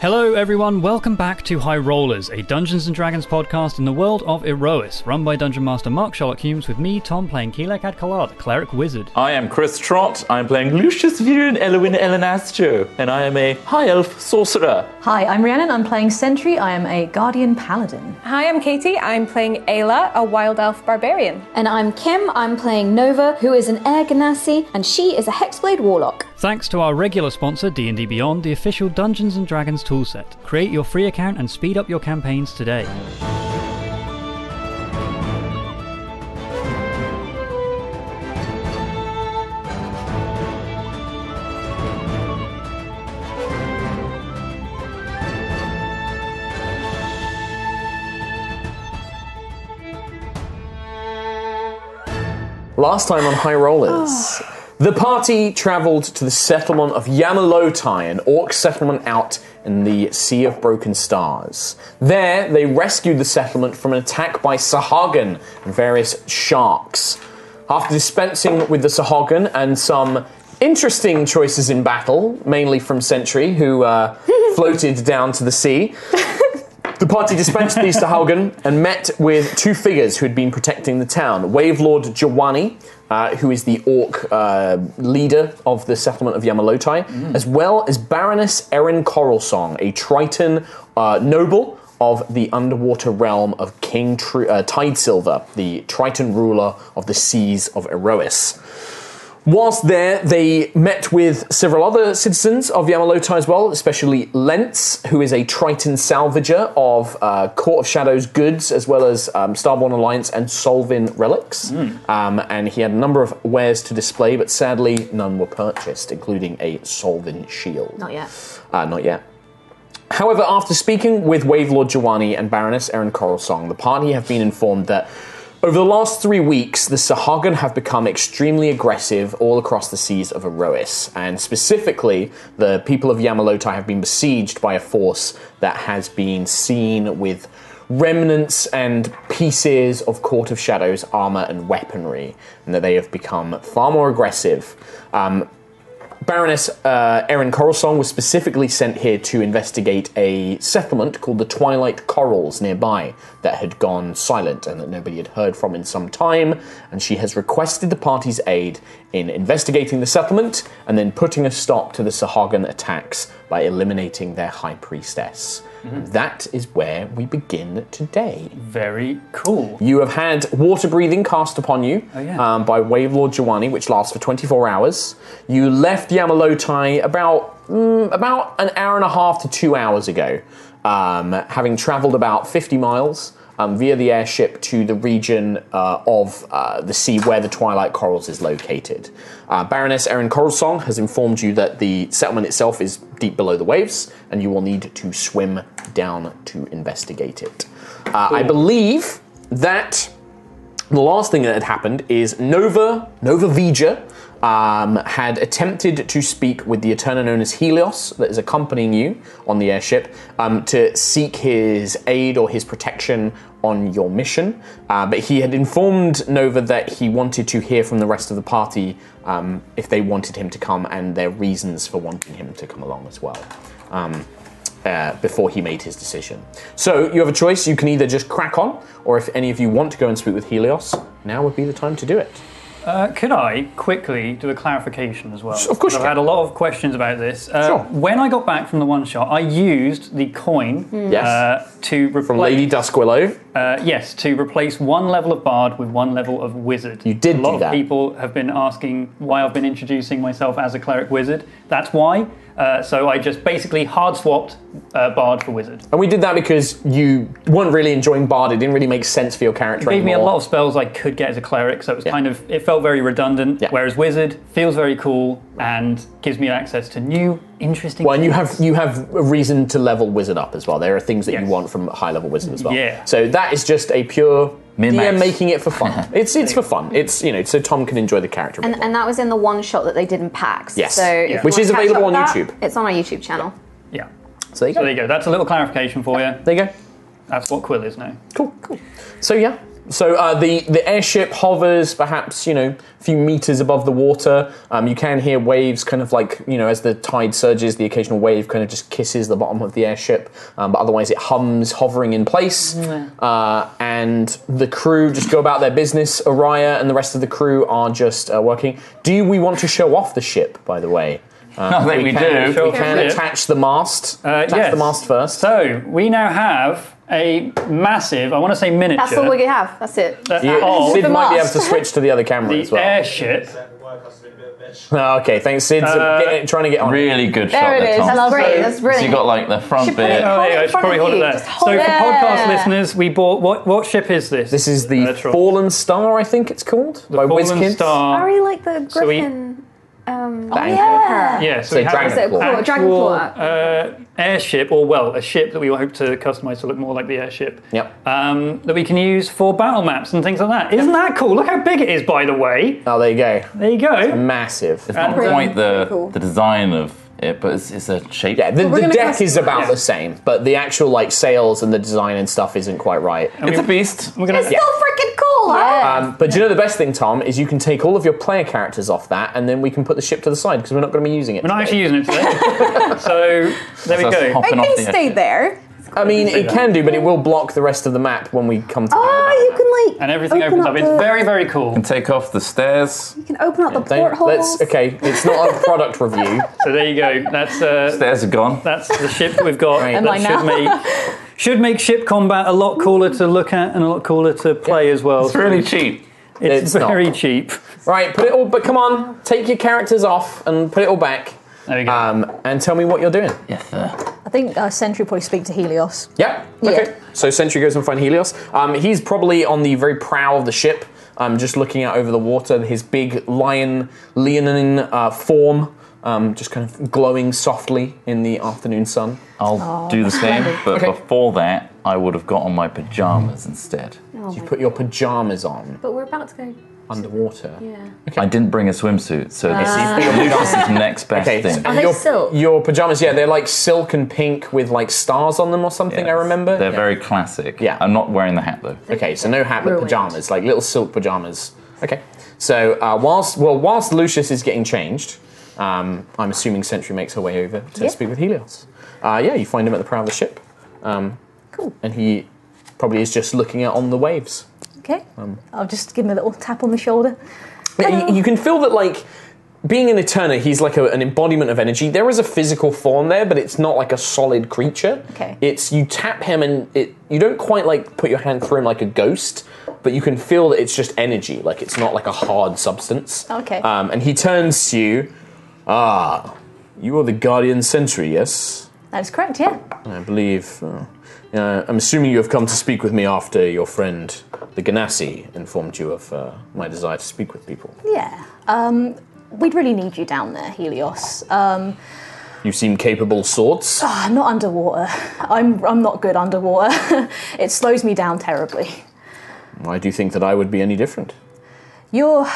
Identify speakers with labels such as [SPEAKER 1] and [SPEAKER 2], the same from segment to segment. [SPEAKER 1] Hello, everyone. Welcome back to High Rollers, a Dungeons and Dragons podcast in the world of Erois, run by Dungeon Master Mark Sherlock Humes, with me, Tom, playing Kelek Adkalar, the cleric wizard.
[SPEAKER 2] I am Chris Trott. I'm playing Lucius Viren Elwin Elenastro, and I am a high elf sorcerer.
[SPEAKER 3] Hi, I'm Rhiannon. I'm playing Sentry. I am a Guardian Paladin.
[SPEAKER 4] Hi, I'm Katie. I'm playing Ayla, a wild elf barbarian.
[SPEAKER 5] And I'm Kim. I'm playing Nova, who is an Air Ganassi, and she is a Hexblade Warlock.
[SPEAKER 1] Thanks to our regular sponsor, D&D Beyond, the official Dungeons and Dragons toolset. Create your free account and speed up your campaigns today.
[SPEAKER 6] Last time on High Rollers, the party travelled to the settlement of Yamalotai, an orc settlement out in the Sea of Broken Stars. There, they rescued the settlement from an attack by Sahagan and various sharks. After dispensing with the Sahagan and some interesting choices in battle, mainly from Sentry, who uh, floated down to the sea, the party dispatched these to Haugen and met with two figures who had been protecting the town Wavelord Jawani, uh, who is the orc uh, leader of the settlement of Yamalotai, as well as Baroness Erin Coralsong, a Triton uh, noble of the underwater realm of King Tr- uh, Tidesilver, the Triton ruler of the seas of Erois. Whilst there, they met with several other citizens of Yamalota as well, especially Lentz, who is a Triton salvager of uh, Court of Shadows goods, as well as um, Starborn Alliance and Solvin relics. Um, and he had a number of wares to display, but sadly, none were purchased, including a Solvin shield.
[SPEAKER 3] Not yet.
[SPEAKER 6] Uh, not yet. However, after speaking with Wavelord Jawani and Baroness Erin Coralsong, the party have been informed that over the last three weeks, the Sahagan have become extremely aggressive all across the seas of Erois, and specifically, the people of Yamalotai have been besieged by a force that has been seen with remnants and pieces of Court of Shadows armor and weaponry, and that they have become far more aggressive. Um, Baroness uh, Erin Coralsong was specifically sent here to investigate a settlement called the Twilight Corals nearby that had gone silent and that nobody had heard from in some time, and she has requested the party's aid in investigating the settlement and then putting a stop to the Sahagan attacks by eliminating their High Priestess. And That is where we begin today.
[SPEAKER 1] Very cool.
[SPEAKER 6] You have had water breathing cast upon you
[SPEAKER 1] yeah.
[SPEAKER 6] um, by Wavelord Jawani, which lasts for 24 hours. You left Yamalotai about mm, about an hour and a half to two hours ago, um, having travelled about 50 miles um, via the airship to the region uh, of uh, the sea where the Twilight Corals is located. Uh, Baroness Erin Coralsong has informed you that the settlement itself is deep below the waves, and you will need to swim down to investigate it. Uh, I believe that the last thing that had happened is Nova Nova Vija um, had attempted to speak with the Eterna known as Helios that is accompanying you on the airship um, to seek his aid or his protection on your mission. Uh, but he had informed Nova that he wanted to hear from the rest of the party um, if they wanted him to come and their reasons for wanting him to come along as well. Um, uh, before he made his decision. So you have a choice. You can either just crack on, or if any of you want to go and speak with Helios, now would be the time to do it.
[SPEAKER 1] Uh, could I quickly do a clarification as well?
[SPEAKER 6] of course you
[SPEAKER 1] I've
[SPEAKER 6] can.
[SPEAKER 1] had a lot of questions about this. Uh,
[SPEAKER 6] Sure.
[SPEAKER 1] When I got back from the one shot, I used the coin
[SPEAKER 6] Yes.
[SPEAKER 1] uh, to replace
[SPEAKER 6] From Lady Duskwillow.
[SPEAKER 1] Uh, yes, to replace one level of bard with one level of wizard.
[SPEAKER 6] You did
[SPEAKER 1] A lot
[SPEAKER 6] do that.
[SPEAKER 1] of people have been asking why I've been introducing myself as a cleric wizard. That's why. Uh, so I just basically hard swapped uh, bard for wizard.
[SPEAKER 6] And we did that because you weren't really enjoying Bard. It didn't really make sense for your character
[SPEAKER 1] Gave me a
[SPEAKER 6] anymore.
[SPEAKER 1] lot of spells I could get as a cleric, so it was
[SPEAKER 6] Yeah.
[SPEAKER 1] kind of it felt very redundant.
[SPEAKER 6] Yeah.
[SPEAKER 1] Whereas wizard feels very cool and gives me access to new interesting.
[SPEAKER 6] Well, and you
[SPEAKER 1] things.
[SPEAKER 6] have you have a reason to level wizard up as well. There are things that
[SPEAKER 1] Yes.
[SPEAKER 6] you want from high level wizard as well.
[SPEAKER 1] Yeah.
[SPEAKER 6] So that is just a pure
[SPEAKER 2] Min-max.
[SPEAKER 6] DM making it for fun. it's it's for fun. It's you know so Tom can enjoy the character. a bit
[SPEAKER 5] And,
[SPEAKER 6] more.
[SPEAKER 5] and that was in the one shot that they did in packs.
[SPEAKER 6] Yes.
[SPEAKER 5] So if
[SPEAKER 6] Yeah.
[SPEAKER 5] you
[SPEAKER 6] Which
[SPEAKER 5] wanna
[SPEAKER 6] is
[SPEAKER 5] catch
[SPEAKER 6] available
[SPEAKER 5] up
[SPEAKER 6] on
[SPEAKER 5] with
[SPEAKER 6] YouTube.
[SPEAKER 5] that, It's on our YouTube channel.
[SPEAKER 1] yeah.
[SPEAKER 6] so there you
[SPEAKER 1] So
[SPEAKER 6] go.
[SPEAKER 1] there you go. That's a little clarification for you.
[SPEAKER 6] There you go.
[SPEAKER 1] That's what quill is now.
[SPEAKER 6] Cool. Cool. So yeah, So uh, the the airship hovers, perhaps you know, a few meters above the water. Um, you can hear waves, kind of like you know, as the tide surges, the occasional wave kind of just kisses the bottom of the airship. Um, but otherwise, it hums, hovering in place. Uh, and the crew just go about their business. Araya and the rest of the crew are just uh, working. Do we want to show off the ship? By the way,
[SPEAKER 2] I think we,
[SPEAKER 6] can,
[SPEAKER 2] do.
[SPEAKER 6] We
[SPEAKER 1] off
[SPEAKER 6] can
[SPEAKER 1] the ship.
[SPEAKER 6] attach the mast.
[SPEAKER 1] Uh,
[SPEAKER 6] attach
[SPEAKER 1] yes.
[SPEAKER 6] the mast first.
[SPEAKER 1] So we now have a massive, I want to say miniature.
[SPEAKER 7] That's all we can have. That's it.
[SPEAKER 1] uh,
[SPEAKER 6] You-
[SPEAKER 1] of
[SPEAKER 6] Sid
[SPEAKER 7] the
[SPEAKER 6] might be able
[SPEAKER 7] mast.
[SPEAKER 6] to switch to the other camera
[SPEAKER 1] the
[SPEAKER 6] as well.
[SPEAKER 1] airship.
[SPEAKER 6] Oh, okay, thanks, Sid.
[SPEAKER 1] Uh,
[SPEAKER 6] trying to get on.
[SPEAKER 2] Really good shot
[SPEAKER 7] There it is.
[SPEAKER 2] Tom.
[SPEAKER 7] That's great. That's
[SPEAKER 2] So you
[SPEAKER 7] brilliant.
[SPEAKER 2] got like the front
[SPEAKER 7] Should put it
[SPEAKER 2] bit.
[SPEAKER 7] up.
[SPEAKER 1] Oh, there you go.
[SPEAKER 7] in
[SPEAKER 1] I should
[SPEAKER 7] front
[SPEAKER 1] probably
[SPEAKER 7] of
[SPEAKER 1] hold it
[SPEAKER 7] you.
[SPEAKER 1] there.
[SPEAKER 7] Just
[SPEAKER 1] So
[SPEAKER 7] hold
[SPEAKER 1] for
[SPEAKER 7] it.
[SPEAKER 1] podcast
[SPEAKER 7] Yeah.
[SPEAKER 1] listeners, we bought what? What ship is this?
[SPEAKER 6] This is the
[SPEAKER 1] Electron.
[SPEAKER 6] Fallen Star, I think it's called, by
[SPEAKER 1] Fallen
[SPEAKER 6] WizKids.
[SPEAKER 1] Star.
[SPEAKER 7] I really like the
[SPEAKER 1] we-
[SPEAKER 7] griffin. um, oh,
[SPEAKER 6] anchor.
[SPEAKER 7] yeah.
[SPEAKER 1] Yeah, so,
[SPEAKER 6] So
[SPEAKER 1] we have
[SPEAKER 6] Dragon
[SPEAKER 1] an
[SPEAKER 6] Claw.
[SPEAKER 7] Claw,
[SPEAKER 1] actual,
[SPEAKER 7] Dragon Claw.
[SPEAKER 1] uh, airship, or well, a ship that we hope to customize to look more like the airship.
[SPEAKER 6] Yep.
[SPEAKER 1] Um, that we can use for battle maps and things like that. Isn't that cool? Look how big it is, by the way.
[SPEAKER 6] Oh, there you go.
[SPEAKER 1] There you go.
[SPEAKER 6] Massive.
[SPEAKER 2] It's not
[SPEAKER 1] Pretty
[SPEAKER 2] quite the,
[SPEAKER 7] cool.
[SPEAKER 2] the design of it, but it's, it's a shape.
[SPEAKER 6] Yeah, the,
[SPEAKER 7] we're
[SPEAKER 6] the
[SPEAKER 7] gonna
[SPEAKER 6] deck is
[SPEAKER 7] customize.
[SPEAKER 6] about the same, but the actual like sails and the design and stuff isn't quite right.
[SPEAKER 2] it's a beast.
[SPEAKER 1] We're gonna.
[SPEAKER 7] It's so freaking cool, huh?
[SPEAKER 6] Um, but do you know the best thing, Tom, is you can take all of your player characters off that, and then we can put the ship to the side because we're not going to be using it.
[SPEAKER 1] We're not
[SPEAKER 6] today.
[SPEAKER 1] actually using it today. so there we
[SPEAKER 2] That's
[SPEAKER 1] go.
[SPEAKER 2] hot.
[SPEAKER 7] It
[SPEAKER 2] Open off the
[SPEAKER 7] can stay there.
[SPEAKER 6] I mean, it can do, but it will block the rest of the map when we come to.
[SPEAKER 7] Oh, you can like.
[SPEAKER 1] And everything
[SPEAKER 7] open
[SPEAKER 1] opens up. It's
[SPEAKER 7] the-
[SPEAKER 1] very, very cool.
[SPEAKER 2] Take off the stairs.
[SPEAKER 7] You can open up the
[SPEAKER 6] Don't,
[SPEAKER 7] portholes.
[SPEAKER 6] let's okay. It's not a product review.
[SPEAKER 1] So there you go. That's uh,
[SPEAKER 2] Stairs are gone.
[SPEAKER 1] that's the ship we've got
[SPEAKER 6] Right.
[SPEAKER 1] that
[SPEAKER 6] Am I
[SPEAKER 1] should make should make ship combat a lot cooler to look at and a lot cooler to play as well.
[SPEAKER 2] It's really cheap.
[SPEAKER 1] It's,
[SPEAKER 6] It's not.
[SPEAKER 1] very cheap.
[SPEAKER 6] Right, put it all. But come on, take your characters off and put it all back,
[SPEAKER 1] There we go.
[SPEAKER 6] um, and tell me what you're doing.
[SPEAKER 2] Yes, sir.
[SPEAKER 3] I think uh, Sentry probably speak to Helios.
[SPEAKER 6] Yeah. Okay. So Sentry goes and find Helios. Um, he's probably on the very prow of the ship, um, just looking out over the water. His big lion, leonine uh, form, um, just kind of glowing softly in the afternoon sun.
[SPEAKER 2] I'll do the same, but before that, I would have got on my pajamas instead.
[SPEAKER 6] So Oh, you put your pajamas on
[SPEAKER 5] But we're about to go.
[SPEAKER 6] underwater.
[SPEAKER 5] Yeah.
[SPEAKER 2] I didn't bring a swimsuit, so this
[SPEAKER 6] Ah.
[SPEAKER 2] is Lucius's next best
[SPEAKER 6] Okay.
[SPEAKER 2] thing.
[SPEAKER 6] so
[SPEAKER 5] they
[SPEAKER 6] your,
[SPEAKER 5] silk?
[SPEAKER 6] your pajamas, yeah, they're like silk and pink with like stars on them or something. I
[SPEAKER 2] Yes.
[SPEAKER 6] remember.
[SPEAKER 2] They're
[SPEAKER 6] Yeah.
[SPEAKER 2] very classic.
[SPEAKER 6] Yeah.
[SPEAKER 2] I'm not wearing the hat though.
[SPEAKER 6] Okay, so no hat, but
[SPEAKER 5] Ruined.
[SPEAKER 6] pajamas, like little silk pajamas. Okay. So uh, whilst well, whilst Lucius is getting changed, um, I'm assuming Sentry makes her way over to speak with Helios. Uh, yeah, you find him at the prow of the ship. Um, cool. And he probably is just looking out on the waves.
[SPEAKER 3] Okay. I'll just give him a little tap on the shoulder.
[SPEAKER 6] But y- You can feel that like. Being an Eterna, he's like a, an embodiment of energy. There is a physical form there, but it's not like a solid creature.
[SPEAKER 3] Okay.
[SPEAKER 6] It's you tap him and it you don't quite like put your hand through him like a ghost, but you can feel that it's just energy, like it's not like a hard substance.
[SPEAKER 3] Okay.
[SPEAKER 6] Um, and he turns to you. Ah, you are the Guardian Sentry, yes?
[SPEAKER 3] That is correct, yeah.
[SPEAKER 6] I believe. Uh, uh, I'm assuming you have come to speak with me after your friend, the Ganassi, informed you of uh, my desire to speak with people.
[SPEAKER 3] Yeah. Um, we'd really need you down there, Helios. Um,
[SPEAKER 6] You seem capable sorts.
[SPEAKER 3] I'm not underwater. I'm, I'm not good underwater. it slows me down terribly.
[SPEAKER 6] Why do you think that I would be any different?
[SPEAKER 3] You're.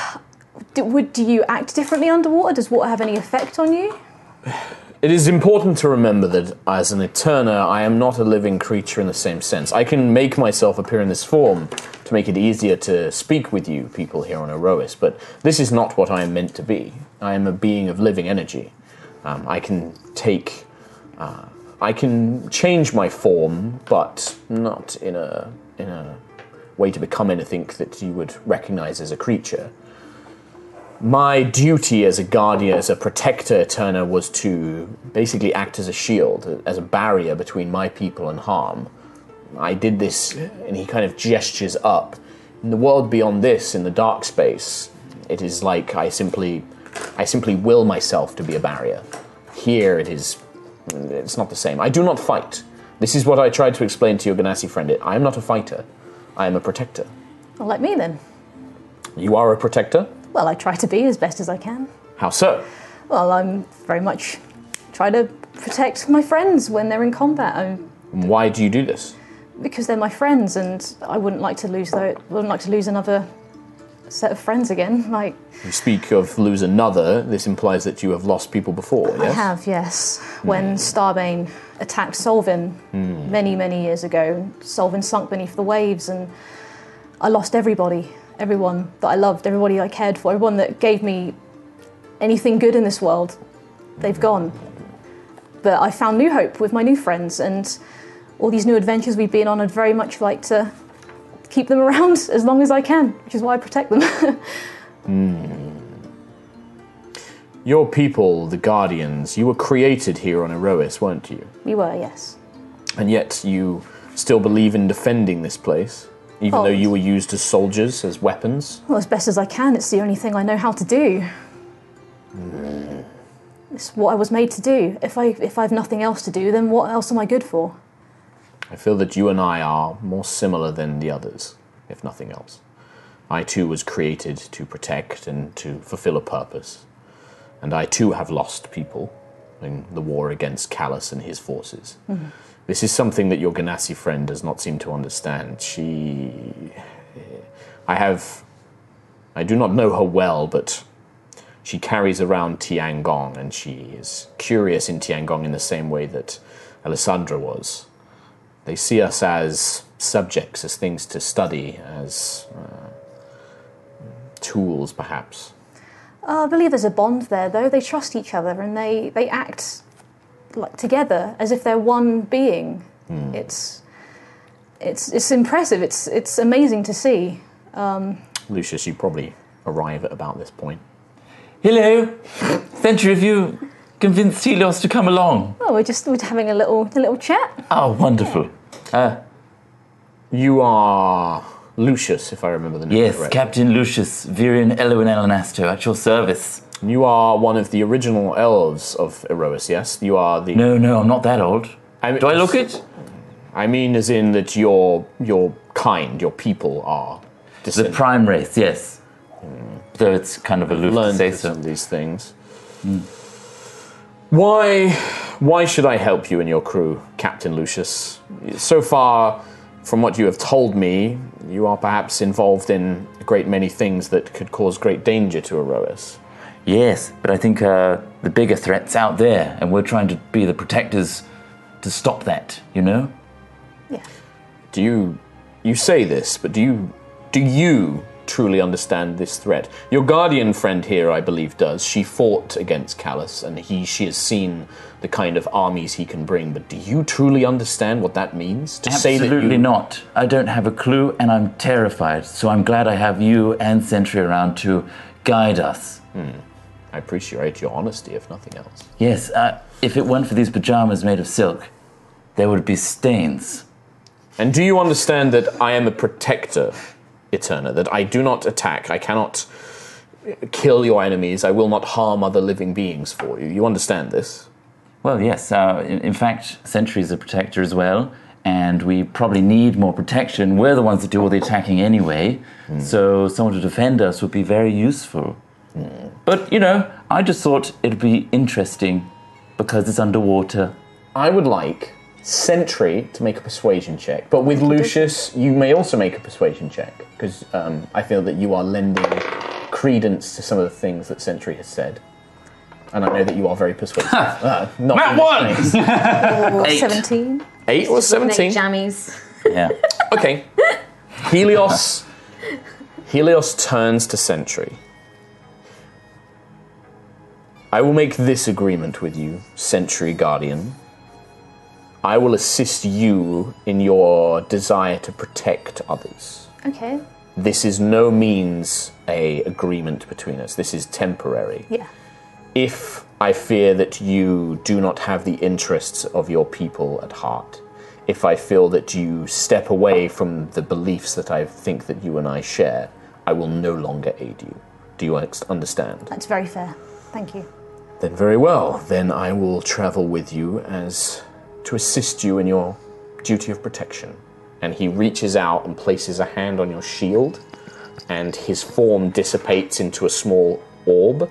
[SPEAKER 3] Do, would, do you act differently underwater? Does water have any effect on you?
[SPEAKER 6] It is important to remember that as an Eterna, I am not a living creature in the same sense. I can make myself appear in this form to make it easier to speak with you people here on Erois, but this is not what I am meant to be. I am a being of living energy. Um, I can take. Uh, I can change my form, but not in a, in a way to become anything that you would recognize as a creature. My duty as a guardian, as a protector, Turner, was to basically act as a shield, as a barrier between my people and harm. I did this, and he kind of gestures up. In the world beyond this, in the dark space, it is like I simply, I simply will myself to be a barrier. Here, it is, it's not the same. I do not fight. This is what I tried to explain to your Ganassi friend. I am not a fighter. I am a protector.
[SPEAKER 3] Well, like me then.
[SPEAKER 6] You are a protector.
[SPEAKER 3] Well, I try to be as best as I can.
[SPEAKER 6] How so?
[SPEAKER 3] Well, I'm very much try to protect my friends when they're in combat. i
[SPEAKER 6] Why do you do this?
[SPEAKER 3] because they're my friends, and I wouldn't like to lose though. Wouldn't like to lose another set of friends again. Like
[SPEAKER 6] You speak of lose another. This implies that you have lost people before. Yes.
[SPEAKER 3] I have, yes. When Starbane attacked Solvin many, many years ago, Solvin sunk beneath the waves, and I lost everybody, everyone that I loved, everybody I cared for, everyone that gave me anything good in this world. They've gone. But I found new hope with my new friends, and all these new adventures we've been on, I'd very much like to keep them around as long as I can, which is why I protect them.
[SPEAKER 6] Your people, the Guardians, you were created here on Erois, weren't you?
[SPEAKER 3] we were, yes.
[SPEAKER 6] And yet you still believe in defending this place, even
[SPEAKER 3] Oh.
[SPEAKER 6] though you were used as soldiers, as weapons.
[SPEAKER 3] Well, as best as I can, it's the only thing I know how to do. It's what I was made to do. If I if I have nothing else to do, then what else am I good for?
[SPEAKER 6] I feel that you and I are more similar than the others, if nothing else. I too was created to protect and to fulfill a purpose. And I too have lost people in the war against Callus and his forces. This is something that your Ganassi friend does not seem to understand. She. I have. I do not know her well, but she carries around Tiangong and she is curious in Tiangong in the same way that Alessandra was. They see us as subjects, as things to study, as uh, tools, perhaps.
[SPEAKER 3] Uh, I believe there's a bond there, though. They trust each other and they they act like together as if they're one being. It's it's it's impressive. It's it's amazing to see.
[SPEAKER 6] Lucius, you probably arrive at about this point.
[SPEAKER 2] Hello. Thank you if you convinced Helios to come along.
[SPEAKER 3] Oh, we're just we're having a little a little chat.
[SPEAKER 2] Oh, wonderful.
[SPEAKER 6] You are Lucius, if I remember the name
[SPEAKER 2] Yes,
[SPEAKER 6] correctly.
[SPEAKER 2] Captain Lucius Virian Elwin Elanastro at your service.
[SPEAKER 6] You are one of the original elves of Erois, yes? You are the.
[SPEAKER 2] No, no, I'm not that old.
[SPEAKER 6] I mean,
[SPEAKER 2] Do I look it?
[SPEAKER 6] I mean, as in that your your kind, your people are.
[SPEAKER 2] The
[SPEAKER 6] descended-
[SPEAKER 2] prime race, yes.
[SPEAKER 6] Hmm.
[SPEAKER 2] Though it's kind of aloof to
[SPEAKER 6] learn
[SPEAKER 2] say
[SPEAKER 6] some
[SPEAKER 2] so.
[SPEAKER 6] of these things. Why, why should I help you and your crew, Captain Lucius? So far, from what you have told me, you are perhaps involved in a great many things that could cause great danger to Erois.
[SPEAKER 2] Yes, but I think uh, the bigger threat's out there, and we're trying to be the protectors to stop that, you know?
[SPEAKER 6] Do you, you say this, but do you, do you truly understand this threat? Your guardian friend here, I believe, does. She fought against Callus, and he, she has seen the kind of armies he can bring. But do you truly understand what that means? To say that
[SPEAKER 2] Absolutely
[SPEAKER 6] you,
[SPEAKER 2] not. I don't have a clue, and I'm terrified, so I'm glad I have you and Sentry around to guide us.
[SPEAKER 6] I appreciate your honesty, if nothing else.
[SPEAKER 2] Yes, uh, if it weren't for these pajamas made of silk, there would be stains.
[SPEAKER 6] And do you understand that I am a protector, Eterna? That I do not attack. I cannot kill your enemies. I will not harm other living beings for you. You understand this?
[SPEAKER 2] Well, yes. Uh, in, in fact, Sentry's a protector as well, and we probably need more protection. We're the ones that do all the attacking anyway, so someone to defend us would be very useful. But, you know, I just thought it'd be interesting because it's underwater.
[SPEAKER 6] I would like Sentry to make a persuasion check, but with Lucius, you may also make a persuasion check because um, I feel that you are lending credence to some of the things that Sentry has said. And I know that you are very persuasive. uh, not in this case.
[SPEAKER 2] Eight.
[SPEAKER 3] Seventeen.
[SPEAKER 6] Eight or
[SPEAKER 5] Nate
[SPEAKER 6] seventeen?
[SPEAKER 5] jammies.
[SPEAKER 2] Yeah.
[SPEAKER 6] Okay. Helios. Helios turns to Sentry. I will make this agreement with you, Sentry Guardian. I will assist you in your desire to protect others.
[SPEAKER 3] Okay.
[SPEAKER 6] This is no means a agreement between us. This is temporary
[SPEAKER 3] Yeah.
[SPEAKER 6] if I fear that you do not have the interests of your people at heart, if I feel that you step away from the beliefs that I think that you and I share, I will no longer aid you. Do you ex- understand?
[SPEAKER 3] That's very fair. Thank you.
[SPEAKER 6] Then very well. Then I will travel with you as to assist you in your duty of protection. And he reaches out and places a hand on your shield, and his form dissipates into a small orb.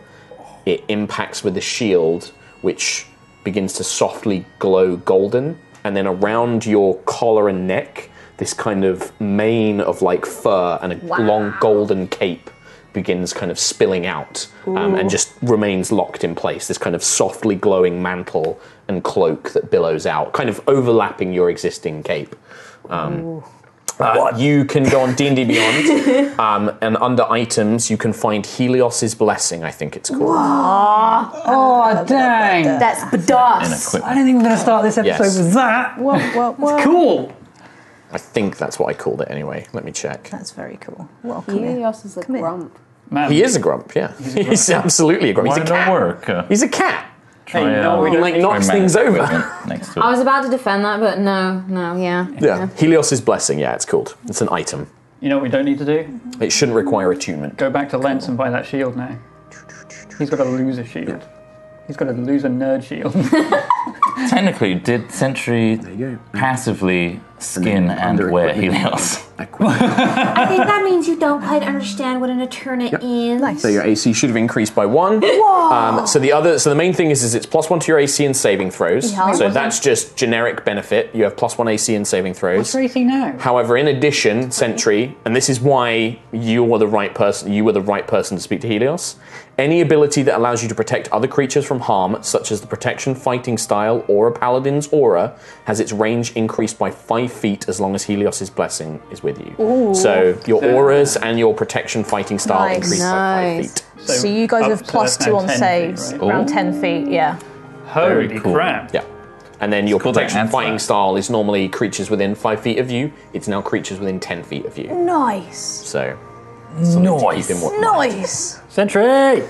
[SPEAKER 6] It impacts with the shield, which begins to softly glow golden, and then around your collar and neck, this kind of mane of like fur and a long golden cape begins kind of spilling out um, and just remains locked in place. This kind of softly glowing mantle and cloak that billows out, kind of overlapping your existing cape. Um, Uh, you can go on D and D Beyond, um, and under items you can find Helios's blessing. I think it's called.
[SPEAKER 8] Oh, dang.
[SPEAKER 7] That's badass.
[SPEAKER 8] I
[SPEAKER 2] equipment.
[SPEAKER 8] didn't think we were going to start this episode
[SPEAKER 6] Yes.
[SPEAKER 8] with that.
[SPEAKER 3] Whoa, whoa, whoa.
[SPEAKER 8] Cool.
[SPEAKER 6] I think that's what I called it anyway. Let me check.
[SPEAKER 3] That's very cool. Well, come here.
[SPEAKER 4] Helios is a
[SPEAKER 3] here.
[SPEAKER 4] grump.
[SPEAKER 8] Man.
[SPEAKER 6] He is a grump. Yeah, he's, absolutely a grump.
[SPEAKER 2] Why
[SPEAKER 6] He's a cat.
[SPEAKER 2] not work? Uh,
[SPEAKER 6] He's a cat.
[SPEAKER 2] try,
[SPEAKER 8] Hey, no,
[SPEAKER 2] uh,
[SPEAKER 8] we don't
[SPEAKER 6] Like
[SPEAKER 8] need-
[SPEAKER 2] try
[SPEAKER 6] knocks
[SPEAKER 2] magic
[SPEAKER 6] things over.
[SPEAKER 2] equipment Next to
[SPEAKER 5] I
[SPEAKER 2] it.
[SPEAKER 5] was about to defend that, but no, no, yeah.
[SPEAKER 6] Yeah, Helios's blessing. Yeah, it's called. It's an item.
[SPEAKER 1] You know what we don't need to do?
[SPEAKER 6] It shouldn't require attunement.
[SPEAKER 1] Go back to Lentz and buy that shield now. He's got a loser shield. He's got a loser nerd shield.
[SPEAKER 2] Technically, did Sentry
[SPEAKER 9] you go.
[SPEAKER 2] passively skin and,
[SPEAKER 9] under
[SPEAKER 2] wear
[SPEAKER 9] equipment.
[SPEAKER 2] Helios?
[SPEAKER 7] I think that means you don't quite understand what an eternit is.
[SPEAKER 6] So your AC should have increased by one. Um, so the other, so the main thing is, is it's plus one to your AC and saving throws.
[SPEAKER 3] Yeah.
[SPEAKER 6] So that's just generic benefit. You have plus one AC and saving throws.
[SPEAKER 1] Crazy now.
[SPEAKER 6] However, in addition, Sentry, and this is why you were the right person. You were the right person to speak to Helios. Any ability that allows you to protect other creatures from harm, such as the protection fighting style or a paladin's aura, has its range increased by five feet as long as Helios's blessing is with you. So your auras and your protection fighting style
[SPEAKER 3] Nice.
[SPEAKER 6] increase by five
[SPEAKER 4] Nice.
[SPEAKER 6] feet.
[SPEAKER 3] So you guys
[SPEAKER 1] up
[SPEAKER 3] have
[SPEAKER 1] to
[SPEAKER 3] plus
[SPEAKER 1] now
[SPEAKER 3] two on
[SPEAKER 1] 10
[SPEAKER 3] saves,
[SPEAKER 1] feet, right?
[SPEAKER 3] around 10 feet, yeah.
[SPEAKER 1] Holy
[SPEAKER 2] Very cool.
[SPEAKER 1] crap.
[SPEAKER 6] Yeah. And then your
[SPEAKER 2] called like
[SPEAKER 6] protection
[SPEAKER 2] ant
[SPEAKER 6] fighting
[SPEAKER 2] fire.
[SPEAKER 6] style is normally creatures within five feet of you. It's now creatures within ten feet of you.
[SPEAKER 3] Nice.
[SPEAKER 6] So. Nice.
[SPEAKER 3] Nice.
[SPEAKER 1] Sentry!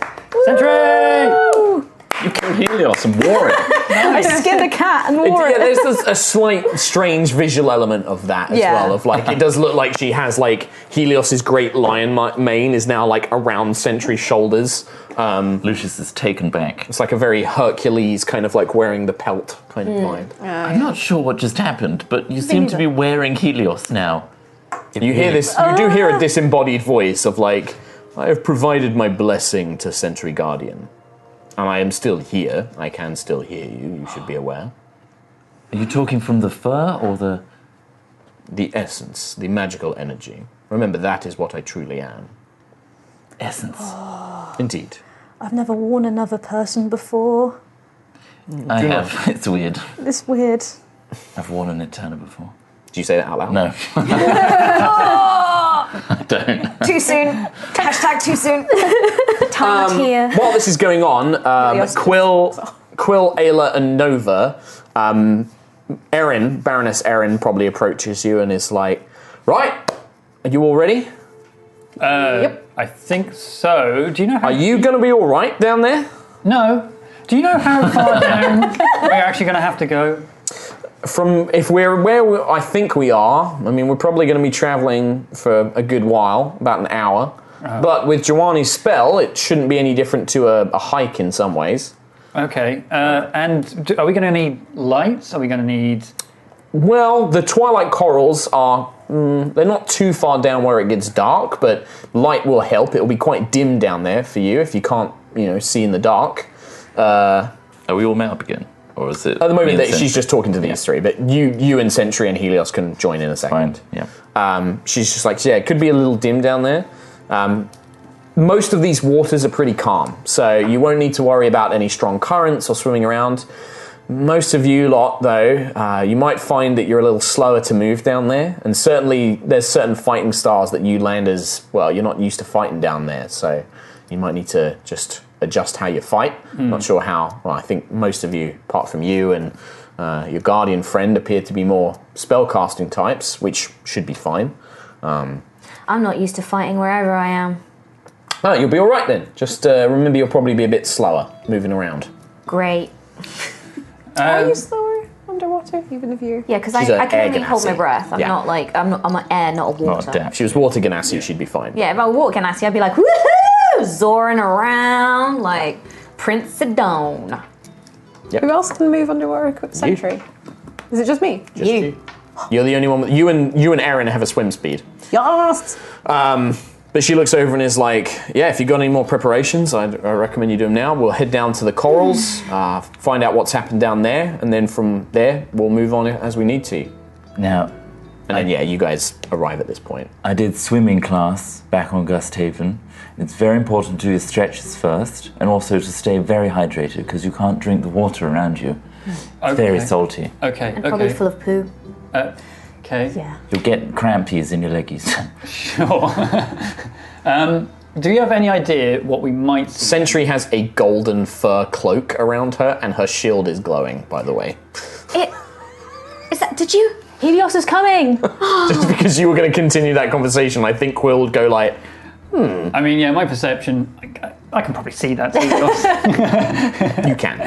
[SPEAKER 1] Sentry!
[SPEAKER 2] You killed Helios and wore it.
[SPEAKER 3] I skinned a cat and
[SPEAKER 6] It-
[SPEAKER 3] wore
[SPEAKER 6] yeah,
[SPEAKER 3] it.
[SPEAKER 6] there's this, a slight strange visual element of that as
[SPEAKER 3] Yeah.
[SPEAKER 6] well. Of like, it does look like she has like Helios's great lion ma- mane is now like around Sentry's shoulders. Um,
[SPEAKER 2] Lucius is taken back.
[SPEAKER 6] it's like a very Hercules kind of like wearing the pelt kind of vibe.
[SPEAKER 2] I'm not sure what just happened, but you seem to be wearing Helios now.
[SPEAKER 6] You hear this? You do hear a disembodied voice of like, "I have provided my blessing to Sentry Guardian, and I am still here. I can still hear you. You should be aware."
[SPEAKER 2] Are you talking from the fur or the?
[SPEAKER 6] The essence, the magical energy. Remember, that is what I truly am.
[SPEAKER 2] essence.
[SPEAKER 9] Oh,
[SPEAKER 6] Indeed.
[SPEAKER 3] I've never worn another person before.
[SPEAKER 2] I have. It's weird.
[SPEAKER 3] This weird.
[SPEAKER 2] I've worn an Eterna before.
[SPEAKER 6] Do you say that out loud?
[SPEAKER 2] No, I don't.
[SPEAKER 7] Too soon. Hashtag too soon. Time here.
[SPEAKER 6] While this is going on, um,
[SPEAKER 3] yes.
[SPEAKER 6] Quill, Quill, Ayla, and Nova, um, Erin, Baroness Erin, probably approaches you and is like, "Right, are you all ready?
[SPEAKER 1] Uh, I think so. Do you know how.
[SPEAKER 6] Are you going to be all right down there?"
[SPEAKER 1] No. Do you know how far down we're actually going to have to go?
[SPEAKER 6] From if we're where we, I think we are, I mean, we're probably going to be traveling for a good while, about an hour. But with Jawani's spell, it shouldn't be any different to a, a hike in some ways.
[SPEAKER 1] Okay. Uh, and do, are we going to need lights? Are we going to need.
[SPEAKER 6] Well, the twilight corals are. Mm, they're not too far down where it gets dark, but light will help. It'll be quite dim down there for you if you can't, you know, see in the dark. Uh,
[SPEAKER 2] Are we all met up again, or is it?
[SPEAKER 6] at the moment, that she's just talking to these three, but you, you and Sentry and Helios can join in a second.
[SPEAKER 2] fine. Yeah.
[SPEAKER 6] Um, she's just like, yeah, it could be a little dim down there. Um, most of these waters are pretty calm, so you won't need to worry about any strong currents or swimming around. Most of you lot, though, uh, you might find that you're a little slower to move down there, and certainly there's certain fighting styles that you landers, well, you're not used to fighting down there, so you might need to just adjust how you fight. Not sure how. Well, I think most of you, apart from you and uh, your guardian friend, appear to be more spellcasting types, which should be fine.
[SPEAKER 5] I'm not used to fighting wherever I am.
[SPEAKER 6] Oh, you'll be all right then. Just uh, remember, you'll probably be a bit slower moving around.
[SPEAKER 5] Great.
[SPEAKER 4] Are
[SPEAKER 1] Um,
[SPEAKER 4] you slower underwater, even if you're.
[SPEAKER 5] Yeah, because
[SPEAKER 6] She's a
[SPEAKER 5] I, I can only
[SPEAKER 6] egg
[SPEAKER 5] hold my
[SPEAKER 6] lassie.
[SPEAKER 5] breath. I'm
[SPEAKER 6] Yeah.
[SPEAKER 5] not like, I'm, not, I'm an air, not a
[SPEAKER 2] Not
[SPEAKER 5] water.
[SPEAKER 6] If she was water ganassi, she'd be fine.
[SPEAKER 5] yeah, if I walk in Assie, I'd be like, woohoo! Zoring around like Prince Sedone.
[SPEAKER 4] Who else can move underwater? Qu- Sentry. Is it just me?
[SPEAKER 6] Just you. You're the only one. With, you and you and Aaron have a swim speed.
[SPEAKER 4] Yes.
[SPEAKER 6] Um, but she looks over and is like, "Yeah, if you've got any more preparations, I'd, I recommend you do them now. We'll head down to the corals, uh, find out what's happened down there, and then from there we'll move on as we need to." And
[SPEAKER 2] Now,
[SPEAKER 6] then yeah, you guys arrive at this point.
[SPEAKER 2] I did swimming class back on Gust Haven. It's very important to do your stretches first, and also to stay very hydrated because you can't drink the water around you. It's very
[SPEAKER 1] Okay.
[SPEAKER 2] salty.
[SPEAKER 1] Okay.
[SPEAKER 5] Probably
[SPEAKER 1] Okay.
[SPEAKER 5] full of poo.
[SPEAKER 1] Uh, Okay.
[SPEAKER 3] Yeah.
[SPEAKER 2] You'll get crampies in your leggies.
[SPEAKER 1] Sure. um, do you have any idea what we might see?
[SPEAKER 6] Sentry has a golden fur cloak around her, and her shield is glowing, by the way.
[SPEAKER 7] It, is that? Did you?
[SPEAKER 3] Helios is coming.
[SPEAKER 6] Just because you were going to continue that conversation, I think Quill would go like,
[SPEAKER 1] I mean, yeah, my perception, I, I can probably see that. Helios.
[SPEAKER 6] you can.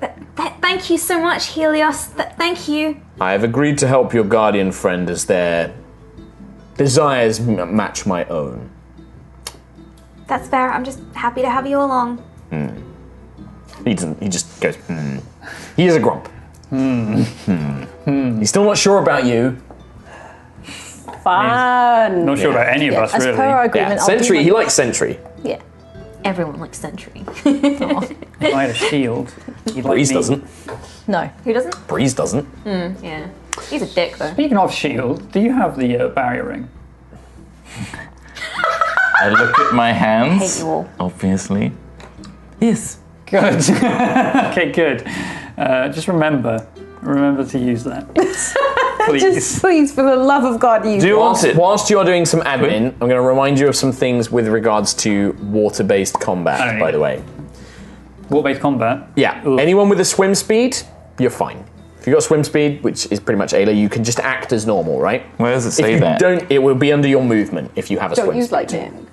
[SPEAKER 7] Th- thank you so much, Helios. Th- thank you.
[SPEAKER 6] I have agreed to help your guardian friend as their desires m- match my own.
[SPEAKER 7] That's fair. I'm just happy to have you along.
[SPEAKER 6] He doesn't. He just goes. Hmm. He is a grump. Hmm. He's still not sure about you.
[SPEAKER 4] Fun.
[SPEAKER 1] Not sure about any of us,
[SPEAKER 3] As
[SPEAKER 1] really.
[SPEAKER 3] per our agreement,
[SPEAKER 6] Yeah,
[SPEAKER 3] I'll do
[SPEAKER 6] Sentry.
[SPEAKER 3] my-
[SPEAKER 6] He likes Sentry.
[SPEAKER 3] yeah.
[SPEAKER 5] Everyone likes Sentry.
[SPEAKER 1] If I had a shield. He'd like
[SPEAKER 6] Breeze
[SPEAKER 1] me.
[SPEAKER 6] doesn't.
[SPEAKER 3] No.
[SPEAKER 5] Who doesn't?
[SPEAKER 6] Breeze doesn't.
[SPEAKER 5] Yeah. He's a dick though.
[SPEAKER 1] Speaking of shield, do you have the uh, barrier ring?
[SPEAKER 2] I look at my
[SPEAKER 5] Hate
[SPEAKER 2] hands,
[SPEAKER 5] you all.
[SPEAKER 2] obviously. Yes.
[SPEAKER 1] Good. okay, good. Uh, just remember, remember to use that. Please.
[SPEAKER 4] Just please, for the love of God, use
[SPEAKER 2] you
[SPEAKER 6] Whilst, whilst you are doing some admin, I'm going to remind you of some things with regards to water-based combat.
[SPEAKER 1] Oh, yeah.
[SPEAKER 6] By the way,
[SPEAKER 1] War-based combat.
[SPEAKER 6] yeah.
[SPEAKER 1] Ooh.
[SPEAKER 6] Anyone with a swim speed, you're fine. If you've got swim speed, which is pretty much Ayla, you can just act as normal, right?
[SPEAKER 2] Where does it
[SPEAKER 6] If
[SPEAKER 2] say
[SPEAKER 6] you
[SPEAKER 2] that?
[SPEAKER 6] don't, it will be under your movement if you have a
[SPEAKER 4] Don't
[SPEAKER 6] swim
[SPEAKER 4] use
[SPEAKER 6] speed.
[SPEAKER 4] lightning.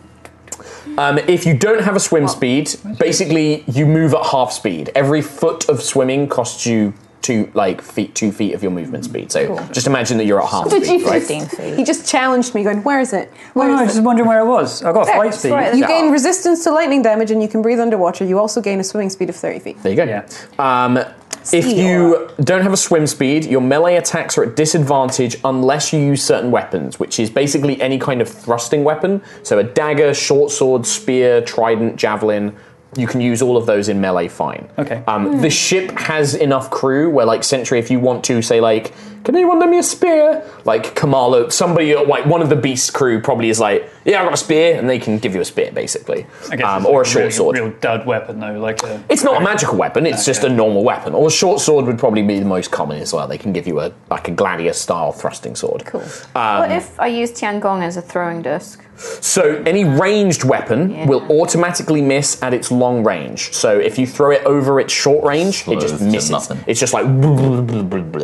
[SPEAKER 6] Um, if you don't have a swim speed, basically you move at half speed. Every foot of swimming costs you two like feet, two feet of your movement speed. So just imagine that you're at half
[SPEAKER 4] Did
[SPEAKER 6] speed.
[SPEAKER 4] you
[SPEAKER 6] Right?
[SPEAKER 4] just, he just challenged me, going, "Where is it? Where
[SPEAKER 1] Oh, I was
[SPEAKER 4] is it?"
[SPEAKER 1] just wondering where I was. I got a
[SPEAKER 4] There,
[SPEAKER 1] flight
[SPEAKER 4] it's
[SPEAKER 1] speed.
[SPEAKER 4] right at the You gain resistance to lightning damage, and you can breathe underwater. You also gain a swimming speed of thirty feet.
[SPEAKER 6] There you go.
[SPEAKER 1] Yeah.
[SPEAKER 6] Um, if you don't have a swim speed, your melee attacks are at disadvantage unless you use certain weapons, which is basically any kind of thrusting weapon. So a dagger, short sword, spear, trident, javelin. You can use all of those in melee fine.
[SPEAKER 1] Okay. Hmm.
[SPEAKER 6] Um, The ship has enough crew where, like, Sentry, if you want to, say, like, can anyone lend me a spear? Like, Kamala, somebody, uh, like, one of the Beast crew probably is like, yeah, I got a spear, and they can give you a spear, basically.
[SPEAKER 1] I guess
[SPEAKER 6] Um,
[SPEAKER 1] it's
[SPEAKER 6] or a
[SPEAKER 1] like
[SPEAKER 6] short
[SPEAKER 1] really,
[SPEAKER 6] sword.
[SPEAKER 1] Real dud weapon though, like uh, a.
[SPEAKER 6] It's not a magical weapon. It's just a
[SPEAKER 1] Okay.
[SPEAKER 6] normal weapon. Or short sword would probably be the most common as well. They can give you a like a gladius style thrusting sword.
[SPEAKER 5] Cool. what
[SPEAKER 6] Um,
[SPEAKER 5] if I use Tiangong as a throwing disc?
[SPEAKER 6] So any ranged weapon will automatically miss at its long range. So if you throw it over its short range, it
[SPEAKER 2] Slows
[SPEAKER 6] just
[SPEAKER 2] to
[SPEAKER 6] misses.
[SPEAKER 2] nothing.
[SPEAKER 6] It's just like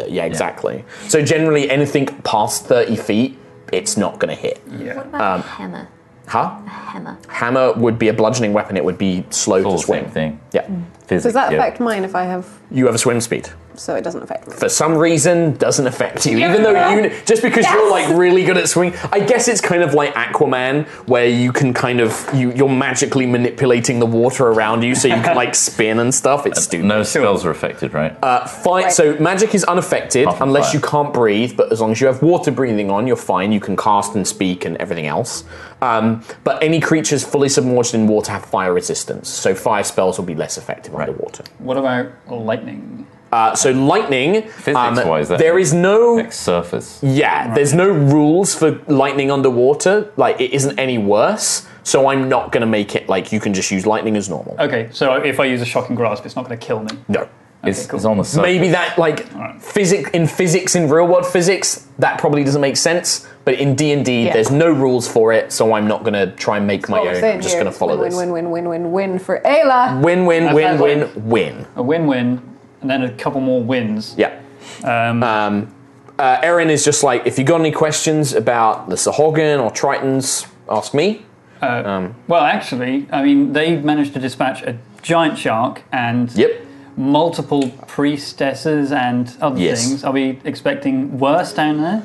[SPEAKER 6] yeah, exactly. So generally anything past thirty feet, it's not going to hit.
[SPEAKER 1] Yeah.
[SPEAKER 5] About a hammer.
[SPEAKER 6] Huh?
[SPEAKER 5] A hammer.
[SPEAKER 6] Hammer would be a bludgeoning weapon. It would be slow
[SPEAKER 2] All
[SPEAKER 6] to swing.
[SPEAKER 2] same thing.
[SPEAKER 6] Yeah.
[SPEAKER 2] Physics,
[SPEAKER 4] Does that
[SPEAKER 2] yeah.
[SPEAKER 4] affect mine if I have?
[SPEAKER 6] You have a swim speed.
[SPEAKER 4] So it doesn't affect me.
[SPEAKER 6] for some reason doesn't affect you, even though you just because you're like really good at swinging. I guess it's kind of like Aquaman, where you can kind of you you're magically manipulating the water around you, so you can like spin and stuff. It's stupid.
[SPEAKER 2] No spells are affected, right?
[SPEAKER 6] Uh, Fire, so magic is unaffected
[SPEAKER 2] Apart from
[SPEAKER 6] unless
[SPEAKER 2] fire.
[SPEAKER 6] you can't breathe, but as long as you have water breathing on, you're fine. You can cast and speak and everything else. Um, but any creatures fully submerged in water have fire resistance, so fire spells will be less effective underwater.
[SPEAKER 1] What about lightning?
[SPEAKER 6] Uh, so lightning, um,
[SPEAKER 2] Physics-wise, that
[SPEAKER 6] there is no
[SPEAKER 2] Next surface.
[SPEAKER 6] Yeah, there's no rules for lightning underwater. Like, it isn't any worse. So I'm not going to make it like you can just use lightning as normal.
[SPEAKER 1] Okay, so if I use a shocking grasp, it's not going to kill me.
[SPEAKER 6] No.
[SPEAKER 2] it's, it's on the surface.
[SPEAKER 6] Maybe that like physic in physics in real world physics that probably doesn't make sense. But in D and D,
[SPEAKER 4] Yeah.
[SPEAKER 6] there's no rules for it, so I'm not going to try and make my
[SPEAKER 4] What
[SPEAKER 1] Oh,
[SPEAKER 4] we're
[SPEAKER 6] own.
[SPEAKER 4] saying
[SPEAKER 6] I'm just
[SPEAKER 4] here
[SPEAKER 6] going to
[SPEAKER 4] is
[SPEAKER 6] follow
[SPEAKER 4] win,
[SPEAKER 6] this.
[SPEAKER 4] Win, win, win, win, win for Ayla.
[SPEAKER 6] Win win
[SPEAKER 1] That's
[SPEAKER 6] win
[SPEAKER 1] like-
[SPEAKER 6] win win.
[SPEAKER 1] A win-win, and then a couple more wins.
[SPEAKER 6] Yeah.
[SPEAKER 1] Um,
[SPEAKER 6] Um, uh, Erin is just like if you got any questions about the Sahogan or Tritons, ask me.
[SPEAKER 1] Well, actually, I mean, they managed to dispatch a giant shark and
[SPEAKER 6] Yep.
[SPEAKER 1] multiple priestesses and other
[SPEAKER 6] Yes.
[SPEAKER 1] things. Are we expecting worse down there?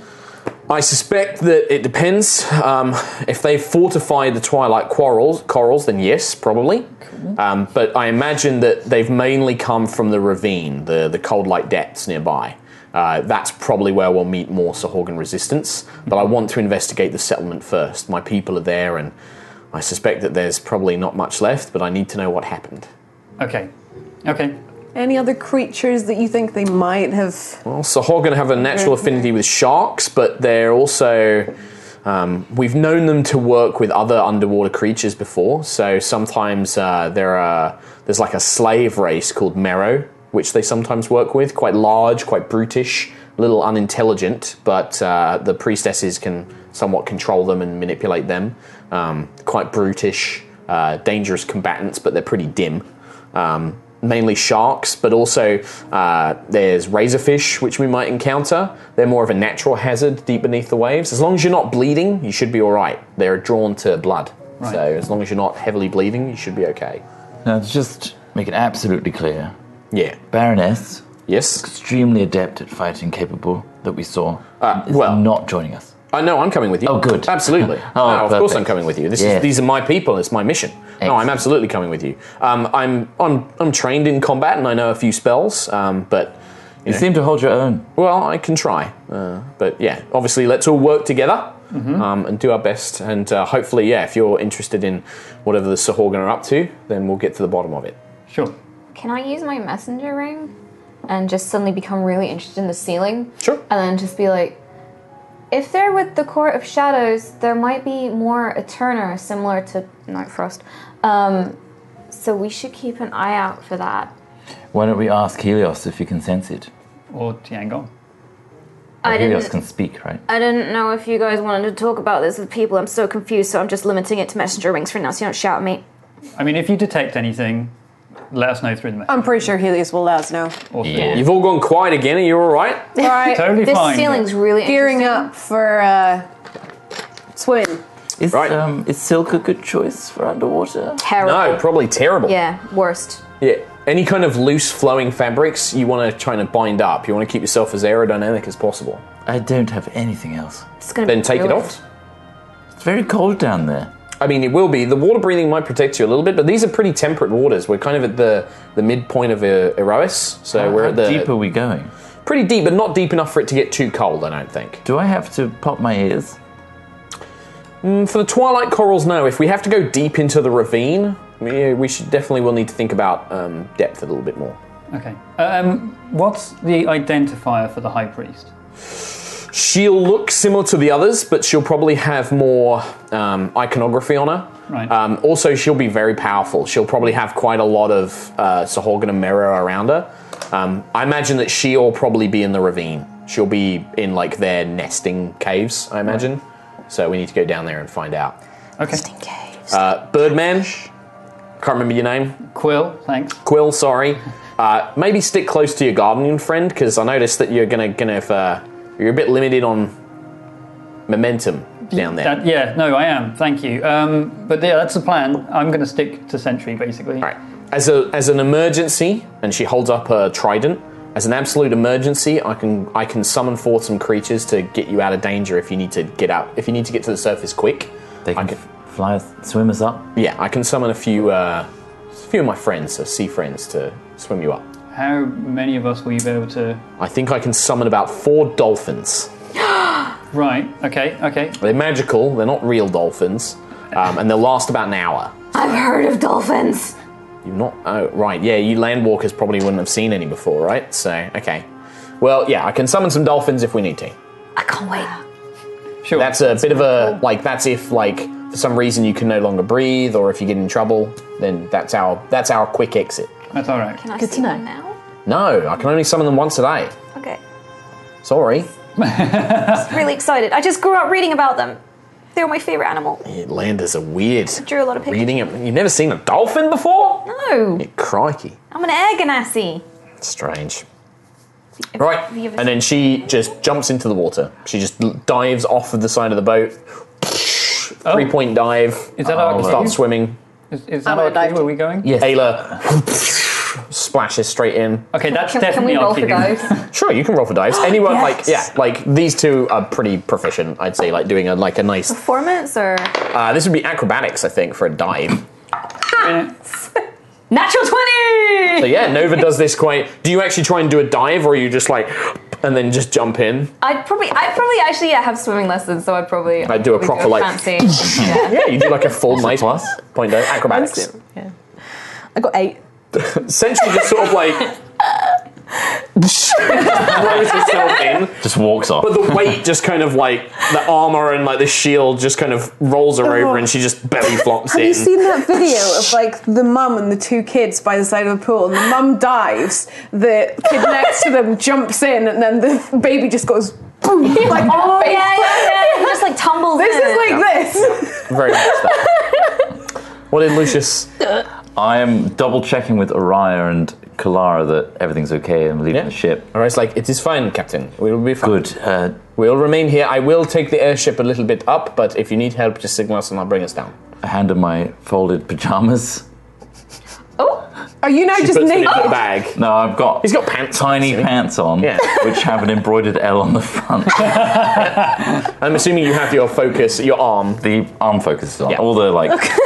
[SPEAKER 6] I suspect that it depends. Um, if they fortify the Twilight quarrels, corals, then yes, probably. Um, but I imagine that they've mainly come from the ravine, the, the cold light depths nearby. Uh, that's probably where we'll meet more Sahorgan resistance. But I want to investigate the settlement first. My people are there, and I suspect that there's probably not much left, but I need to know what happened.
[SPEAKER 1] Okay. Okay.
[SPEAKER 4] Any other creatures that you think they might have?
[SPEAKER 6] Well, Sahorgan have a natural affinity with sharks, but they're also. Um, we've known them to work with other underwater creatures before, so sometimes uh, there are, there's like a slave race called Mero which they sometimes work with, quite large, quite brutish, a little unintelligent, but uh, the priestesses can somewhat control them and manipulate them. Um, quite brutish, uh, dangerous combatants, but they're pretty dim. Um, mainly sharks, but also uh, there's razorfish, which we might encounter. They're more of a natural hazard deep beneath the waves. As long as you're not bleeding, you should be all right. They're drawn to blood. So as long as you're not heavily bleeding, you should be okay.
[SPEAKER 2] Now, to just make it absolutely clear,
[SPEAKER 6] Yeah.
[SPEAKER 2] Baroness,
[SPEAKER 6] Yes.
[SPEAKER 2] extremely adept at fighting, capable that we saw,
[SPEAKER 6] Uh,
[SPEAKER 2] is
[SPEAKER 6] well-
[SPEAKER 2] not joining us.
[SPEAKER 6] Uh, no, I'm coming with you.
[SPEAKER 2] Oh, good.
[SPEAKER 6] Absolutely.
[SPEAKER 2] Oh,
[SPEAKER 6] no, of course
[SPEAKER 2] perfect.
[SPEAKER 6] I'm coming with you. This
[SPEAKER 2] Yeah.
[SPEAKER 6] is, these are my people. It's my mission. No, I'm
[SPEAKER 2] Excellent.
[SPEAKER 6] absolutely coming with you. Um, I'm, I'm, I'm trained in combat and I know a few spells, um, but
[SPEAKER 2] You seem to hold your own.
[SPEAKER 6] Well, I can try. Uh, but yeah, obviously, let's all work together um, and do our best. And uh, hopefully, yeah, if you're interested in whatever the Sahorgan are up to, then we'll get to the bottom of it.
[SPEAKER 1] Sure.
[SPEAKER 5] Can I use my messenger ring and just suddenly become really interested in the ceiling?
[SPEAKER 6] Sure.
[SPEAKER 5] And then just be like, if they're with the Court of Shadows, there might be more Eterna similar to Night Frost. Um, so we should keep an eye out for that.
[SPEAKER 2] Why don't we ask Helios if he can sense it?
[SPEAKER 1] Or Tiangong.
[SPEAKER 5] I
[SPEAKER 2] Helios
[SPEAKER 5] didn't,
[SPEAKER 2] can speak, right?
[SPEAKER 5] I didn't know if you guys wanted to talk about this with people. I'm so confused, so I'm just limiting it to messenger rings for now, so you don't shout at me.
[SPEAKER 1] I mean, if you detect anything, let us know through the message.
[SPEAKER 6] Um,
[SPEAKER 4] I'm pretty sure Helios will let us know.
[SPEAKER 1] or through-
[SPEAKER 2] Yeah.
[SPEAKER 6] You've all gone quiet again. Are you all right?
[SPEAKER 4] All right.
[SPEAKER 1] Totally
[SPEAKER 5] This
[SPEAKER 1] fine.
[SPEAKER 5] ceiling's really
[SPEAKER 4] Gearing
[SPEAKER 5] interesting.
[SPEAKER 4] up for uh, swimming.
[SPEAKER 2] Is,
[SPEAKER 6] Right.
[SPEAKER 2] um, is silk a good choice for underwater?
[SPEAKER 5] Terrible.
[SPEAKER 6] No, probably terrible.
[SPEAKER 5] yeah, worst.
[SPEAKER 6] Yeah. Any kind of loose flowing fabrics you want to try and bind up. You want to keep yourself as aerodynamic as possible.
[SPEAKER 2] I don't have anything else.
[SPEAKER 5] It's gonna
[SPEAKER 6] Then
[SPEAKER 5] be
[SPEAKER 6] take it
[SPEAKER 5] ruined.
[SPEAKER 6] off.
[SPEAKER 2] It's very cold down there.
[SPEAKER 6] I mean, it will be. The water breathing might protect you a little bit, but these are pretty temperate waters. We're kind of at the, the midpoint of uh, Erois, so we're
[SPEAKER 2] Ah, How
[SPEAKER 6] at the
[SPEAKER 2] deep are we going?
[SPEAKER 6] pretty deep, but not deep enough for it to get too cold. I don't think.
[SPEAKER 2] Do I have to pop my ears?
[SPEAKER 6] For the twilight corals, no. If we have to go deep into the ravine, we, we should definitely will need to think about um, depth a little bit more.
[SPEAKER 1] Okay. Um, what's the identifier for the High Priest?
[SPEAKER 6] She'll look similar to the others, but she'll probably have more um, iconography on her.
[SPEAKER 1] Right.
[SPEAKER 6] Um, also, she'll be very powerful. She'll probably have quite a lot of uh, Sahorgan and Mera around her. Um, I imagine that she'll probably be in the ravine. She'll be in like their nesting caves, I imagine. So we need to go down there and find out.
[SPEAKER 1] Okay.
[SPEAKER 6] Uh, Birdman, can't remember your name.
[SPEAKER 1] Quill, thanks.
[SPEAKER 6] Quill, sorry. Uh, maybe stick close to your gardening friend because I noticed that you're gonna gonna if, uh, you're a bit limited on momentum down there.
[SPEAKER 1] That- yeah, no, I am. Thank you. Um, but yeah, that's the plan. I'm going to stick to Sentry, basically.
[SPEAKER 6] All right. As a as an emergency, and she holds up her trident. As an absolute emergency, I can I can summon forth some creatures to get you out of danger if you need to get out if you need to get to the surface quick.
[SPEAKER 2] They
[SPEAKER 6] I
[SPEAKER 2] can
[SPEAKER 6] can-
[SPEAKER 2] f- fly us, swim us up.
[SPEAKER 6] Yeah, I can summon a few uh, a few of my friends, uh, sea friends, to swim you up.
[SPEAKER 1] How many of us will you be able to?
[SPEAKER 6] I think I can summon about four dolphins.
[SPEAKER 1] Right. Okay. Okay.
[SPEAKER 6] They're magical, they're not real dolphins, um, and they'll last about an hour.
[SPEAKER 5] I've heard of dolphins.
[SPEAKER 6] You've not. Oh, right, yeah, you landwalkers probably wouldn't have seen any before, right? So, okay. Well, yeah, I can summon some dolphins if we need to.
[SPEAKER 5] I can't wait.
[SPEAKER 1] Sure.
[SPEAKER 6] That's a bit of a. Like, that's if, like, for some reason you can no longer breathe or if you get in trouble, then that's our, that's our quick exit.
[SPEAKER 1] That's all right.
[SPEAKER 5] Can I
[SPEAKER 3] Good to
[SPEAKER 5] see
[SPEAKER 3] know.
[SPEAKER 5] them now?
[SPEAKER 6] No, I can only summon them once a day.
[SPEAKER 5] Okay.
[SPEAKER 6] Sorry.
[SPEAKER 5] I'm really excited. I just grew up reading about them. They were my favorite animal.
[SPEAKER 6] Yeah, landers are weird.
[SPEAKER 5] drew a lot of pictures.
[SPEAKER 6] Reading it. You've never seen a dolphin before?
[SPEAKER 5] No,
[SPEAKER 6] Crikey.
[SPEAKER 5] I'm an air ganassi.
[SPEAKER 6] Strange.
[SPEAKER 5] If-
[SPEAKER 6] Right.
[SPEAKER 5] if you ever
[SPEAKER 6] And then she just jumps into the water. She just l- dives off of the side of the boat. Three point dive.
[SPEAKER 1] Is that our
[SPEAKER 2] Oh,
[SPEAKER 1] cue?
[SPEAKER 6] Starts swimming.
[SPEAKER 1] Is, is
[SPEAKER 4] I'm
[SPEAKER 1] that
[SPEAKER 4] gonna
[SPEAKER 1] our
[SPEAKER 4] dive
[SPEAKER 1] cue? Are we going?
[SPEAKER 2] Yes.
[SPEAKER 6] Ayla splashes straight in.
[SPEAKER 1] Okay, that's
[SPEAKER 5] Can, can
[SPEAKER 1] definitely
[SPEAKER 5] we roll
[SPEAKER 1] our
[SPEAKER 5] for
[SPEAKER 1] cue.
[SPEAKER 5] those?
[SPEAKER 6] Sure, you can roll for dives. Anyone
[SPEAKER 4] Yes.
[SPEAKER 6] like yeah, like these two are pretty proficient. I'd say like doing a like a nice.
[SPEAKER 5] Performance or
[SPEAKER 6] Uh, this would be acrobatics, I think, for a dive.
[SPEAKER 5] natural
[SPEAKER 6] So
[SPEAKER 5] twenty?
[SPEAKER 6] yeah, Nova does this quite. Do you actually try and do a dive, or are you just like and then just jump in?
[SPEAKER 5] I'd probably, I'd probably actually yeah, have swimming lessons, so I'd probably.
[SPEAKER 6] I'd do a
[SPEAKER 5] probably
[SPEAKER 6] proper, like-
[SPEAKER 5] fancy. yeah.
[SPEAKER 6] Yeah, you do like a full nice
[SPEAKER 2] plus?
[SPEAKER 6] point dive acrobatics.
[SPEAKER 3] I got eight.
[SPEAKER 6] essentially just sort of like throws herself in.
[SPEAKER 2] just walks off.
[SPEAKER 6] But the weight just kind of like the armor and like the shield just kind of rolls her over, and she just belly flops
[SPEAKER 4] Have
[SPEAKER 6] in.
[SPEAKER 4] you seen that video of like the mum and the two kids by the side of the pool, and the mum dives, the kid next to them jumps in, and then the baby just goes boom, like oh
[SPEAKER 5] yeah, yeah, yeah. He just like tumbles
[SPEAKER 4] This
[SPEAKER 5] in.
[SPEAKER 4] is like this.
[SPEAKER 6] Very much that. what did Lucius?
[SPEAKER 2] I am double checking with Araya and Kalara that everything's okay. I'm leaving the ship.
[SPEAKER 6] Alright, like it is fine, Captain. We will be fine.
[SPEAKER 2] Good. Uh,
[SPEAKER 6] We'll remain here. I will take the airship a little bit up, but if you need help, just signal us and I'll bring us down.
[SPEAKER 2] I hand him my folded pajamas.
[SPEAKER 4] Are you now
[SPEAKER 6] She
[SPEAKER 4] just
[SPEAKER 6] puts them in
[SPEAKER 4] naked?
[SPEAKER 6] the bag.
[SPEAKER 2] No, I've got.
[SPEAKER 6] He's got pants.
[SPEAKER 2] tiny
[SPEAKER 6] obviously.
[SPEAKER 2] pants on,
[SPEAKER 6] Yeah.
[SPEAKER 2] which have an embroidered L on the front.
[SPEAKER 6] I'm assuming you have your focus, your arm.
[SPEAKER 2] the arm focus is on.
[SPEAKER 6] Yeah.
[SPEAKER 2] All the like,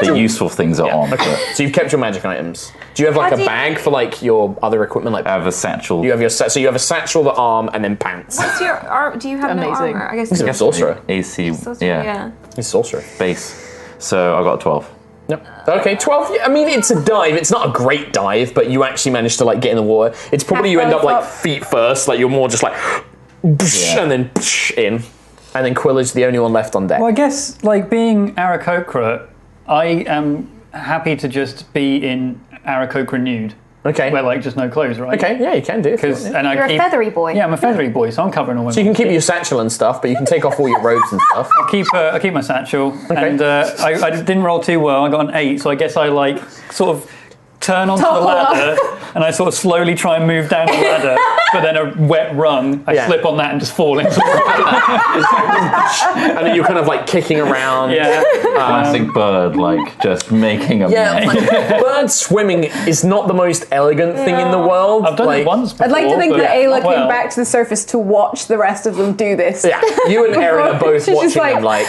[SPEAKER 2] the useful things are on. but
[SPEAKER 6] So you've kept your magic items. Do you have like
[SPEAKER 5] How
[SPEAKER 6] a
[SPEAKER 5] do you-
[SPEAKER 6] bag for like your other equipment? Like uh,
[SPEAKER 2] I have a satchel.
[SPEAKER 6] you have your sa- so you have a satchel, the arm, and then pants.
[SPEAKER 5] What's your ar- do you have
[SPEAKER 4] Amazing.
[SPEAKER 5] no armor? I guess
[SPEAKER 6] He's a sorcerer.
[SPEAKER 2] AC,
[SPEAKER 5] That's-
[SPEAKER 2] yeah,
[SPEAKER 5] yeah.
[SPEAKER 6] He's a sorcerer.
[SPEAKER 2] base. So I got a twelve.
[SPEAKER 6] Yep. Okay, twelve. yeah, I mean, it's a dive. It's not a great dive, but you actually manage to like get in the water. It's probably you end up like
[SPEAKER 4] Halfway up.
[SPEAKER 6] feet first. Like you're more just like, and then in, and then Quill is the only one left on deck.
[SPEAKER 1] Well, I guess, like, being Arakokra, I am happy to just be in Arakokra nude,
[SPEAKER 6] Okay.
[SPEAKER 1] where, like, just no clothes, right?
[SPEAKER 6] Okay. Yeah, you can do. if you
[SPEAKER 1] 'Cause-
[SPEAKER 6] want, yeah.
[SPEAKER 1] and I
[SPEAKER 5] You're a
[SPEAKER 1] keep-
[SPEAKER 5] feathery boy.
[SPEAKER 1] Yeah, I'm a feathery boy, so I'm covering all my.
[SPEAKER 6] So you can keep your satchel and stuff, but you can take off all your robes and stuff.
[SPEAKER 1] keep uh, I keep my satchel, and uh, I, I didn't roll too well. I got an eight, so I guess I like sort of turn onto the
[SPEAKER 4] Topple up.
[SPEAKER 1] ladder, and I sort of slowly try and move down the ladder. but then a wet run, I
[SPEAKER 6] Yeah.
[SPEAKER 1] slip on that and just fall into. the
[SPEAKER 6] and then you're kind of like kicking around.
[SPEAKER 1] yeah,
[SPEAKER 2] Classic bird, like just making a
[SPEAKER 6] Um,
[SPEAKER 2] mess.
[SPEAKER 6] Yeah, like, bird swimming is not the most elegant thing in the world.
[SPEAKER 1] I've done
[SPEAKER 6] like,
[SPEAKER 1] it once. Before,
[SPEAKER 4] I'd like to think
[SPEAKER 1] but
[SPEAKER 4] that Ayla
[SPEAKER 1] well,
[SPEAKER 4] came back to the surface to watch the rest of them do this.
[SPEAKER 6] oh, Yeah, you and Erin are both
[SPEAKER 4] She's
[SPEAKER 6] watching
[SPEAKER 4] just
[SPEAKER 6] them like,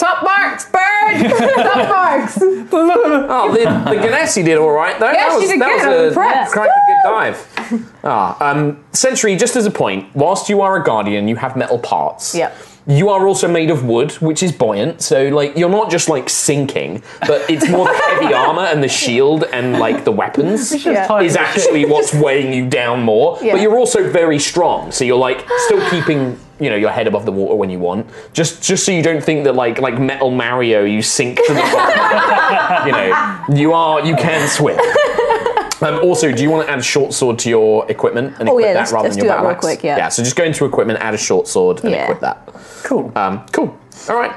[SPEAKER 4] Top marks, bird. Top marks.
[SPEAKER 6] oh, the, the Ganassi did all right though.
[SPEAKER 4] Yeah,
[SPEAKER 6] that
[SPEAKER 4] she
[SPEAKER 6] was,
[SPEAKER 4] did
[SPEAKER 6] that
[SPEAKER 4] good.
[SPEAKER 6] was
[SPEAKER 4] I'm
[SPEAKER 6] a
[SPEAKER 4] impressed.
[SPEAKER 6] cracking good dive. Ah, um, Sentry, just as a point, whilst you are a guardian, you have metal parts.
[SPEAKER 4] Yep.
[SPEAKER 6] You are also made of wood, which is buoyant. So, like, you're not just like sinking, but it's more the heavy armor and the shield and like the weapons.
[SPEAKER 1] just tied
[SPEAKER 6] is
[SPEAKER 1] to the ship.
[SPEAKER 6] actually what's weighing you down more.
[SPEAKER 4] Yeah.
[SPEAKER 6] But you're also very strong, so you're like still keeping you know your head above the water when you want. Just just so you don't think that like like Metal Mario, you sink to the bottom. you know, you are you can swim. Um, also, do you want to add short sword to your equipment and
[SPEAKER 3] Oh,
[SPEAKER 6] equip
[SPEAKER 3] yeah,
[SPEAKER 6] that
[SPEAKER 3] let's-
[SPEAKER 6] rather
[SPEAKER 3] let's
[SPEAKER 6] than
[SPEAKER 3] do
[SPEAKER 6] your
[SPEAKER 3] that
[SPEAKER 6] battle
[SPEAKER 3] real
[SPEAKER 6] axe?
[SPEAKER 3] quick, yeah.
[SPEAKER 6] Yeah. So just go into equipment, add a short sword, and
[SPEAKER 3] Yeah.
[SPEAKER 6] equip that.
[SPEAKER 1] Cool.
[SPEAKER 6] Um, cool. All right.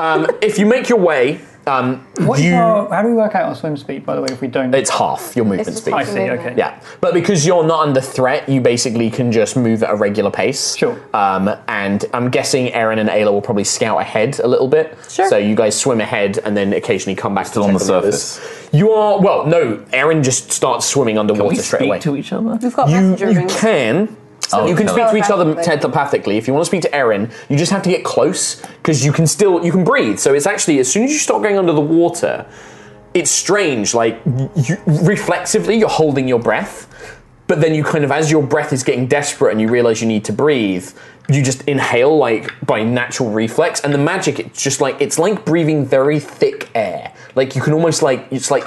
[SPEAKER 6] Um, if you make your way, um,
[SPEAKER 1] What's
[SPEAKER 6] you-
[SPEAKER 1] our- how do we work out our swim speed? By the way, if we don't,
[SPEAKER 6] it's half your movement
[SPEAKER 5] just
[SPEAKER 6] speed.
[SPEAKER 1] I see. Okay.
[SPEAKER 6] Yeah, but because you're not under threat, you basically can just move at a regular pace.
[SPEAKER 1] Sure.
[SPEAKER 6] Um, and I'm guessing Aaron and Ayla will probably scout ahead a little bit.
[SPEAKER 4] Sure.
[SPEAKER 6] So you guys swim ahead and then occasionally come back.
[SPEAKER 2] Still
[SPEAKER 6] to
[SPEAKER 2] on
[SPEAKER 6] check
[SPEAKER 2] the
[SPEAKER 6] others.
[SPEAKER 2] surface.
[SPEAKER 6] You are well. No, Aaron just starts swimming underwater
[SPEAKER 2] we
[SPEAKER 6] straight
[SPEAKER 2] speak
[SPEAKER 6] away.
[SPEAKER 2] to each other.
[SPEAKER 4] We've got
[SPEAKER 6] you,
[SPEAKER 4] messenger
[SPEAKER 6] you
[SPEAKER 4] rings.
[SPEAKER 6] can.
[SPEAKER 2] Oh,
[SPEAKER 6] you can
[SPEAKER 2] okay.
[SPEAKER 6] speak to each other
[SPEAKER 4] Telepathically.
[SPEAKER 6] telepathically. If you want to speak to Erin, you just have to get close because you can still you can breathe. So it's actually as soon as you start going under the water, it's strange. Like you, reflexively, you're holding your breath, but then you kind of as your breath is getting desperate and you realize you need to breathe, you just inhale like by natural reflex. And the magic, it's just like it's like breathing very thick air. Like you can almost like it's like.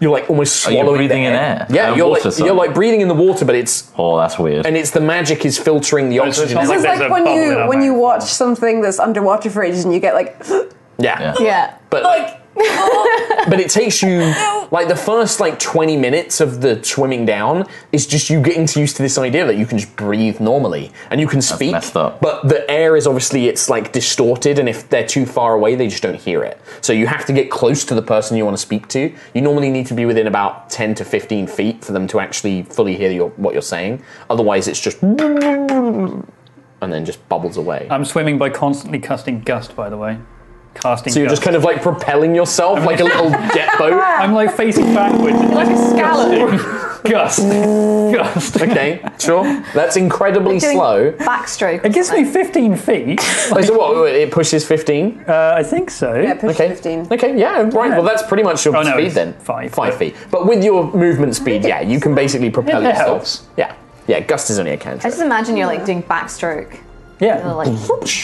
[SPEAKER 6] You're like almost
[SPEAKER 2] Oh, you're
[SPEAKER 6] swallowing the
[SPEAKER 2] breathing in air?
[SPEAKER 6] Yeah,
[SPEAKER 2] And
[SPEAKER 6] you're
[SPEAKER 2] water,
[SPEAKER 6] like,
[SPEAKER 2] sorry.
[SPEAKER 6] you're like breathing in the water, but it's
[SPEAKER 2] Oh, that's weird.
[SPEAKER 6] and it's the magic is filtering the
[SPEAKER 1] so it's
[SPEAKER 6] oxygen.
[SPEAKER 1] not
[SPEAKER 6] out.
[SPEAKER 4] It's
[SPEAKER 1] There's
[SPEAKER 4] like
[SPEAKER 1] a
[SPEAKER 4] when
[SPEAKER 1] bubble in
[SPEAKER 4] you
[SPEAKER 1] our
[SPEAKER 4] when you
[SPEAKER 1] mouth.
[SPEAKER 4] watch something that's underwater for ages and you get like
[SPEAKER 6] yeah.
[SPEAKER 4] yeah.
[SPEAKER 6] But like,
[SPEAKER 4] Oh.
[SPEAKER 6] but it takes you like the first like 20 minutes of the swimming down is just you getting to used to this idea that you can just breathe normally and you can speak.
[SPEAKER 2] messed up.
[SPEAKER 6] But the air is obviously it's like distorted, and if they're too far away, they just don't hear it. So you have to get close to the person you want to speak to. You normally need to be within about 10 to 15 feet for them to actually fully hear your, what you're saying. Otherwise, it's just and then just bubbles away.
[SPEAKER 1] I'm swimming by constantly casting gust. By the way, casting.
[SPEAKER 6] So you're just kind of like propelling yourself like a little jet boat.
[SPEAKER 1] I'm like facing backwards. Like a scallop. Gust. Gust.
[SPEAKER 6] Okay, sure. That's incredibly
[SPEAKER 5] Doing
[SPEAKER 6] slow.
[SPEAKER 5] Backstroke.
[SPEAKER 1] It gives me 15 feet.
[SPEAKER 6] Wait, so what? It pushes 15.
[SPEAKER 1] Uh, I think so.
[SPEAKER 4] Yeah, push
[SPEAKER 6] Okay.
[SPEAKER 4] 15.
[SPEAKER 6] Okay, yeah, right. Well, that's pretty much your
[SPEAKER 1] Oh, no,
[SPEAKER 6] speed
[SPEAKER 1] it's
[SPEAKER 6] then.
[SPEAKER 1] five,
[SPEAKER 6] Five
[SPEAKER 1] but-
[SPEAKER 6] feet. But with your movement speed, yeah, you can basically propel
[SPEAKER 1] It
[SPEAKER 6] yourself.
[SPEAKER 1] helps.
[SPEAKER 6] Yeah. Yeah, gust is only a
[SPEAKER 5] I
[SPEAKER 6] cantrip.
[SPEAKER 5] just imagine you're like doing backstroke.
[SPEAKER 1] Yeah.
[SPEAKER 5] You're like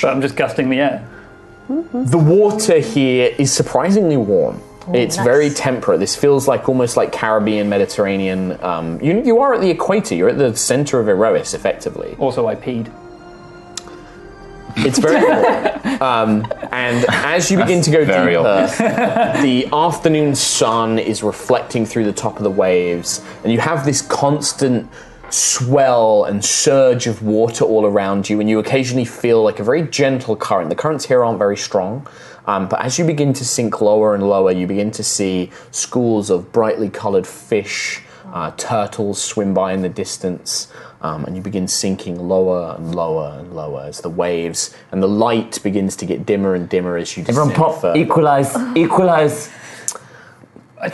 [SPEAKER 1] But I'm just gusting the air.
[SPEAKER 6] The water here is surprisingly warm. it's
[SPEAKER 5] nice.
[SPEAKER 6] very temperate. This feels like almost like Caribbean, Mediterranean. Um, you, you are at the equator. You're at the center of Erois, effectively.
[SPEAKER 1] Also, I peed.
[SPEAKER 6] It's very boring. Um, and as you begin to go
[SPEAKER 2] very
[SPEAKER 6] deeper, the afternoon sun is reflecting through the top of the waves, and you have this constant swell and surge of water all around you, and you occasionally feel like a very gentle current. The currents here aren't very strong, um, but as you begin to sink lower and lower, you begin to see schools of brightly coloured fish. Uh, turtles swim by in the distance, um, and you begin sinking lower and lower and lower as the waves and the light begins to get dimmer and dimmer as you
[SPEAKER 2] Everyone
[SPEAKER 6] descend
[SPEAKER 2] pop,
[SPEAKER 6] further.
[SPEAKER 2] equalize, equalize.
[SPEAKER 6] But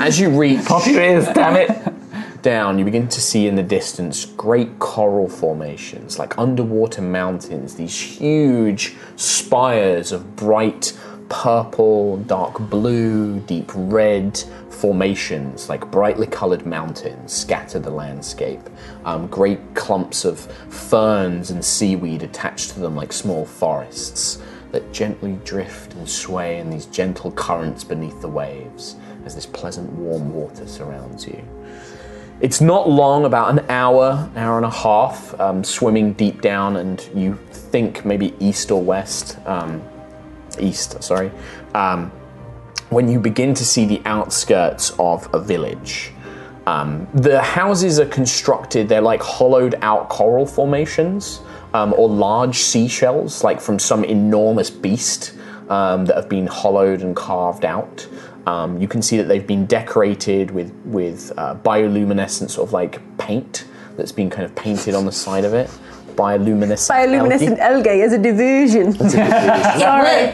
[SPEAKER 6] as you reach
[SPEAKER 2] Pop your ears, damn it.
[SPEAKER 6] down, you begin to see in the distance great coral formations, like underwater mountains, these huge spires of bright purple, dark blue, deep red formations, like brightly colored mountains scatter the landscape. Um, great clumps of ferns and seaweed attached to them, like small forests. That gently drift and sway in these gentle currents beneath the waves as this pleasant warm water surrounds you. It's not long, about an hour, an hour and a half, um, swimming deep down, and you think maybe east or west, um, east, sorry, um, when you begin to see the outskirts of a village. Um, the houses are constructed, they're like hollowed out coral formations um, or large seashells, like from some enormous beast um, that have been hollowed and carved out. Um, you can see that they've been decorated with, with uh, bioluminescent, sort of like paint that's been kind of painted on the side of it. Bioluminescent.
[SPEAKER 4] Bioluminescent
[SPEAKER 6] algae.
[SPEAKER 4] algae as a diversion. Sorry.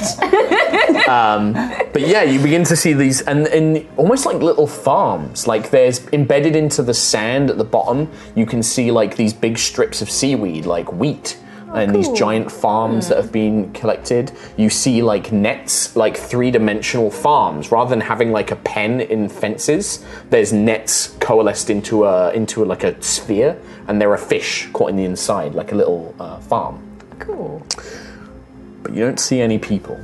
[SPEAKER 6] But yeah, you begin to see these, and, and almost like little farms. Like there's embedded into the sand at the bottom, you can see like these big strips of seaweed, like wheat, and these giant farms that have been collected. You see like nets, like three dimensional farms. Rather than having like a pen in fences, there's nets coalesced into a into like a sphere, and there are fish caught in the inside, like a little uh, farm but you don't see any people.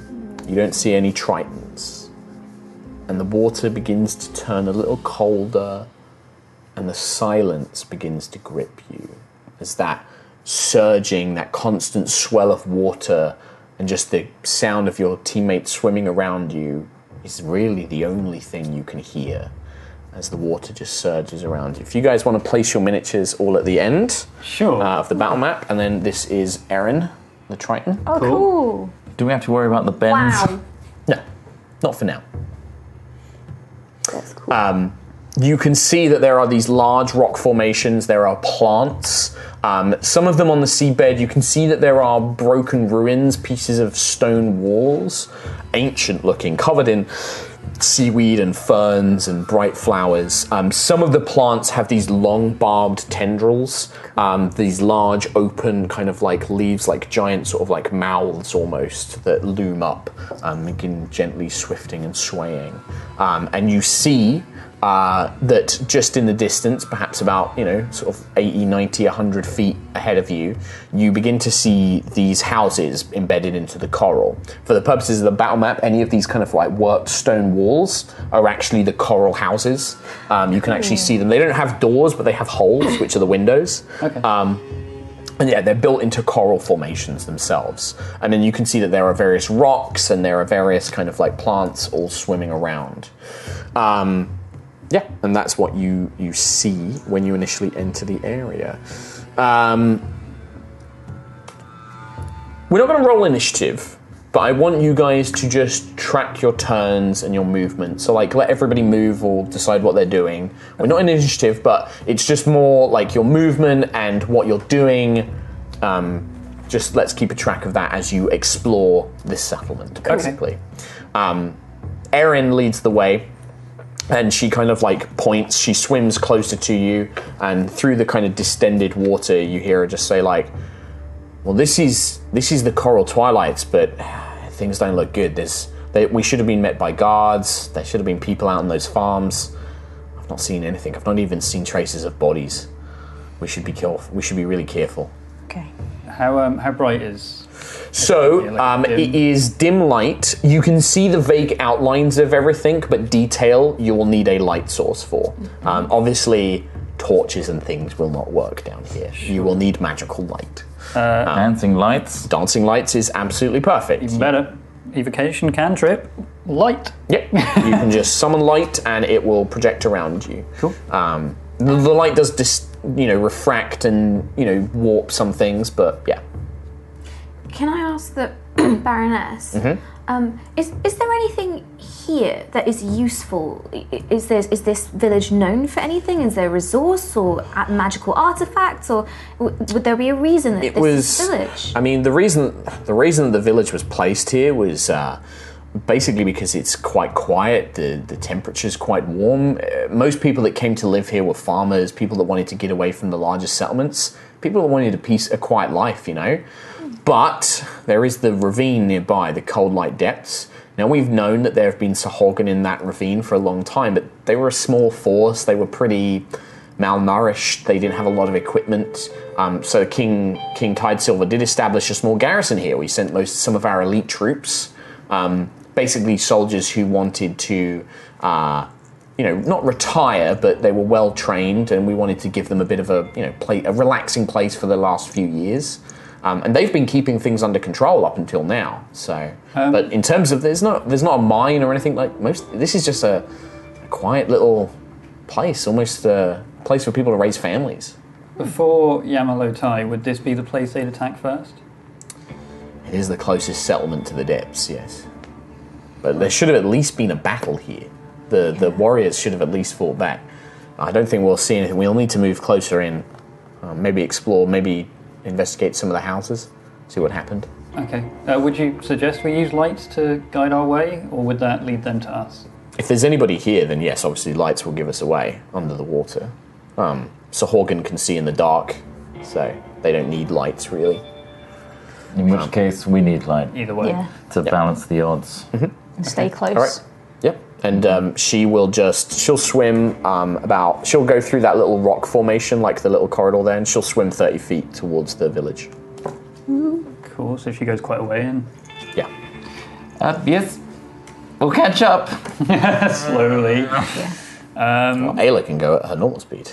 [SPEAKER 6] You don't see any tritons. And the water begins to turn a little colder, and the silence begins to grip you as that surging, that constant swell of water, and just the sound of your teammates swimming around you is really the only thing you can hear as the water just surges around you. If you guys want to place your miniatures all at the end
[SPEAKER 1] Sure.
[SPEAKER 6] uh, of the battle map, and then this is Eren, the Triton.
[SPEAKER 5] Oh, cool.
[SPEAKER 2] Do we have to worry about the bends?
[SPEAKER 5] Wow.
[SPEAKER 6] No, not for now.
[SPEAKER 5] That's cool.
[SPEAKER 6] You can see that there are these large rock formations, there are plants, um, some of them on the seabed. You can see that there are broken ruins, pieces of stone walls, ancient looking, covered in seaweed and ferns and bright flowers. Um, some of the plants have these long barbed tendrils, um, these large open kind of like leaves, like giant sort of like mouths almost that loom up, um, begin gently swifting and swaying. Um, and you see uh, that just in the distance, perhaps about, you know, sort of 80, 90, 100 feet ahead of you, you begin to see these houses embedded into the coral. For the purposes of the battle map, any of these kind of like worked stone walls are actually the coral houses. Um, you can actually see them. They don't have doors, but they have holes, which are the windows. Okay. Um, and yeah, they're built into coral formations themselves. And then you can see that there are various rocks and there are various kind of like plants all swimming around. Um, yeah, and that's what you you see when you initially enter the area. Um, we're not going to roll initiative, but I want you guys to just track your turns and your movement. So like, let everybody move or decide what they're doing. We're not in initiative, but it's just more like your movement and what you're doing. Um, just let's keep a track of that as you explore this settlement, basically. Um, Erin leads the way and she kind of like points she swims closer to you and through the kind of distended water you hear her just say like well this is this is the coral twilights but things don't look good there's they, we should have been met by guards there should have been people out on those farms i've not seen anything i've not even seen traces of bodies we should be careful we should be really careful
[SPEAKER 8] Okay.
[SPEAKER 1] How um, how bright is?
[SPEAKER 6] so um,
[SPEAKER 1] dim.
[SPEAKER 6] it is dim light. You can see the vague outlines of everything, but detail you will need a light source for. Um, obviously, torches and things will not work down here. You will need magical light.
[SPEAKER 2] Dancing lights.
[SPEAKER 6] Dancing lights is absolutely perfect.
[SPEAKER 1] Even better. Evocation, cantrip, light.
[SPEAKER 6] Yep. you can just summon light, and it will project around you. Cool. Um, the, the light does, dis, you know, refract and you know warp some things, but yeah.
[SPEAKER 5] Can I ask the Baroness? Um, is is there anything here that is useful? I- i- Is this is this village known for anything? Is there a resource or a- magical artifacts, or w- would there be a reason that
[SPEAKER 6] It
[SPEAKER 5] this
[SPEAKER 6] was.
[SPEAKER 5] village?
[SPEAKER 6] I mean, the reason the reason the village was placed here was. Uh, Basically, because it's quite quiet, the the temperature's quite warm. Uh, most people that came to live here were farmers, people that wanted to get away from the larger settlements, people that wanted a peace, a quiet life, you know. But there is the ravine nearby, the Cold Light Depths. Now, we've known that there have been Sahorgan in that ravine for a long time, but they were a small force. They were pretty malnourished. They didn't have a lot of equipment. Um, so King King Tidesilver did establish a small garrison here. We sent most some of our elite troops, um, basically soldiers who wanted to, uh, you know, not retire, but they were well trained, and we wanted to give them a bit of a you know play, a relaxing place for the last few years. Um, and they've been keeping things under control up until now. So, but in terms of there's not there's not a mine or anything like most. This is just a, a quiet little place, almost a place for people to raise families.
[SPEAKER 1] Before Yamalotai, would this be the place they'd attack first?
[SPEAKER 6] It is the closest settlement to the depths, yes. But there should have at least been a battle here. The the warriors should have at least fought back. I don't think we'll see anything. We'll need to move closer in, uh, maybe explore, maybe investigate some of the houses, see what happened.
[SPEAKER 1] Okay. Uh, would you suggest we use lights to guide our way, or would that lead them to us?
[SPEAKER 6] If there's anybody here, then yes, obviously lights will give us away under the water. Um, so Horgan can see in the dark, so they don't need lights really.
[SPEAKER 2] In
[SPEAKER 6] Um,
[SPEAKER 2] which case, we need light
[SPEAKER 1] Either way.
[SPEAKER 5] yeah.
[SPEAKER 2] to balance the odds.
[SPEAKER 3] Stay close.
[SPEAKER 6] All right. Yep. And um, she will just she'll swim um, about she'll go through that little rock formation like the little corridor there, and she'll swim thirty feet towards the village.
[SPEAKER 1] Cool. So she goes quite a way and
[SPEAKER 6] Yeah.
[SPEAKER 2] Uh, yes. We'll catch up.
[SPEAKER 1] slowly.
[SPEAKER 6] Ayla can go at her normal speed.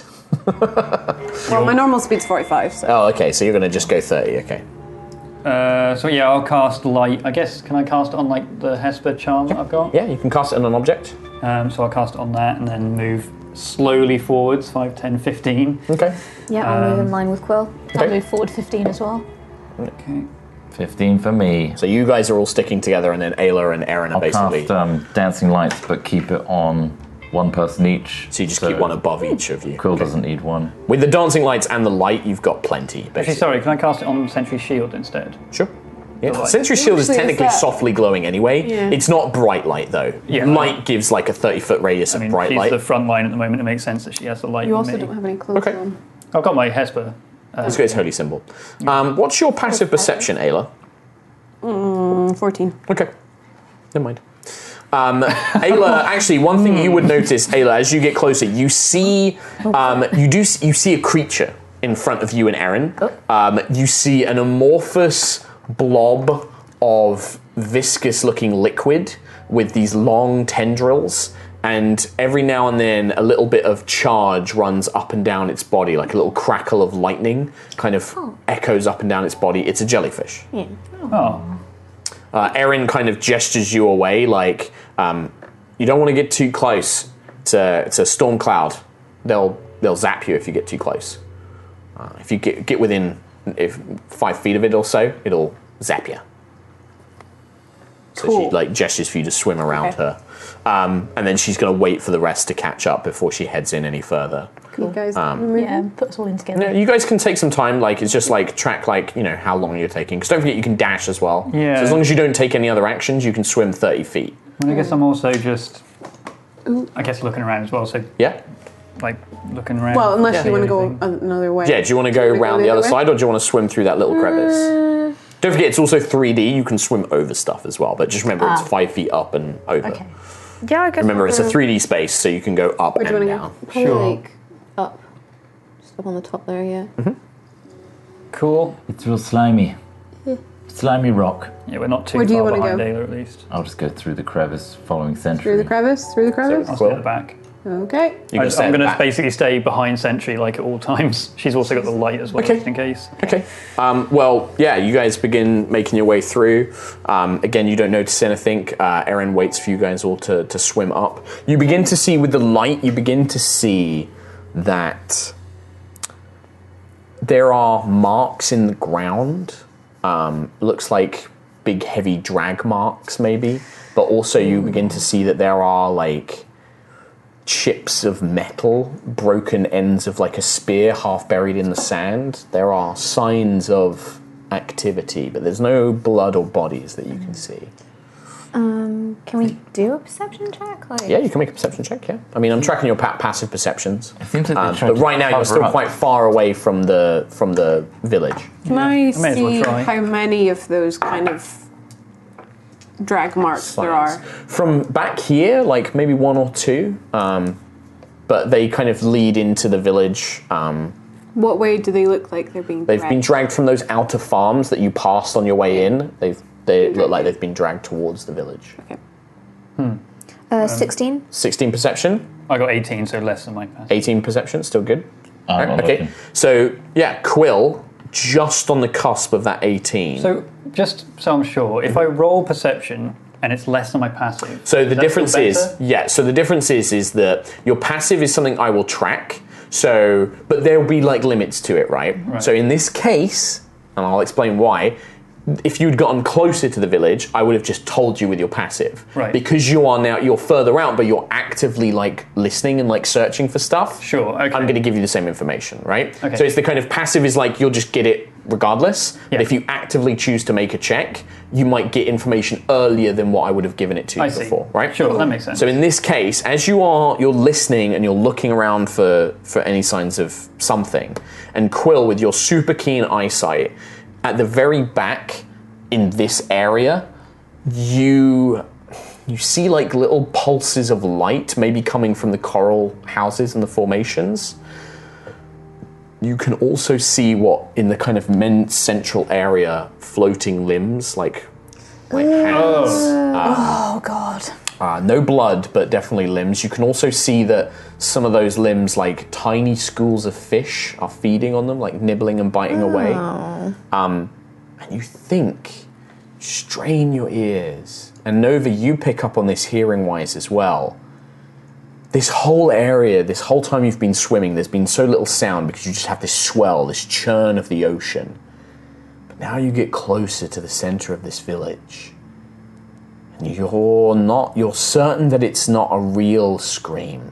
[SPEAKER 4] Well, my normal speed's 45, so.
[SPEAKER 6] Oh, okay. So you're gonna just go thirty. Okay.
[SPEAKER 1] Uh, so yeah, I'll cast light. I guess can I cast it on like the Hesper charm that I've got?
[SPEAKER 6] Yeah. You can cast it on an object.
[SPEAKER 1] Um, so I'll cast it on that and then move slowly forwards 5, 10, 15.
[SPEAKER 6] Okay.
[SPEAKER 5] Yeah, I'll move in line with Quill.
[SPEAKER 3] I'll move forward 15 as well.
[SPEAKER 1] Okay.
[SPEAKER 2] 15 for me.
[SPEAKER 6] So you guys are all sticking together, and then Ayla and Aaron are
[SPEAKER 2] I'll
[SPEAKER 6] basically.
[SPEAKER 2] cast um, dancing lights, but keep it on one person each.
[SPEAKER 6] So you just keep one above each of you.
[SPEAKER 2] Quill doesn't need one.
[SPEAKER 6] With the dancing lights and the light, you've got plenty. Basically.
[SPEAKER 1] Actually, sorry, can I cast it on Sentry Shield instead?
[SPEAKER 6] Sure. Yeah.
[SPEAKER 1] light.
[SPEAKER 6] Sensory shield is
[SPEAKER 4] Actually, is
[SPEAKER 6] technically
[SPEAKER 4] that-
[SPEAKER 6] softly glowing anyway.
[SPEAKER 4] Yeah.
[SPEAKER 6] It's not bright light though.
[SPEAKER 1] Yeah.
[SPEAKER 6] Light gives like a thirty foot radius
[SPEAKER 1] I
[SPEAKER 6] of
[SPEAKER 1] mean,
[SPEAKER 6] bright
[SPEAKER 1] she's
[SPEAKER 6] light.
[SPEAKER 1] the front line at the moment. It makes sense that she has the light.
[SPEAKER 4] You
[SPEAKER 1] on
[SPEAKER 4] also
[SPEAKER 1] me.
[SPEAKER 4] don't have any clothes
[SPEAKER 6] Okay.
[SPEAKER 4] on.
[SPEAKER 1] I've got my Hesper.
[SPEAKER 6] Let's go. It's holy symbol. Um, what's your passive perception, Ayla?
[SPEAKER 4] I'm 14.
[SPEAKER 6] Okay. Never mind. Um, Ayla, actually, one thing you would notice, Ayla, as you get closer, you see, um, you do, s- you see a creature in front of you and Aaron. Um, you see an amorphous blob of viscous-looking liquid with these long tendrils, and every now and then, a little bit of charge runs up and down its body, like a little crackle of lightning, kind of echoes up and down its body. It's a jellyfish.
[SPEAKER 1] Oh,
[SPEAKER 6] Uh, Erin kind of gestures you away, like um, you don't want to get too close. It's a, it's a storm cloud. They'll they'll zap you if you get too close. Uh, if you get get within if five feet of it or so, it'll zap you. So she
[SPEAKER 4] Cool.
[SPEAKER 6] like gestures for you to swim around her, um, and then she's going to wait for the rest to catch up before she heads in any further.
[SPEAKER 4] You guys,
[SPEAKER 3] Yeah, put us all in together.
[SPEAKER 6] Yeah, you guys can take some time. Like it's just like track like you know how long you're taking. Because don't forget you can dash as well.
[SPEAKER 1] Yeah.
[SPEAKER 6] So as long as you don't take any other actions, you can swim thirty feet.
[SPEAKER 1] well, I guess I'm also just, I guess looking around as well. So
[SPEAKER 6] Yeah.
[SPEAKER 1] like looking around.
[SPEAKER 4] well, unless
[SPEAKER 1] see
[SPEAKER 4] you want to go
[SPEAKER 1] anything.
[SPEAKER 4] an- another way.
[SPEAKER 6] Yeah. Do you want to go
[SPEAKER 4] Should we go
[SPEAKER 6] around the
[SPEAKER 4] the
[SPEAKER 6] other
[SPEAKER 4] other way? Uh.
[SPEAKER 6] side, or do you want to swim through that little crevice? Don't forget, it's also 3D. You can swim over stuff as well, but just remember it's five feet up and over.
[SPEAKER 3] Okay.
[SPEAKER 5] Yeah, I guess.
[SPEAKER 6] Remember, it's a 3D space, so you can go up
[SPEAKER 4] Where Uh. do you
[SPEAKER 6] and
[SPEAKER 4] wanna
[SPEAKER 6] down.
[SPEAKER 4] go?
[SPEAKER 9] Probably
[SPEAKER 1] Sure.
[SPEAKER 9] like up. Just up on the top there, yeah.
[SPEAKER 1] Cool.
[SPEAKER 2] It's real slimy. Hmm. slimy rock.
[SPEAKER 1] Yeah, we're not too
[SPEAKER 4] Where do you
[SPEAKER 1] far
[SPEAKER 4] wanna
[SPEAKER 1] behind
[SPEAKER 4] go?
[SPEAKER 1] Ayla at least.
[SPEAKER 2] I'll just go through the crevice following Sentry.
[SPEAKER 4] Through the crevice? Through the crevice?
[SPEAKER 1] I'll stay
[SPEAKER 6] Cool.
[SPEAKER 1] at the back.
[SPEAKER 9] Okay.
[SPEAKER 6] You
[SPEAKER 1] I,
[SPEAKER 6] can stay
[SPEAKER 1] am
[SPEAKER 6] at the
[SPEAKER 1] going to
[SPEAKER 6] back.
[SPEAKER 1] basically stay behind Sentry like at all times. She's also got the light as well,
[SPEAKER 6] Okay.
[SPEAKER 1] just in case.
[SPEAKER 6] Okay. Um, well, yeah, you guys begin making your way through. Um, again, you don't notice anything. Uh, Eren waits for you guys all to, to swim up. You begin to see with the light, you begin to see that there are marks in the ground. Um, looks like big, heavy drag marks, maybe. But also, you begin to see that there are like chips of metal, broken ends of like a spear half buried in the sand. There are signs of activity, but there's no blood or bodies that you can see.
[SPEAKER 5] Um, can we do a perception check? Like,
[SPEAKER 6] Yeah, you can make a perception check, yeah. I mean, I'm tracking your pa- passive perceptions.
[SPEAKER 2] It seems like they
[SPEAKER 6] Um,
[SPEAKER 2] tried
[SPEAKER 6] but
[SPEAKER 2] to
[SPEAKER 6] right now
[SPEAKER 2] cover
[SPEAKER 6] you're still
[SPEAKER 2] up.
[SPEAKER 6] quite far away from the from the village.
[SPEAKER 4] Can I
[SPEAKER 1] well
[SPEAKER 4] see
[SPEAKER 1] try.
[SPEAKER 4] how many of those kind of drag marks there are?
[SPEAKER 6] From back here, like maybe one or two, um, but they kind of lead into the village. Um,
[SPEAKER 4] What way do they look like they're being
[SPEAKER 6] They've
[SPEAKER 4] dragged?
[SPEAKER 6] been dragged from those outer farms that you passed on your way in. They've they look like they've been dragged towards the village.
[SPEAKER 5] uh, 16?
[SPEAKER 6] 16 perception,
[SPEAKER 1] I got 18, so less than my pass.
[SPEAKER 6] 18 perception, still good.
[SPEAKER 2] I'm
[SPEAKER 6] Right,
[SPEAKER 2] not
[SPEAKER 6] okay.
[SPEAKER 2] looking.
[SPEAKER 6] So, yeah, Quill just on the cusp of that 18. So,
[SPEAKER 1] So just so I'm sure, if I roll perception and it's less than my passive.
[SPEAKER 6] the difference is yeah, so the difference is is that your passive is something I will track. So, but there'll be like limits to it, right? So in this case, and I'll explain why, if you'd gotten closer to the village, I would have just told you with your passive.
[SPEAKER 1] Right.
[SPEAKER 6] Because you are now you're further out, but you're actively like listening and like searching for stuff.
[SPEAKER 1] Sure, okay.
[SPEAKER 6] I'm going to give you the same information, right?
[SPEAKER 1] Okay.
[SPEAKER 6] So it's the kind of passive is like you'll just get it regardless. But
[SPEAKER 1] Yeah.
[SPEAKER 6] if you actively choose to make a check, you might get information earlier than what I would have given it to you
[SPEAKER 1] I see.
[SPEAKER 6] before, right?
[SPEAKER 1] Sure, that makes sense.
[SPEAKER 6] So in this case, as you are you're listening and you're looking around for for any signs of something, and Quill with your super keen eyesight at the very back in this area, you you see like little pulses of light maybe coming from the coral houses and the formations. You can also see what in the kind of men's central area floating limbs like like hands.
[SPEAKER 3] Oh God.
[SPEAKER 6] Uh, no blood, but definitely limbs. You can also see that some of those limbs, like tiny schools of fish, are feeding on them, like nibbling and biting away. Um, and you think, strain your ears. And Nova, you pick up on this hearing wise as well. This whole area, this whole time you've been swimming, there's been so little sound because you just have this swell, this churn of the ocean. But now you get closer to the center of this village. You're not, you're certain that it's not a real scream,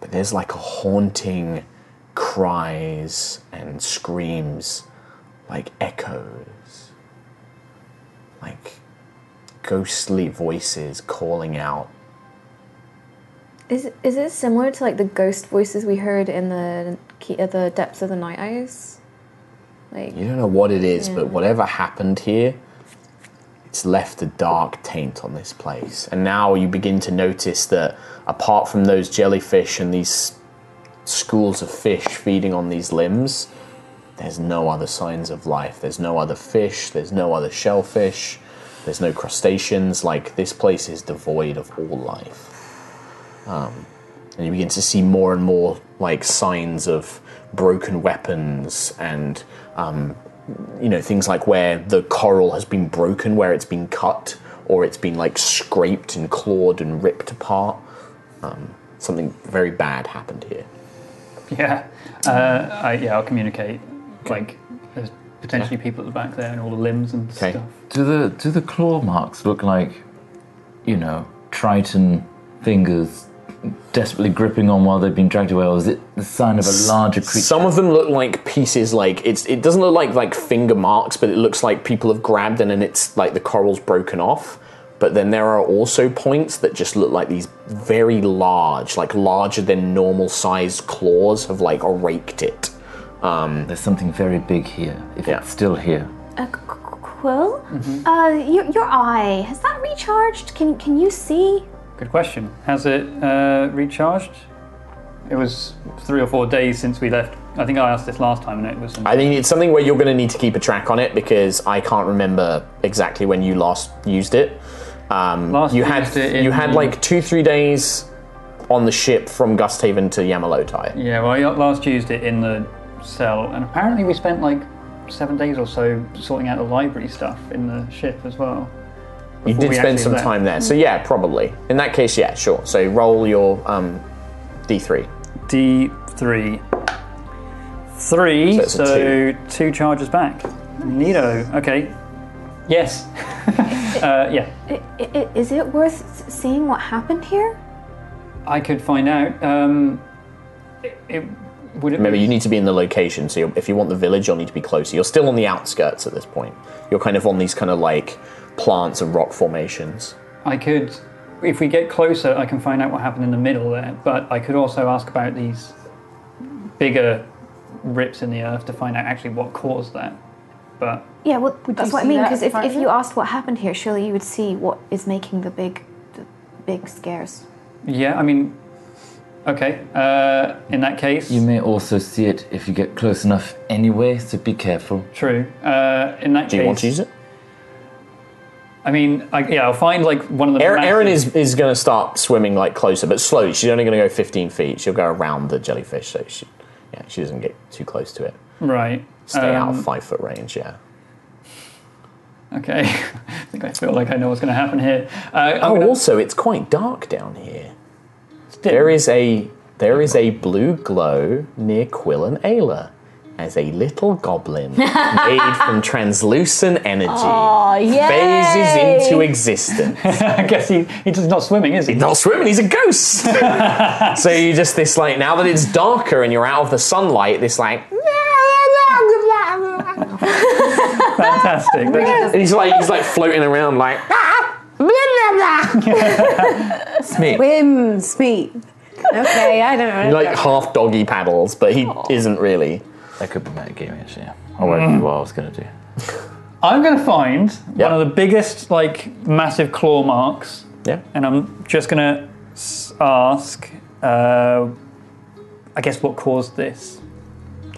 [SPEAKER 6] but there's like a haunting cries and screams, like echoes, like ghostly voices calling out.
[SPEAKER 5] Is, is it similar to like the ghost voices we heard in the key, uh, the depths of the night eyes? Like,
[SPEAKER 6] You don't know what it is, but whatever happened here, it's left a dark taint on this place. And now you begin to notice that apart from those jellyfish and these schools of fish feeding on these limbs, there's no other signs of life. There's no other fish, there's no other shellfish, there's no crustaceans. Like, this place is devoid of all life Um, and you begin to see more and more like signs of broken weapons and um, you know things like where the coral has been broken where it's been cut or it's been like scraped and clawed and ripped apart um, something very bad happened here
[SPEAKER 1] Yeah. Uh, I, yeah, I'll communicate. Like, there's potentially people at the back there and all the limbs and
[SPEAKER 6] Okay.
[SPEAKER 1] stuff.
[SPEAKER 2] Do the do the claw marks look like, you know, Triton fingers desperately gripping on while they've been dragged away, or is it the sign of a larger creature?
[SPEAKER 6] Some of them look like pieces, like it's. It doesn't look like like finger marks, but it looks like people have grabbed and then it's like the coral's broken off. But then there are also points that just look like these very large, like larger than normal sized claws have like raked it.
[SPEAKER 2] There's something very big here. If
[SPEAKER 6] Yeah.
[SPEAKER 2] it's still here,
[SPEAKER 5] a qu- qu- quill? Uh, your, your eye, has that recharged? Can, can you see?
[SPEAKER 1] Good question. Has it uh, recharged? It was three or four days since we left. I think I asked this last time, and it was.
[SPEAKER 6] I think it's something where you're going to need to keep a track on it because I can't remember exactly when you last used it. Um,
[SPEAKER 1] Last
[SPEAKER 6] you
[SPEAKER 1] we
[SPEAKER 6] had
[SPEAKER 1] used it in-
[SPEAKER 6] you had like two three days on the ship from Gusthaven to Yamalotai.
[SPEAKER 1] Yeah, well, I last used it in the cell, and apparently we spent like seven days or so sorting out the library stuff in the ship as well.
[SPEAKER 6] You
[SPEAKER 1] Before
[SPEAKER 6] did
[SPEAKER 1] we
[SPEAKER 6] spend
[SPEAKER 1] actually
[SPEAKER 6] some
[SPEAKER 1] left. Mm.
[SPEAKER 6] time there, so yeah, probably. In that case, yeah, sure. So roll your um, d3.
[SPEAKER 1] D three, three.
[SPEAKER 6] So
[SPEAKER 1] So,
[SPEAKER 6] it's a two.
[SPEAKER 1] two charges back. Neato. Okay. Yes. uh, yeah.
[SPEAKER 5] I- I- Is it worth s- seeing what happened here?
[SPEAKER 1] I could find out. Um, it, it would it
[SPEAKER 6] Remember,
[SPEAKER 1] be-
[SPEAKER 6] you need to be in the location. So you'll- if you want the village, you'll need to be closer. You're still on the outskirts at this point. You're kind of on these kind of like plants and rock formations.
[SPEAKER 1] I could, if we get closer, I can find out what happened in the middle there. But I could also ask about these bigger rips in the earth to find out actually what caused that. But
[SPEAKER 5] Yeah, well, that's
[SPEAKER 9] you
[SPEAKER 5] what I
[SPEAKER 9] see
[SPEAKER 5] mean.
[SPEAKER 9] that
[SPEAKER 5] Because
[SPEAKER 9] as
[SPEAKER 5] if,
[SPEAKER 9] part
[SPEAKER 5] if
[SPEAKER 9] of
[SPEAKER 5] you
[SPEAKER 9] it?
[SPEAKER 5] asked what happened here, surely you would see what is making the big, the big scares.
[SPEAKER 1] yeah, I mean, okay. Uh, in that case,
[SPEAKER 2] You may also see it if you get close enough anyway, so be careful.
[SPEAKER 1] true. Uh, in that
[SPEAKER 6] Do you
[SPEAKER 1] case,
[SPEAKER 6] want to use it?
[SPEAKER 1] I mean, I, yeah, I'll find like one of the.
[SPEAKER 6] Erin, Erin
[SPEAKER 1] massive-
[SPEAKER 6] is, is going to start swimming like closer, but slowly. She's only going to go 15 feet. She'll go around the jellyfish, so she, yeah, she doesn't get too close to it.
[SPEAKER 1] right.
[SPEAKER 6] Stay out
[SPEAKER 1] um,
[SPEAKER 6] of five foot range. Yeah.
[SPEAKER 1] Okay, I think I feel like I know what's going to happen here. Uh, I'm
[SPEAKER 6] Oh,
[SPEAKER 1] gonna-
[SPEAKER 6] also, it's quite dark down here. There is a there is a blue glow near Quill and Ayla as a little goblin made from translucent energy
[SPEAKER 3] Uh,
[SPEAKER 6] phases into existence.
[SPEAKER 1] I guess he, he's just not swimming, is he?
[SPEAKER 6] Not swimming, he's a ghost. so you just this like now that it's darker and you're out of the sunlight, this like
[SPEAKER 1] Fantastic.
[SPEAKER 6] and he's like he's like floating around like
[SPEAKER 4] Swim, Smeet. Okay, I don't
[SPEAKER 6] he
[SPEAKER 4] know.
[SPEAKER 6] like half doggy paddles, but he isn't really.
[SPEAKER 2] That could be my game actually. Yeah. I won't do what I was gonna do.
[SPEAKER 1] I'm going to find
[SPEAKER 6] Yeah.
[SPEAKER 1] one of the biggest, like, massive claw marks,
[SPEAKER 6] Yeah.
[SPEAKER 1] and I'm just going to s- ask, uh, I guess, what caused this?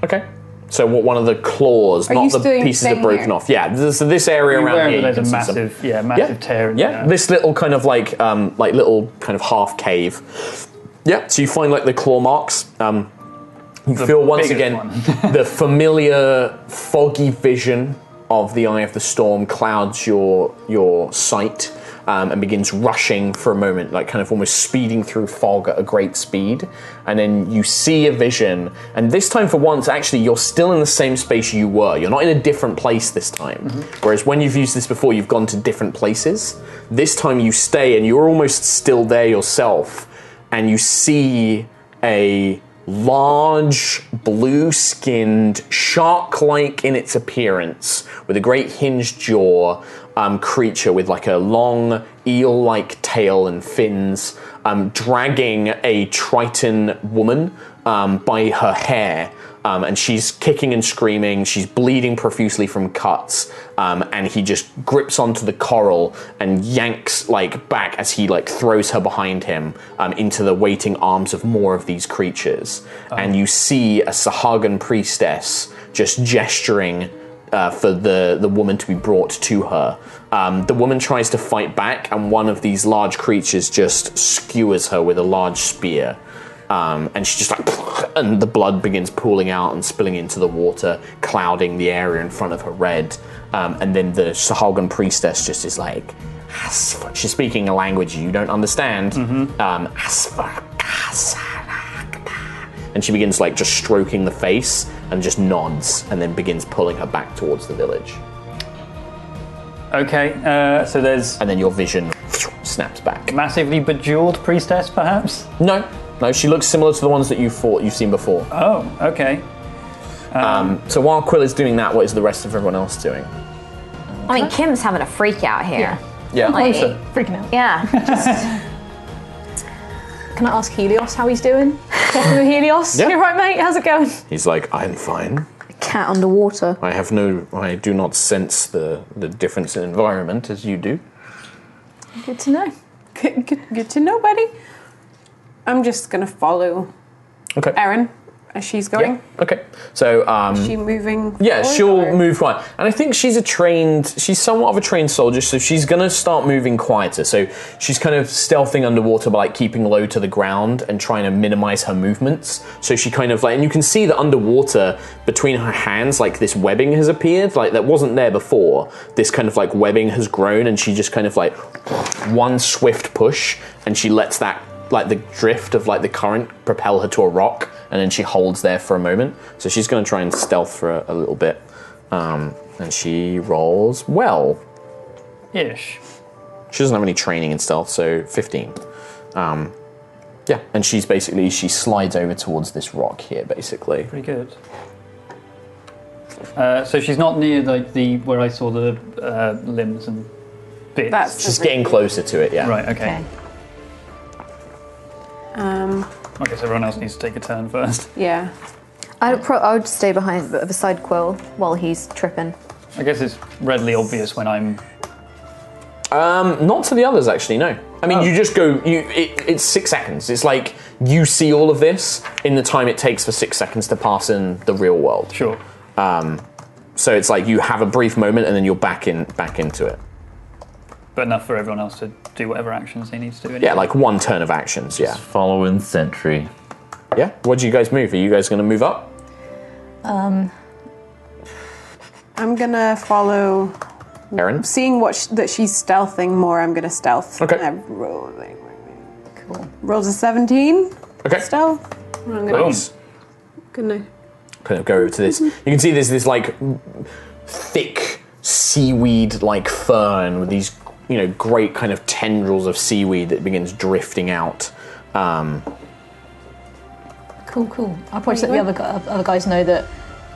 [SPEAKER 6] Okay. So what? One of the claws,
[SPEAKER 4] you
[SPEAKER 6] not the
[SPEAKER 4] still
[SPEAKER 6] pieces that
[SPEAKER 4] staying
[SPEAKER 6] are broken
[SPEAKER 4] here?
[SPEAKER 6] off. Yeah. This, so this area
[SPEAKER 1] Wherever
[SPEAKER 6] around here. you
[SPEAKER 1] there's
[SPEAKER 6] can
[SPEAKER 1] a
[SPEAKER 6] see some-
[SPEAKER 1] massive, yeah, massive tear in
[SPEAKER 6] yeah.
[SPEAKER 1] there.
[SPEAKER 6] This little kind of like um, like little kind of half cave. Yeah. So you find like the claw marks. Um, you feel once
[SPEAKER 1] biggest
[SPEAKER 6] again
[SPEAKER 1] one.
[SPEAKER 6] the familiar foggy vision of the eye of the storm clouds your your sight um, and begins rushing for a moment, like kind of almost speeding through fog at a great speed. And then you see a vision, and this time for once, actually, you're still in the same space you were. You're not in a different place this time.
[SPEAKER 1] Mm-hmm.
[SPEAKER 6] Whereas when you've used this before, you've gone to different places. This time you stay, and you're almost still there yourself, and you see a large, blue skinned, shark like in its appearance, with a great hinged jaw um, creature with like a long eel like tail and fins, um, dragging a Triton woman um, by her hair. Um, and she's kicking and screaming. She's bleeding profusely from cuts, um, and he just grips onto the coral and yanks like back as he like throws her behind him um, into the waiting arms of more of these creatures. And you see a Sahagan priestess just gesturing uh, for the, the woman to be brought to her. Um, the woman tries to fight back, and one of these large creatures just skewers her with a large spear. Um, and she's just like, and the blood begins pooling out and spilling into the water, clouding the area in front of her red. Um, and then the Sahagan priestess just is like, "Asfa-" she's speaking a language you don't understand. Um, "Asfa-kasarakta." and she begins like just stroking the face and just nods and then begins pulling her back towards the village.
[SPEAKER 1] Okay, uh, so there's
[SPEAKER 6] And then your vision snaps back.
[SPEAKER 1] massively bejeweled priestess, perhaps?
[SPEAKER 6] No, no, she looks similar to the ones that you fought, you've seen before. Um,
[SPEAKER 1] Oh, okay.
[SPEAKER 6] So while Quill is doing that, what is the rest of everyone else doing?
[SPEAKER 5] I mean, Kim's having a freak out here.
[SPEAKER 6] Yeah.
[SPEAKER 5] Like,
[SPEAKER 3] Freaking out.
[SPEAKER 5] yeah.
[SPEAKER 3] Can I ask Helios how he's doing? Checking with Helios.
[SPEAKER 6] Yeah.
[SPEAKER 3] You right, mate? How's it going?
[SPEAKER 6] He's like, I'm fine.
[SPEAKER 9] Cat underwater.
[SPEAKER 6] I have no, I do not sense the, the difference in environment as you do.
[SPEAKER 3] Good to know.
[SPEAKER 4] Good, good, good to know, buddy. I'm just gonna follow
[SPEAKER 6] Okay.
[SPEAKER 4] Erin as she's going?
[SPEAKER 6] Yeah. Okay. So um,
[SPEAKER 4] Is she moving?
[SPEAKER 6] Yeah,
[SPEAKER 4] forward
[SPEAKER 6] she'll
[SPEAKER 4] or-
[SPEAKER 6] move quiet. And I think she's a trained, she's somewhat of a trained soldier, so she's going to start moving quieter. So she's kind of stealthing underwater by like keeping low to the ground and trying to minimize her movements. So she kind of like, and you can see that underwater between her hands, like this webbing has appeared, like that wasn't there before. This kind of like webbing has grown, and she just kind of like one swift push, and she lets that like the drift of like the current propel her to a rock and then she holds there for a moment so she's going to try and stealth for a, a little bit um, and she rolls well
[SPEAKER 1] Ish.
[SPEAKER 6] she doesn't have any training in stealth so 15 um, yeah and she's basically she slides over towards this rock here basically
[SPEAKER 1] Pretty good. Uh, so she's not near like the where I saw the uh, limbs and bits.
[SPEAKER 4] That's
[SPEAKER 6] she's getting closer to it yeah
[SPEAKER 1] right. Okay.
[SPEAKER 4] um,
[SPEAKER 1] Okay. So everyone else needs to take a turn first.
[SPEAKER 4] yeah.
[SPEAKER 9] I'd pro- I would stay behind the beside Quill while he's tripping.
[SPEAKER 1] I guess it's readily obvious when I'm.
[SPEAKER 6] Um, not to the others, actually. No. I mean,
[SPEAKER 1] Oh.
[SPEAKER 6] you just go. You it, it's six seconds. It's like you see all of this in the time it takes for six seconds to pass in the real world.
[SPEAKER 1] Sure.
[SPEAKER 6] Um, so it's like you have a brief moment and then you're back in back into it.
[SPEAKER 1] But enough for everyone else to do whatever actions they need to do. Anyway.
[SPEAKER 6] Yeah, like one turn of actions. Yeah,
[SPEAKER 2] Following sentry.
[SPEAKER 6] yeah. What do you guys move? Are you guys going to move up?
[SPEAKER 4] I'm gonna follow.
[SPEAKER 6] Aaron.
[SPEAKER 4] Seeing what sh- that she's stealthing more, I'm gonna stealth.
[SPEAKER 6] Okay.
[SPEAKER 4] I'm rolling. Rolls a 17
[SPEAKER 6] Okay.
[SPEAKER 4] stealth. And I'm gonna,
[SPEAKER 1] Boom.
[SPEAKER 4] gonna
[SPEAKER 6] kind of go over to this. You can see there's this like thick seaweed like fern with these you know great kind of tendrils of seaweed that begins drifting out. Um,
[SPEAKER 3] Cool, cool. I'll probably let the other, gu- other guys know that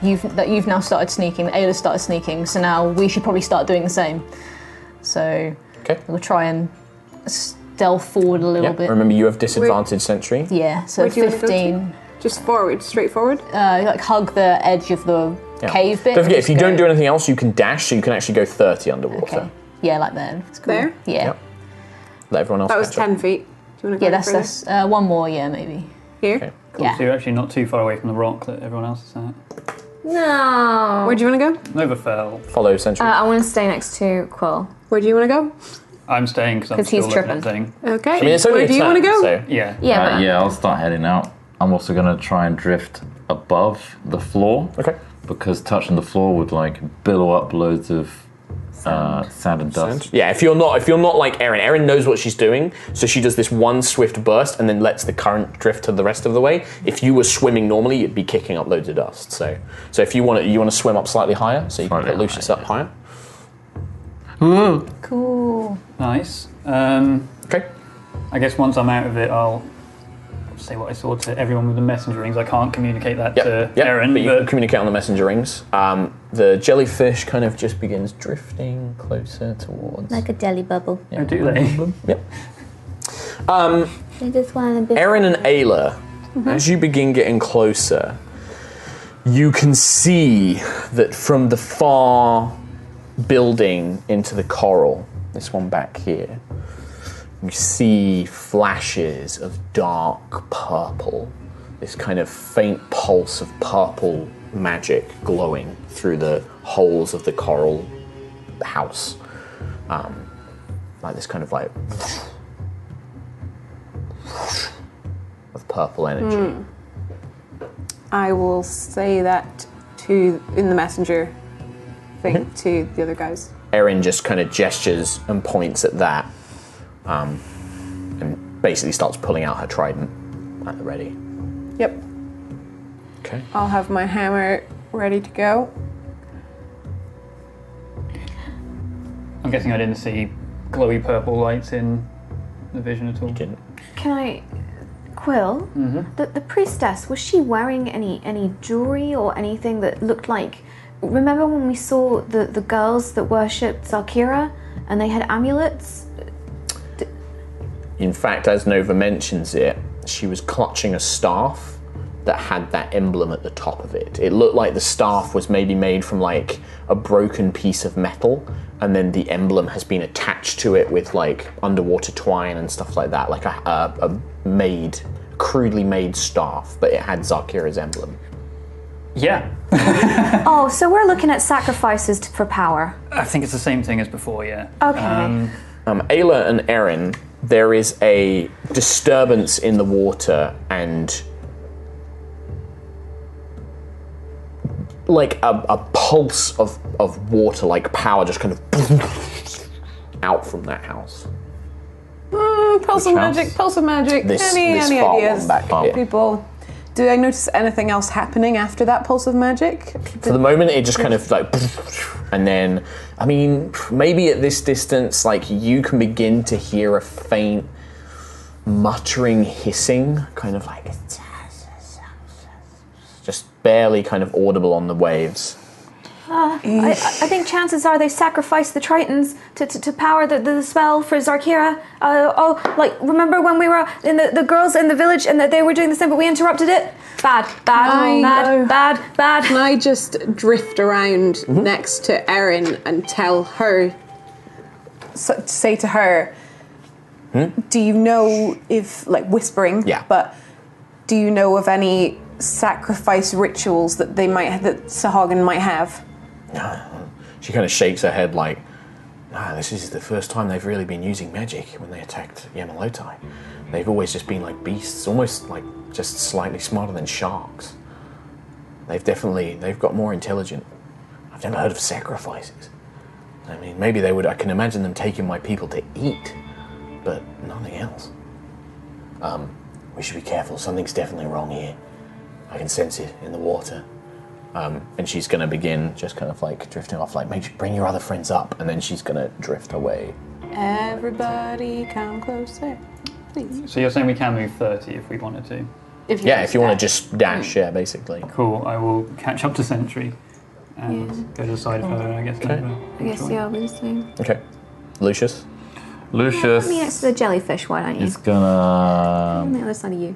[SPEAKER 3] you've that you've now started sneaking. Ayla started sneaking, so now we should probably start doing the same. So
[SPEAKER 6] okay.
[SPEAKER 3] we'll try and stealth forward a little
[SPEAKER 6] Yeah.
[SPEAKER 3] bit.
[SPEAKER 6] Remember, you have disadvantage sentry.
[SPEAKER 3] Yeah. So
[SPEAKER 4] Where do you wanna go to?
[SPEAKER 3] fifteen.
[SPEAKER 4] just forward, straight forward.
[SPEAKER 3] Uh, like hug the edge of the
[SPEAKER 6] Yeah.
[SPEAKER 3] cave bit.
[SPEAKER 6] Don't forget,
[SPEAKER 3] and
[SPEAKER 6] if you
[SPEAKER 3] just
[SPEAKER 6] don't
[SPEAKER 3] go-
[SPEAKER 6] do anything else, you can dash, so you can actually go 30 underwater.
[SPEAKER 3] Okay. Yeah, like there. It's cool.
[SPEAKER 4] There?
[SPEAKER 3] Yeah.
[SPEAKER 6] Yep. Let everyone else.
[SPEAKER 4] That was
[SPEAKER 6] catch up.
[SPEAKER 4] 10 feet. Do you wanna go
[SPEAKER 3] Yeah, that's
[SPEAKER 4] further?
[SPEAKER 3] that's uh, one more. Yeah, maybe.
[SPEAKER 4] here.
[SPEAKER 6] Okay.
[SPEAKER 3] Yeah.
[SPEAKER 1] So you're actually not too far away from the rock that everyone else is at.
[SPEAKER 5] No.
[SPEAKER 4] Where do you wanna go?
[SPEAKER 1] Novafell.
[SPEAKER 6] Follow sentry.
[SPEAKER 5] Uh, I want to stay next to Quill.
[SPEAKER 4] Where do you wanna go?
[SPEAKER 1] I'm staying because I'm
[SPEAKER 5] 'Cause
[SPEAKER 1] still
[SPEAKER 5] he's
[SPEAKER 1] looking at
[SPEAKER 5] tripping.
[SPEAKER 1] thing.
[SPEAKER 4] Okay.
[SPEAKER 6] I mean, it's only
[SPEAKER 4] Where
[SPEAKER 6] a
[SPEAKER 4] do you
[SPEAKER 6] turn,
[SPEAKER 4] wanna go?
[SPEAKER 6] so-
[SPEAKER 1] Yeah.
[SPEAKER 5] Yeah,
[SPEAKER 2] Uh,
[SPEAKER 5] but
[SPEAKER 2] yeah, I'll start heading out. I'm also going to try and drift above the floor.
[SPEAKER 6] Okay.
[SPEAKER 2] Because touching the floor would like billow up loads of uh, sand and dust.
[SPEAKER 6] Yeah, if you're not if you're not like Erin, Erin knows what she's doing, so she does this one swift burst and then lets the current drift to the rest of the way. If you were swimming normally, you'd be kicking up loads of dust. So, so if you want to, you want to swim up slightly higher, so you
[SPEAKER 2] Slightly
[SPEAKER 6] can put Lucius
[SPEAKER 2] higher,
[SPEAKER 6] up higher.
[SPEAKER 3] Cool.
[SPEAKER 1] Nice. Um,
[SPEAKER 6] Okay.
[SPEAKER 1] I guess once I'm out of it, I'll say what I saw to everyone with the messenger rings. I can't communicate that
[SPEAKER 6] Yep.
[SPEAKER 1] to
[SPEAKER 6] yep.
[SPEAKER 1] Aaron,
[SPEAKER 6] but you can
[SPEAKER 1] but
[SPEAKER 6] communicate on the messenger rings. Um, the jellyfish kind of just begins drifting closer towards.
[SPEAKER 7] Like a jelly bubble.
[SPEAKER 1] Oh, do they?
[SPEAKER 6] Yep.
[SPEAKER 7] I just want a bit.
[SPEAKER 6] Aaron and Ayla, as you begin getting closer, you can see that from the far building into the coral, this one back here, you see flashes of dark purple, this kind of faint pulse of purple magic glowing through the holes of the coral house. Um, like this kind of like of purple energy.
[SPEAKER 4] I will say that to in the messenger thing
[SPEAKER 6] Mm-hmm.
[SPEAKER 4] to the other guys.
[SPEAKER 6] Erin just kind of gestures and points at that, um, and basically starts pulling out her trident at the ready.
[SPEAKER 4] Yep.
[SPEAKER 6] Okay.
[SPEAKER 4] I'll have my hammer ready to go.
[SPEAKER 1] I'm guessing I didn't see glowy purple lights in the vision at all.
[SPEAKER 6] Didn't.
[SPEAKER 5] Can I, Quill?
[SPEAKER 6] Mm-hmm.
[SPEAKER 5] The, the priestess was she wearing any any jewelry or anything that looked like? Remember when we saw the the girls that worshipped Zarkira and they had amulets?
[SPEAKER 6] In fact, as Nova mentions it, she was clutching a staff that had that emblem at the top of it. It looked like the staff was maybe made from like a broken piece of metal, and then the emblem has been attached to it with like underwater twine and stuff like that, like a, a, a made crudely made staff, but it had Zarkira's emblem.
[SPEAKER 1] Yeah,
[SPEAKER 5] Oh, so we're looking at sacrifices t- for power.
[SPEAKER 1] I think it's the same thing as before. Yeah.
[SPEAKER 5] Okay.
[SPEAKER 6] Um, Ayla and Erin, there is a disturbance in the water and like a, a pulse of, of water, like power just kind of out from that house.
[SPEAKER 4] Mm, pulse of
[SPEAKER 2] Which house?
[SPEAKER 4] magic, pulse of magic.
[SPEAKER 6] This-
[SPEAKER 4] any
[SPEAKER 6] this
[SPEAKER 4] any
[SPEAKER 6] far one
[SPEAKER 4] ideas,
[SPEAKER 6] back here.
[SPEAKER 4] people? Did I notice anything else happening after that pulse of magic?
[SPEAKER 6] For the moment, it just kind of like, and then, I mean, maybe at this distance, like you can begin to hear a faint muttering, hissing, kind of like, just barely kind of audible on the waves.
[SPEAKER 5] I, I think chances are they sacrificed the Tritons to, to, to power the, the spell for Zarkira. Uh, oh, like, remember when we were in the, the girls in the village and that they were doing the same, but we interrupted it? Bad, bad,
[SPEAKER 4] I
[SPEAKER 5] bad,
[SPEAKER 4] know.
[SPEAKER 5] bad, bad.
[SPEAKER 4] Can I just drift around
[SPEAKER 6] Mm-hmm.
[SPEAKER 4] next to Erin and tell her, so, say to her, do you know if, like whispering,
[SPEAKER 6] Hmm? Yeah.
[SPEAKER 4] but do you know of any sacrifice rituals that they might, that Sahagin might have?
[SPEAKER 6] She kind of shakes her head, like, ah, this is the first time they've really been using magic when they attacked Yamalotai. They've always just been like beasts, almost like just slightly smarter than sharks. They've definitely, they've got more intelligent. I've never heard of sacrifices. I mean, maybe they would, I can imagine them taking my people to eat, but nothing else. Um, we should be careful, something's definitely wrong here. I can sense it in the water and she's gonna begin just kind of like drifting off, like make sure, bring your other friends up, and then she's gonna drift away.
[SPEAKER 4] Everybody come closer, please.
[SPEAKER 1] So you're saying we can move thirty if we wanted to.
[SPEAKER 6] Yeah, if you want to just dash, yeah, basically.
[SPEAKER 1] Cool. I will catch up to Sentry and go to the side of her. I guess. I
[SPEAKER 9] Yes, yeah, we see.
[SPEAKER 6] Okay, Lucius.
[SPEAKER 2] Lucius
[SPEAKER 5] Put me next to the jellyfish, why don't you?
[SPEAKER 2] is gonna
[SPEAKER 5] On the other side of you.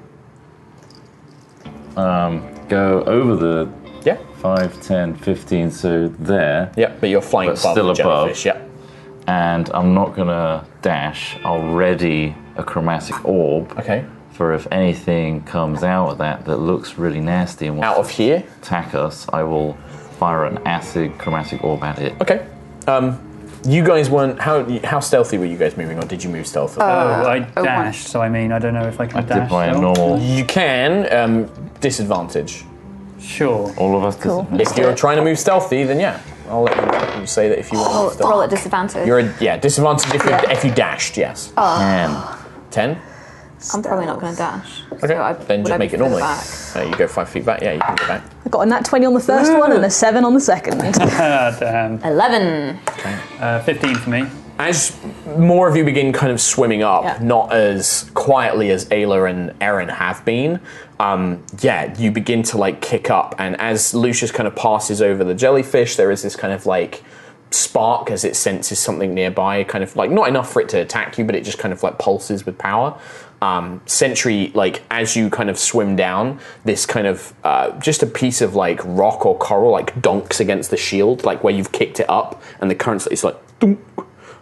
[SPEAKER 2] go over the
[SPEAKER 6] Yeah,
[SPEAKER 2] 5, 10, 15, so there.
[SPEAKER 6] yeah, but you're flying
[SPEAKER 2] But
[SPEAKER 6] above
[SPEAKER 2] still
[SPEAKER 6] the
[SPEAKER 2] above.
[SPEAKER 6] jellyfish. Yeah,
[SPEAKER 2] And I'm not gonna dash. I'll ready a chromatic orb
[SPEAKER 6] okay.
[SPEAKER 2] for if anything comes out of that that looks really nasty and wants
[SPEAKER 6] Out of
[SPEAKER 2] to
[SPEAKER 6] here.
[SPEAKER 2] attack us, I will fire an acid chromatic orb at it.
[SPEAKER 6] Okay. Um, you guys weren't how how stealthy were you guys moving, or did you move stealthily?
[SPEAKER 1] Oh, I
[SPEAKER 9] one.
[SPEAKER 1] dashed. So I mean, I don't know if I can
[SPEAKER 2] I
[SPEAKER 1] dash.
[SPEAKER 2] did my
[SPEAKER 1] still.
[SPEAKER 2] normal.
[SPEAKER 6] you can um, disadvantage.
[SPEAKER 1] Sure.
[SPEAKER 2] All of us. Cool.
[SPEAKER 6] If you're trying to move stealthy, then yeah, I'll let you, you say that if you want to move stealthy.
[SPEAKER 9] Roll at disadvantage.
[SPEAKER 6] You're a, yeah disadvantage if you,
[SPEAKER 9] Yeah.
[SPEAKER 6] if you dashed. Yes,
[SPEAKER 2] Can.
[SPEAKER 6] ten.
[SPEAKER 9] I'm probably not going to dash.
[SPEAKER 6] Okay.
[SPEAKER 9] So I-
[SPEAKER 6] then
[SPEAKER 9] would
[SPEAKER 6] just
[SPEAKER 9] I be
[SPEAKER 6] make it
[SPEAKER 9] further
[SPEAKER 6] normally.
[SPEAKER 9] back?
[SPEAKER 6] Uh, you go five feet back. Yeah, you can go back.
[SPEAKER 3] I got a nat 20 on the first one and a 7 on the second.
[SPEAKER 1] Ah, damn.
[SPEAKER 9] 11.
[SPEAKER 1] Uh, Fifteen for me.
[SPEAKER 6] As more of you begin kind of swimming up, not as quietly as Ayla and Erin have been, um, yeah, you begin to like kick up. And as Lucius kind of passes over the jellyfish, there is this kind of like spark as it senses something nearby, kind of like not enough for it to attack you, but it just kind of like pulses with power. Um, Sentry, like as you kind of swim down, this kind of uh, just a piece of like rock or coral like donks against the shield, like where you've kicked it up, and the current's it's like dunk.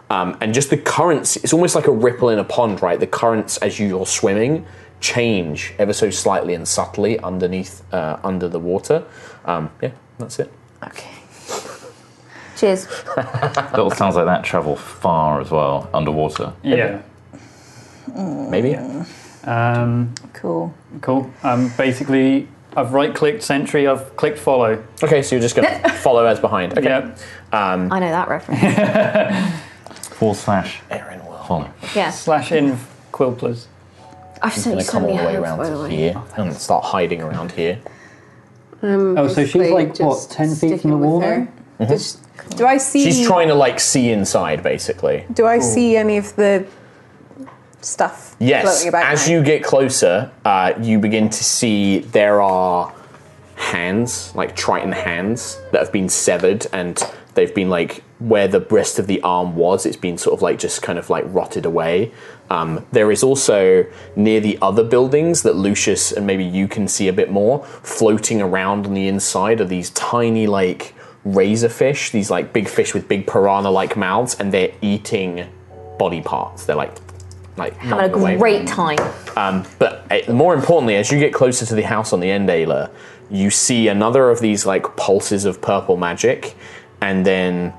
[SPEAKER 6] Um, and just the currents, it's almost like a ripple in a pond, right? The currents as you're swimming change ever so slightly and subtly underneath, uh, under the water. Um, yeah, that's it.
[SPEAKER 9] Okay. Cheers.
[SPEAKER 2] Little sounds like that travel far as well underwater.
[SPEAKER 1] Yeah.
[SPEAKER 6] Maybe.
[SPEAKER 1] Um,
[SPEAKER 3] cool.
[SPEAKER 1] cool. Um, basically, I've right-clicked Sentry. I've clicked follow.
[SPEAKER 6] Okay, so you're just going to follow as behind. Okay.
[SPEAKER 1] Yeah.
[SPEAKER 9] I know that reference.
[SPEAKER 2] Four slash
[SPEAKER 6] Aaron will.
[SPEAKER 2] follow.
[SPEAKER 9] Yeah.
[SPEAKER 1] Slash in Quilplers.
[SPEAKER 9] I've
[SPEAKER 6] Going
[SPEAKER 9] seen
[SPEAKER 6] to
[SPEAKER 9] so
[SPEAKER 6] come all
[SPEAKER 9] many
[SPEAKER 6] the way
[SPEAKER 9] hands,
[SPEAKER 6] around
[SPEAKER 9] by the
[SPEAKER 6] to
[SPEAKER 9] way.
[SPEAKER 6] here and start hiding around here.
[SPEAKER 1] Oh, so she's like what, ten feet from the wall? there?
[SPEAKER 4] Do I see?
[SPEAKER 6] Mm-hmm. She's trying to like see inside, basically.
[SPEAKER 4] Do I see any of the stuff
[SPEAKER 6] Yes,
[SPEAKER 4] floating about?
[SPEAKER 6] as
[SPEAKER 4] now?
[SPEAKER 6] you get closer, uh, you begin to see there are hands, like Triton hands, that have been severed and they've been like where the rest of the arm was, it's been sort of like just kind of like rotted away. Um, there is also near the other buildings that Lucius and maybe you can see a bit more floating around on the inside are these tiny like razor fish, these like big fish with big piranha like mouths, and they're eating body parts. They're like like
[SPEAKER 5] Having
[SPEAKER 6] nodding away
[SPEAKER 5] a
[SPEAKER 6] from
[SPEAKER 5] great
[SPEAKER 6] them.
[SPEAKER 5] time.
[SPEAKER 6] Um, but uh, more importantly, as you get closer to the house on the end, Ayla, you see another of these like pulses of purple magic, and then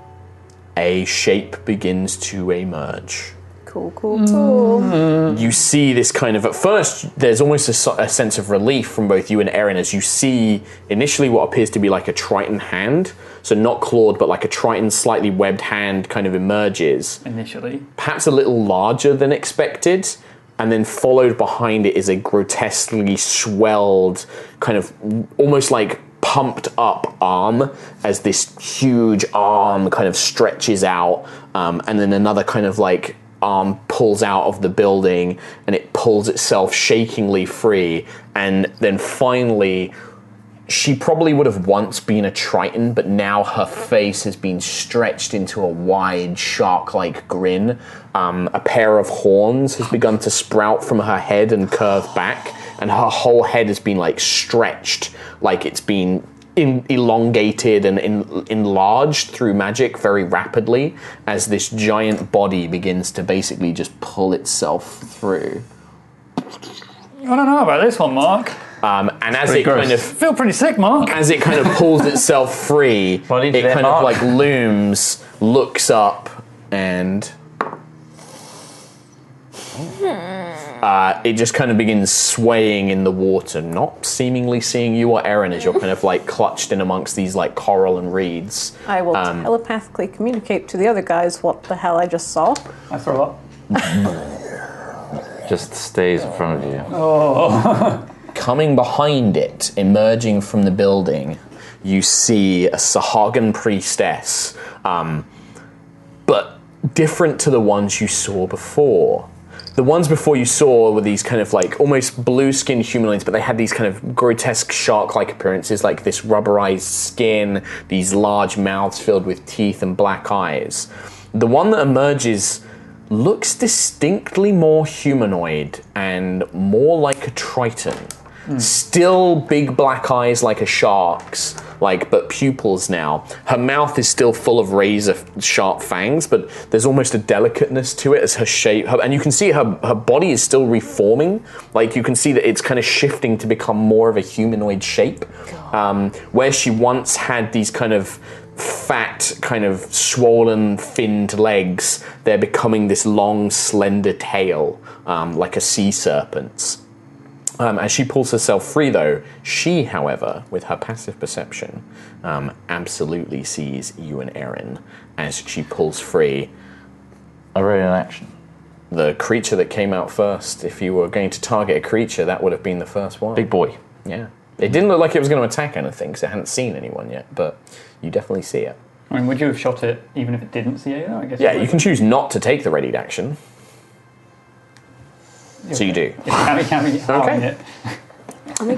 [SPEAKER 6] a shape begins to emerge.
[SPEAKER 3] Cool, cool,
[SPEAKER 4] Mm.
[SPEAKER 3] cool.
[SPEAKER 6] You see this kind of at first. There's almost a, so- a sense of relief from both you and Erin as you see initially what appears to be like a Triton hand. So not clawed, but like a Triton, slightly webbed hand kind of emerges
[SPEAKER 1] initially.
[SPEAKER 6] perhaps a little larger than expected, and then followed behind it is a grotesquely swelled, kind of almost like pumped up arm as this huge arm kind of stretches out, um, and then another kind of like arm pulls out of the building and it pulls itself shakingly free, and then finally she probably would have once been a Triton, but now her face has been stretched into a wide shark like grin. Um, a pair of horns has begun to sprout from her head and curve back, and her whole head has been like stretched, like it's been in, elongated and en- enlarged through magic very rapidly as this giant body begins to basically just pull itself through.
[SPEAKER 1] I don't know about this one, Mark.
[SPEAKER 6] Um, and as
[SPEAKER 2] pretty
[SPEAKER 6] it
[SPEAKER 2] gross.
[SPEAKER 6] kind of
[SPEAKER 1] I feel pretty sick, Mark.
[SPEAKER 6] as it kind of pulls itself free,
[SPEAKER 2] Body
[SPEAKER 6] it
[SPEAKER 2] that
[SPEAKER 6] kind of
[SPEAKER 2] mark.
[SPEAKER 6] like looms, looks up, and uh, it just kind of begins swaying in the water, not seemingly seeing you or Erin as you're kind of like clutched in amongst these like coral and reeds.
[SPEAKER 4] I will
[SPEAKER 6] Um,
[SPEAKER 4] telepathically communicate to the other guys what the hell I just saw.
[SPEAKER 1] I throw up.
[SPEAKER 2] Just stays in front of you.
[SPEAKER 6] Oh. Coming behind it, emerging from the building, you see a Sahagan priestess, um, but different to the ones you saw before. The ones before you saw were these kind of like almost blue skinned humanoids, but they had these kind of grotesque shark like appearances, like this rubberized skin, these large mouths filled with teeth and black eyes. The one that emerges looks distinctly more humanoid and more like a triton. Still big black eyes like a shark's, like but pupils now. Her mouth is still full of razor sharp fangs, but there's almost a delicateness to it as her shape. Her, and you can see her her body is still reforming. Like you can see that it's kind of shifting to become more of a humanoid shape, um, where she once had these kind of fat, kind of swollen, finned legs. They're becoming this long, slender tail, um, like a sea serpent's. Um, as she pulls herself free, though, she, however, with her passive perception, um, absolutely sees you and Erin as she pulls free.
[SPEAKER 2] Already in action.
[SPEAKER 6] The creature that came out first, if you were going to target a creature, that would have been the first one.
[SPEAKER 2] Big boy.
[SPEAKER 6] Yeah. It didn't look like it was going to attack anything because it hadn't seen anyone yet, but you definitely see it.
[SPEAKER 1] I mean, would you have shot it even if it didn't see you? I guess.
[SPEAKER 6] Yeah, you can choose not to take the readied action. So you do.
[SPEAKER 1] It can't be, can't be harming it.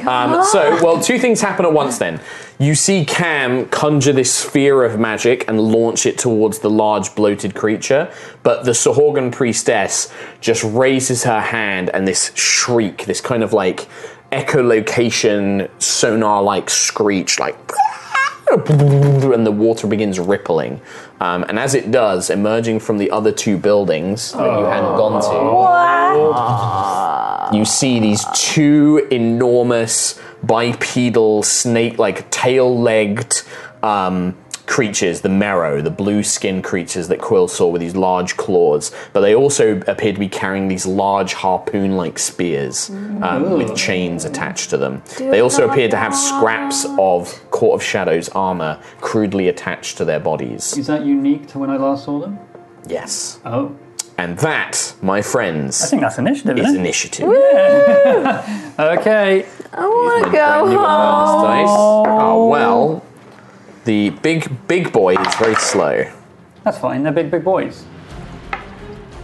[SPEAKER 6] Um, so, well, two things happen at once then. You see Cam conjure this sphere of magic and launch it towards the large bloated creature, but the Sahorgan priestess just raises her hand and this shriek, this kind of like echolocation sonar like screech, like. And the water begins rippling. Um, and as it does, emerging from the other two buildings that you hadn't gone to you see these two enormous bipedal snake like tail legged um, creatures the marrow the blue skinned creatures that quill saw with these large claws but they also appear to be carrying these large harpoon like spears um, with chains attached to them they also appear to have scraps of court of shadows armor crudely attached to their bodies
[SPEAKER 1] Is that unique to when I last saw them?
[SPEAKER 6] yes
[SPEAKER 1] Oh,
[SPEAKER 6] and that my
[SPEAKER 1] I
[SPEAKER 6] friends
[SPEAKER 1] think that's initiative,
[SPEAKER 6] is
[SPEAKER 1] isn't it?
[SPEAKER 6] initiative
[SPEAKER 1] Okay.
[SPEAKER 9] I want to
[SPEAKER 6] Brand new
[SPEAKER 9] go home.
[SPEAKER 6] advanced dice. Oh well. The big big boy is very slow.
[SPEAKER 1] That's fine. They're big, big boys.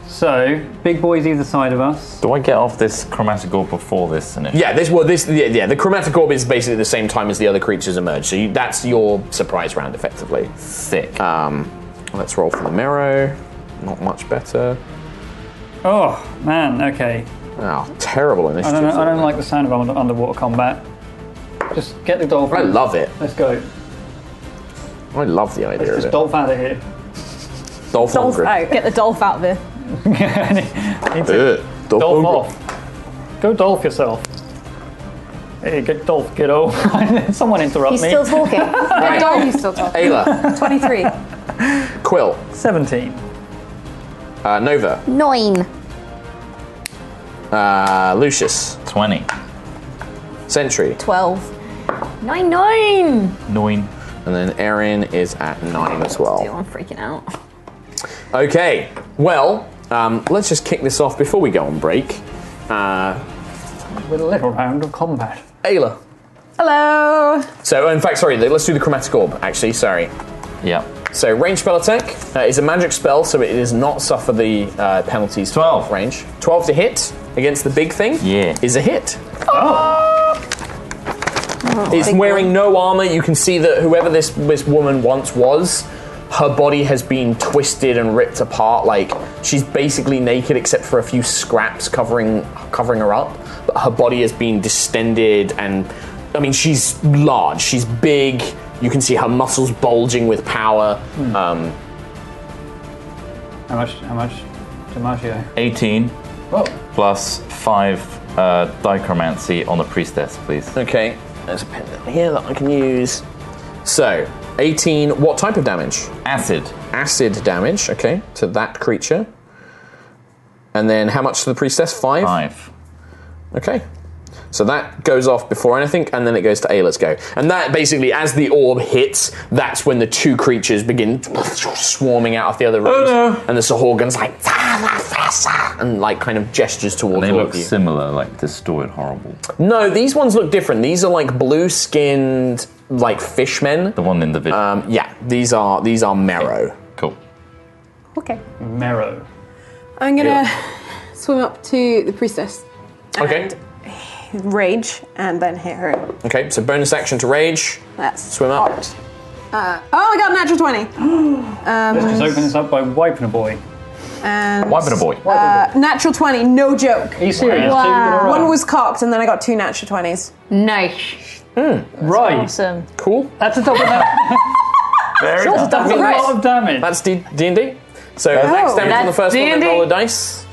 [SPEAKER 1] So, big boys either side of us.
[SPEAKER 2] Do I get off this chromatic orb before this initiative?
[SPEAKER 6] Yeah, this well this yeah, yeah the chromatic orb is basically the same time as the other creatures emerge. So you, that's your surprise round effectively.
[SPEAKER 2] Sick.
[SPEAKER 6] Um, let's roll for the marrow. Not much better.
[SPEAKER 1] Oh, man, okay.
[SPEAKER 6] Oh, terrible
[SPEAKER 1] I
[SPEAKER 6] initiative.
[SPEAKER 1] don't, know, I don't
[SPEAKER 6] roll.
[SPEAKER 1] like the sound of under- underwater combat. Just get the dolphin.
[SPEAKER 6] I love it.
[SPEAKER 1] Let's go.
[SPEAKER 6] I love the idea
[SPEAKER 1] Let's
[SPEAKER 6] of
[SPEAKER 1] just
[SPEAKER 6] it.
[SPEAKER 1] dolph out of here.
[SPEAKER 6] Dolph Lundgren.
[SPEAKER 4] Dolph out.
[SPEAKER 3] Get the dolph out of here.
[SPEAKER 1] Dolph off. Go dolph yourself. Hey, get dolph, kiddo. Someone interrupt
[SPEAKER 9] He's
[SPEAKER 1] me.
[SPEAKER 9] still talking.
[SPEAKER 6] Right.
[SPEAKER 9] He's still talking.
[SPEAKER 6] Ayla,
[SPEAKER 8] 23.
[SPEAKER 6] Quill,
[SPEAKER 1] 17.
[SPEAKER 6] uh, Nova,
[SPEAKER 9] Nine.
[SPEAKER 6] uh, Lucius,
[SPEAKER 2] 20.
[SPEAKER 6] Sentry,
[SPEAKER 3] 12.
[SPEAKER 5] Nine nine.
[SPEAKER 2] 9.
[SPEAKER 6] and then Erin is at nine as well.
[SPEAKER 5] Oh, I'm freaking out.
[SPEAKER 6] Okay, well, um, let's just kick this off before we go on break. Uh,
[SPEAKER 1] With a little round of combat.
[SPEAKER 6] Ayla.
[SPEAKER 4] Hello.
[SPEAKER 6] So, in fact, sorry, let's do the chromatic orb, actually, sorry.
[SPEAKER 2] Yep.
[SPEAKER 6] So, range spell attack uh, is a magic spell, so it does not suffer the uh, penalties. to
[SPEAKER 2] 12.
[SPEAKER 6] range. 12 to hit against the big thing
[SPEAKER 2] Yeah.
[SPEAKER 6] is a hit. It's wearing no armor. You can see that whoever this, this woman once was, her body has been twisted and ripped apart. Like she's basically naked except for a few scraps covering covering her up. But her body has been distended and I mean she's large. She's big. You can see her muscles bulging with power. Um,
[SPEAKER 1] How much? How much? Dimaggio.
[SPEAKER 2] 18
[SPEAKER 1] Whoa.
[SPEAKER 2] plus 5 uh, dichromancy on the priestess, please.
[SPEAKER 6] okay, there's a pen down here that I can use. So, 18. What type of damage?
[SPEAKER 2] Acid.
[SPEAKER 6] acid damage, okay, to that creature. And then how much to the priestess? Five?
[SPEAKER 2] 5.
[SPEAKER 6] Okay. So that goes off before anything, and then it goes to Ayla's go. And that basically, as the orb hits, that's when the two creatures begin swarming out of the other room.
[SPEAKER 2] Oh, no.
[SPEAKER 6] And the Sahorgan's like, "Thalafrasa," and like kind of gestures towards
[SPEAKER 2] They
[SPEAKER 6] all
[SPEAKER 2] look
[SPEAKER 6] of you.
[SPEAKER 2] similar, like distorted, horrible.
[SPEAKER 6] no, these ones look different. These are like blue skinned, like fishmen.
[SPEAKER 2] The one in the video.
[SPEAKER 6] Um, yeah, these are these are marrow.
[SPEAKER 2] cool.
[SPEAKER 8] Okay.
[SPEAKER 1] Mero.
[SPEAKER 4] I'm gonna swim up to the priestess.
[SPEAKER 6] Okay.
[SPEAKER 4] Rage and then hit her.
[SPEAKER 6] Okay, so bonus action to rage.
[SPEAKER 4] That's
[SPEAKER 6] Swim up.
[SPEAKER 4] hot. Uh, oh, I got a natural 20.
[SPEAKER 1] Let's just open this up by wiping a boy.
[SPEAKER 4] And
[SPEAKER 2] Wiping a boy.
[SPEAKER 4] uh, natural 20, no joke.
[SPEAKER 1] Are you serious? Dude, you're
[SPEAKER 4] One
[SPEAKER 1] right.
[SPEAKER 4] was cocked and then I got two natural 20s.
[SPEAKER 5] Nice.
[SPEAKER 1] right.
[SPEAKER 3] Awesome.
[SPEAKER 6] Cool.
[SPEAKER 1] That's a double damage.
[SPEAKER 2] Very
[SPEAKER 1] That's a lot of damage.
[SPEAKER 6] That's D and D. So max damage on the
[SPEAKER 5] That's
[SPEAKER 6] first one.
[SPEAKER 5] D&D.
[SPEAKER 6] Then roll a dice.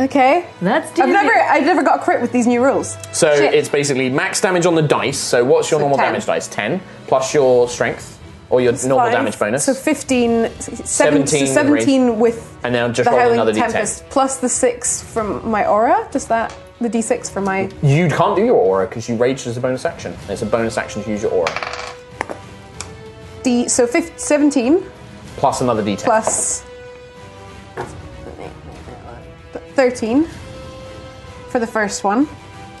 [SPEAKER 4] Okay.
[SPEAKER 5] That's
[SPEAKER 4] I've never, I've never got a crit with these new rules.
[SPEAKER 6] So
[SPEAKER 4] Shit.
[SPEAKER 6] it's basically max damage on the dice. So what's your normal
[SPEAKER 4] 10.
[SPEAKER 6] damage dice? Ten plus your strength or your normal
[SPEAKER 4] Five,
[SPEAKER 6] damage bonus.
[SPEAKER 4] So 15, seven- so
[SPEAKER 6] 17
[SPEAKER 4] 17 with
[SPEAKER 6] and now just
[SPEAKER 4] the
[SPEAKER 6] roll
[SPEAKER 4] Howling
[SPEAKER 6] another d10.
[SPEAKER 4] Tempest, plus the 6 from my aura. Does that, the d6 from my.
[SPEAKER 6] You can't do your aura because you raged as a bonus action. It's a bonus action to use your aura.
[SPEAKER 4] D, so 15, 17
[SPEAKER 6] Plus another d10.
[SPEAKER 4] plus 13 for the first one.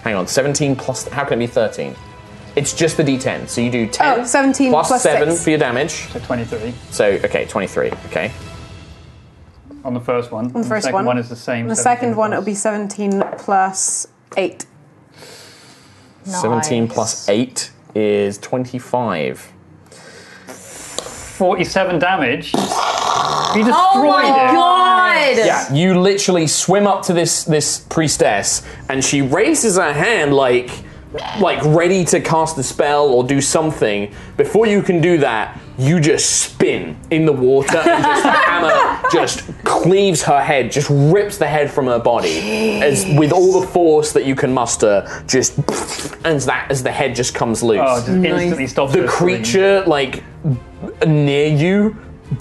[SPEAKER 6] Hang on, 17 plus. How can it be 13? It's just the d10. So you do 10
[SPEAKER 4] Oh, 17 plus
[SPEAKER 6] 7
[SPEAKER 4] six.
[SPEAKER 6] for your damage.
[SPEAKER 1] So 23
[SPEAKER 6] So, okay, 23. Okay.
[SPEAKER 1] on the first one. On
[SPEAKER 4] The first
[SPEAKER 1] second
[SPEAKER 4] one.
[SPEAKER 1] one. is the same.
[SPEAKER 4] And the
[SPEAKER 1] 17
[SPEAKER 4] second one,
[SPEAKER 1] plus.
[SPEAKER 4] it'll be 17 plus 8.
[SPEAKER 6] 17
[SPEAKER 3] Nice.
[SPEAKER 6] plus 8 is 25.
[SPEAKER 1] 47 damage. You
[SPEAKER 4] Oh
[SPEAKER 1] destroyed it.
[SPEAKER 5] Oh God.
[SPEAKER 6] Yeah, you literally swim up to this this priestess, and she raises her hand like like ready to cast the spell or do something. Before you can do that, you just spin in the water, and just the hammer just cleaves her head, just rips the head from her body, as with all the force that you can muster, just and that as the head just comes loose.
[SPEAKER 1] Oh, just instantly stops
[SPEAKER 6] the
[SPEAKER 1] her
[SPEAKER 6] creature like near you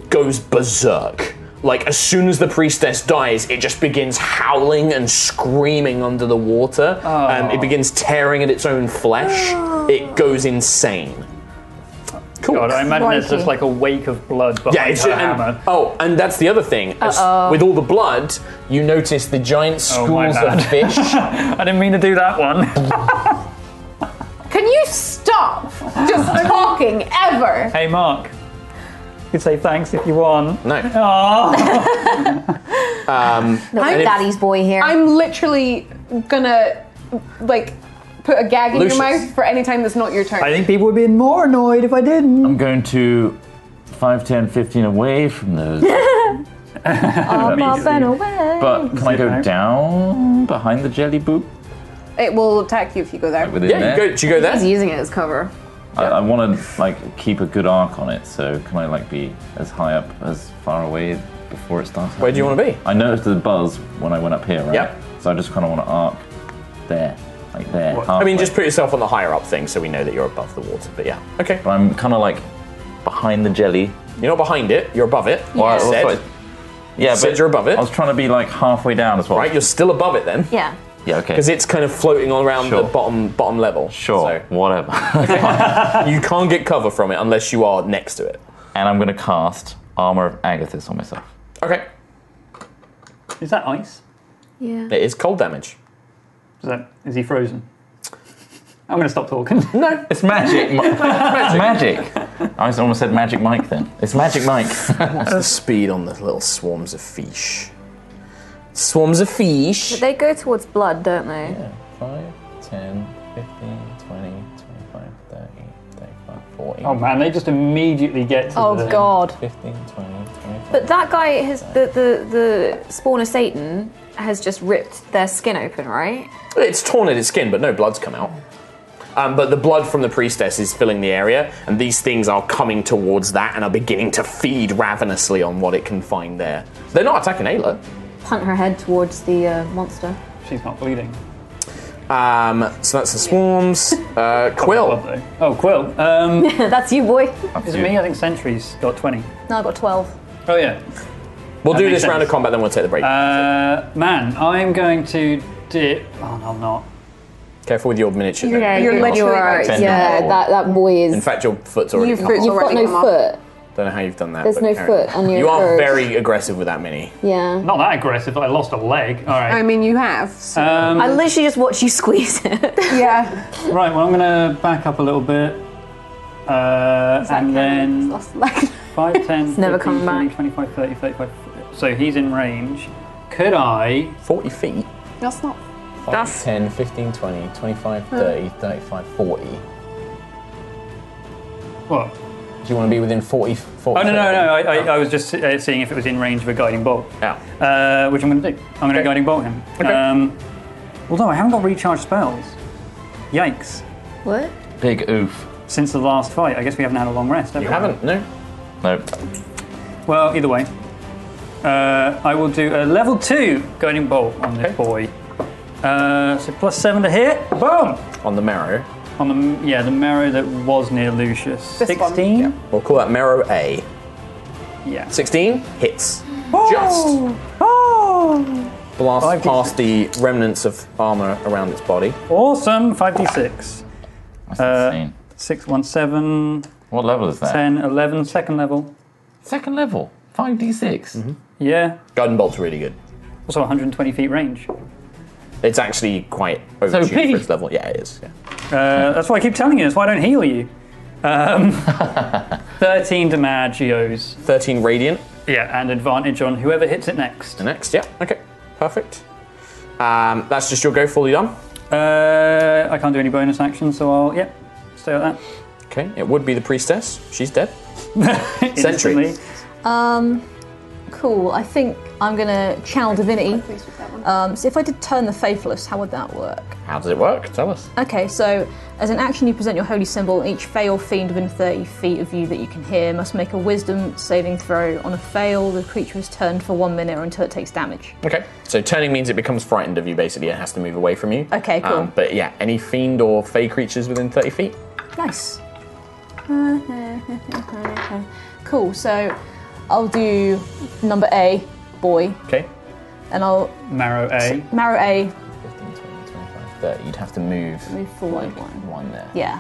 [SPEAKER 6] goes berserk like as soon as the priestess dies it just begins howling and screaming under the water um,
[SPEAKER 1] Ah.
[SPEAKER 6] it begins tearing at its own flesh it goes insane cool
[SPEAKER 1] God, I imagine there's just like a wake of blood behind
[SPEAKER 6] yeah, it's
[SPEAKER 1] her
[SPEAKER 6] and-
[SPEAKER 1] hammer.
[SPEAKER 6] oh, and that's the other thing. As- with all the blood, you notice the giant
[SPEAKER 1] Oh, my
[SPEAKER 6] schools of
[SPEAKER 1] bad.
[SPEAKER 6] fish.
[SPEAKER 1] I didn't mean to do that one.
[SPEAKER 4] Can you stop just talking ever?
[SPEAKER 1] hey, Mark. You could say thanks if you want.
[SPEAKER 6] no, Um,
[SPEAKER 1] Aw.
[SPEAKER 9] Little
[SPEAKER 6] if-
[SPEAKER 9] daddy's boy here.
[SPEAKER 4] I'm literally gonna like put a gag in
[SPEAKER 6] Lucius.
[SPEAKER 4] your mouth for any time that's not your turn.
[SPEAKER 1] I think people would be more annoyed if I didn't.
[SPEAKER 2] I'm going to 5, 10, 15 away from those.
[SPEAKER 9] I'm up and away.
[SPEAKER 2] But can I go
[SPEAKER 1] Zip
[SPEAKER 2] down behind the jelly boop?
[SPEAKER 4] it will attack you if you go there.
[SPEAKER 2] Within
[SPEAKER 6] yeah, you
[SPEAKER 2] there?
[SPEAKER 6] go, do you go
[SPEAKER 9] He's
[SPEAKER 6] there?
[SPEAKER 9] using it as cover.
[SPEAKER 2] I, I want to like keep a good arc on it. So can I like be as high up as far away before it starts.
[SPEAKER 6] Where do you want to be?
[SPEAKER 2] I noticed the buzz when I went up here, right?
[SPEAKER 6] Yep.
[SPEAKER 2] So I just kind of want to arc there, like there.
[SPEAKER 6] I mean,
[SPEAKER 2] halfway.
[SPEAKER 6] just put yourself on the higher up thing so we know that you're above the water. But yeah, okay.
[SPEAKER 2] But I'm kind of like behind the jelly.
[SPEAKER 6] You're not behind it. You're above it.
[SPEAKER 2] Well,
[SPEAKER 6] You
[SPEAKER 2] that's
[SPEAKER 6] said.
[SPEAKER 2] what- yeah,
[SPEAKER 6] said you're above it.
[SPEAKER 2] I was trying to be like halfway down as well.
[SPEAKER 6] Right, you're still above it then,
[SPEAKER 5] Yeah.
[SPEAKER 2] Yeah. Okay.
[SPEAKER 6] because it's kind of floating all around
[SPEAKER 2] Sure.
[SPEAKER 6] the bottom bottom level.
[SPEAKER 2] sure. Whatever.
[SPEAKER 6] So you can't get cover from it unless you are next to it.
[SPEAKER 2] and I'm gonna cast Armor of Agathis on myself.
[SPEAKER 6] Okay,
[SPEAKER 1] Is that ice?
[SPEAKER 5] Yeah.
[SPEAKER 6] it is cold damage.
[SPEAKER 1] Is that is he frozen? I'm going to stop talking.
[SPEAKER 2] It's magic. Mi- magic. I almost said Magic Mike then. It's Magic Mike.
[SPEAKER 6] What's the speed on the little swarms of fish? Swarms of fish.
[SPEAKER 9] They go towards blood, don't they?
[SPEAKER 2] 5, 10, 15, 20, 25, 30, 35, 40,
[SPEAKER 1] oh man, they just immediately get to
[SPEAKER 9] Oh
[SPEAKER 1] the-
[SPEAKER 9] god.
[SPEAKER 2] 15, 20, 25.
[SPEAKER 9] But that guy has the the the spawn of Satan has just ripped their skin open, right?
[SPEAKER 6] It's torn at its skin, but no blood's come out. Um, but the blood from the priestess is filling the area, and these things are coming towards that and are beginning to feed ravenously on what it can find there. They're not attacking Ayla.
[SPEAKER 5] Punt her head towards the uh, monster.
[SPEAKER 1] She's not bleeding.
[SPEAKER 6] Um, so that's the swarms. Uh, Quill.
[SPEAKER 1] Lovely. Oh, Quill. Um,
[SPEAKER 5] That's you, boy.
[SPEAKER 1] is it me? I think Sentry's got 20.
[SPEAKER 3] Now I've got 12.
[SPEAKER 1] Oh, yeah.
[SPEAKER 6] We'll
[SPEAKER 1] That
[SPEAKER 6] do
[SPEAKER 1] makes
[SPEAKER 6] this round
[SPEAKER 1] sense.
[SPEAKER 6] of combat, then we'll take the break.
[SPEAKER 1] Uh, man, I'm going to dip. Oh, no, I'm not.
[SPEAKER 6] Careful with your miniature. though.
[SPEAKER 9] Yeah,
[SPEAKER 4] You're literally
[SPEAKER 9] alright.
[SPEAKER 4] like-
[SPEAKER 5] Yeah,
[SPEAKER 6] Oh.
[SPEAKER 5] that, that boy
[SPEAKER 6] In
[SPEAKER 5] is.
[SPEAKER 6] fact, your foot's already
[SPEAKER 4] You've
[SPEAKER 6] come off.
[SPEAKER 4] got-
[SPEAKER 5] You've got
[SPEAKER 4] already
[SPEAKER 5] no
[SPEAKER 4] come up.
[SPEAKER 5] foot.
[SPEAKER 6] Don't know how you've done that.
[SPEAKER 5] There's
[SPEAKER 6] but
[SPEAKER 5] no
[SPEAKER 6] carry on.
[SPEAKER 5] foot on your
[SPEAKER 6] You are
[SPEAKER 5] curve.
[SPEAKER 6] very aggressive with that mini.
[SPEAKER 5] Yeah.
[SPEAKER 1] Not that aggressive, but I lost a leg. All right.
[SPEAKER 4] I mean, you have. So,
[SPEAKER 6] Uh.
[SPEAKER 1] Um,
[SPEAKER 5] I literally just watch you squeeze it.
[SPEAKER 4] yeah.
[SPEAKER 1] right, well, I'm going to back up a little bit. Uh, and then five, ten, 15,
[SPEAKER 5] never coming back.
[SPEAKER 1] 25, 30, 35. So he's in range. Could I
[SPEAKER 6] 40 feet.
[SPEAKER 4] That's not.
[SPEAKER 6] 5, 10, 15, 20, 25, 30, 35, 40. Do
[SPEAKER 1] What?
[SPEAKER 6] you want to be within 40? 40
[SPEAKER 1] Oh no no no! I, I, I was just uh, seeing if it was in range of a guiding bolt,
[SPEAKER 6] Yeah.
[SPEAKER 1] uh, which I'm going to do. I'm going to guiding bolt him. Um, although I haven't got recharged spells. Yikes!
[SPEAKER 9] What?
[SPEAKER 2] Big oof.
[SPEAKER 1] Since the last fight, I guess we haven't had a long rest. Have
[SPEAKER 6] You
[SPEAKER 1] we?
[SPEAKER 6] haven't? No.
[SPEAKER 2] Nope.
[SPEAKER 1] Well, either way, uh, I will do a level two guiding bolt on this boy. Uh, so plus seven to hit. Boom!
[SPEAKER 6] On the marrow.
[SPEAKER 1] On the yeah the marrow that was near Lucius. Sixteen.
[SPEAKER 6] We'll call that marrow A.
[SPEAKER 1] Yeah.
[SPEAKER 6] 16 hits. Just
[SPEAKER 1] Oh!
[SPEAKER 6] blast
[SPEAKER 1] Five D
[SPEAKER 6] past the remnants of armor around its body.
[SPEAKER 1] Awesome. Five d six.
[SPEAKER 2] That's
[SPEAKER 1] Uh,
[SPEAKER 2] insane.
[SPEAKER 1] Six one seven.
[SPEAKER 2] What level is that?
[SPEAKER 1] 10, 11, second level.
[SPEAKER 2] Second level. 5d6.
[SPEAKER 1] Mm-hmm. Yeah.
[SPEAKER 6] Garden bolt's really good.
[SPEAKER 1] Also 120 feet range.
[SPEAKER 6] It's actually quite overtuned
[SPEAKER 2] OP.
[SPEAKER 6] for its level. Yeah, it is. Yeah.
[SPEAKER 1] Uh, that's why I keep telling you, that's why I don't heal you. Um, 13 damagios.
[SPEAKER 6] 13 radiant.
[SPEAKER 1] Yeah, and advantage on whoever hits it next.
[SPEAKER 6] The next. Yeah. Okay. Perfect. Um, that's just your go fully done.
[SPEAKER 1] Uh, I can't do any bonus actions, so I'll, yep, stay like
[SPEAKER 6] Okay. It would be the priestess. She's dead.
[SPEAKER 1] that.
[SPEAKER 6] Sentry.
[SPEAKER 1] Instantly.
[SPEAKER 3] Um, cool. I think I'm gonna channel divinity. Um, so if I did turn the faithless, how would that work?
[SPEAKER 6] How does it work? Tell us.
[SPEAKER 3] Okay, so as an action, you present your holy symbol. Each fail fiend within 30 feet of you that you can hear must make a wisdom saving throw. On a fail, the creature is turned for one minute or until it takes damage.
[SPEAKER 6] Okay. So turning means it becomes frightened of you. Basically, it has to move away from you. Um,
[SPEAKER 3] Okay, cool.
[SPEAKER 6] but yeah, any fiend or fey creatures within 30 feet.
[SPEAKER 3] Nice. cool, so I'll do number A, boy,
[SPEAKER 6] Okay.
[SPEAKER 3] and I'll
[SPEAKER 1] Marrow A.
[SPEAKER 3] marrow A,
[SPEAKER 6] 15, 20, 25, 30. You'd have to move.
[SPEAKER 3] move forward one.
[SPEAKER 6] One there.
[SPEAKER 3] Yeah.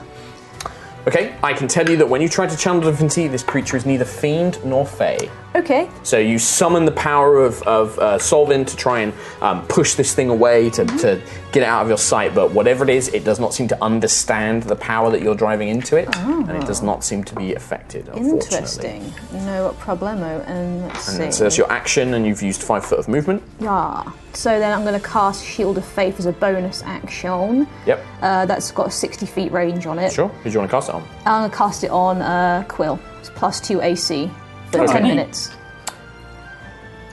[SPEAKER 6] Okay, I can tell you that when you try to channel divinity, this creature is neither fiend nor fey.
[SPEAKER 3] Okay.
[SPEAKER 6] So you summon the power of, of uh, Solvin to try and um, push this thing away, to, to get it out of your sight, but whatever it is, it does not seem to understand the power that you're driving into it, and it does not seem to be affected, unfortunately.
[SPEAKER 3] Interesting. No problemo. And let's see.
[SPEAKER 6] So that's your action, and you've used five foot of movement.
[SPEAKER 3] Yeah. So then I'm going to cast Shield of Faith as a bonus action.
[SPEAKER 6] Yep.
[SPEAKER 3] Uh, that's got a 60 feet range on it.
[SPEAKER 6] Sure. Who do you want to cast it on?
[SPEAKER 3] I'm going to cast it on uh, Quill. It's plus 2 AC for
[SPEAKER 6] Okay.
[SPEAKER 3] 10 minutes.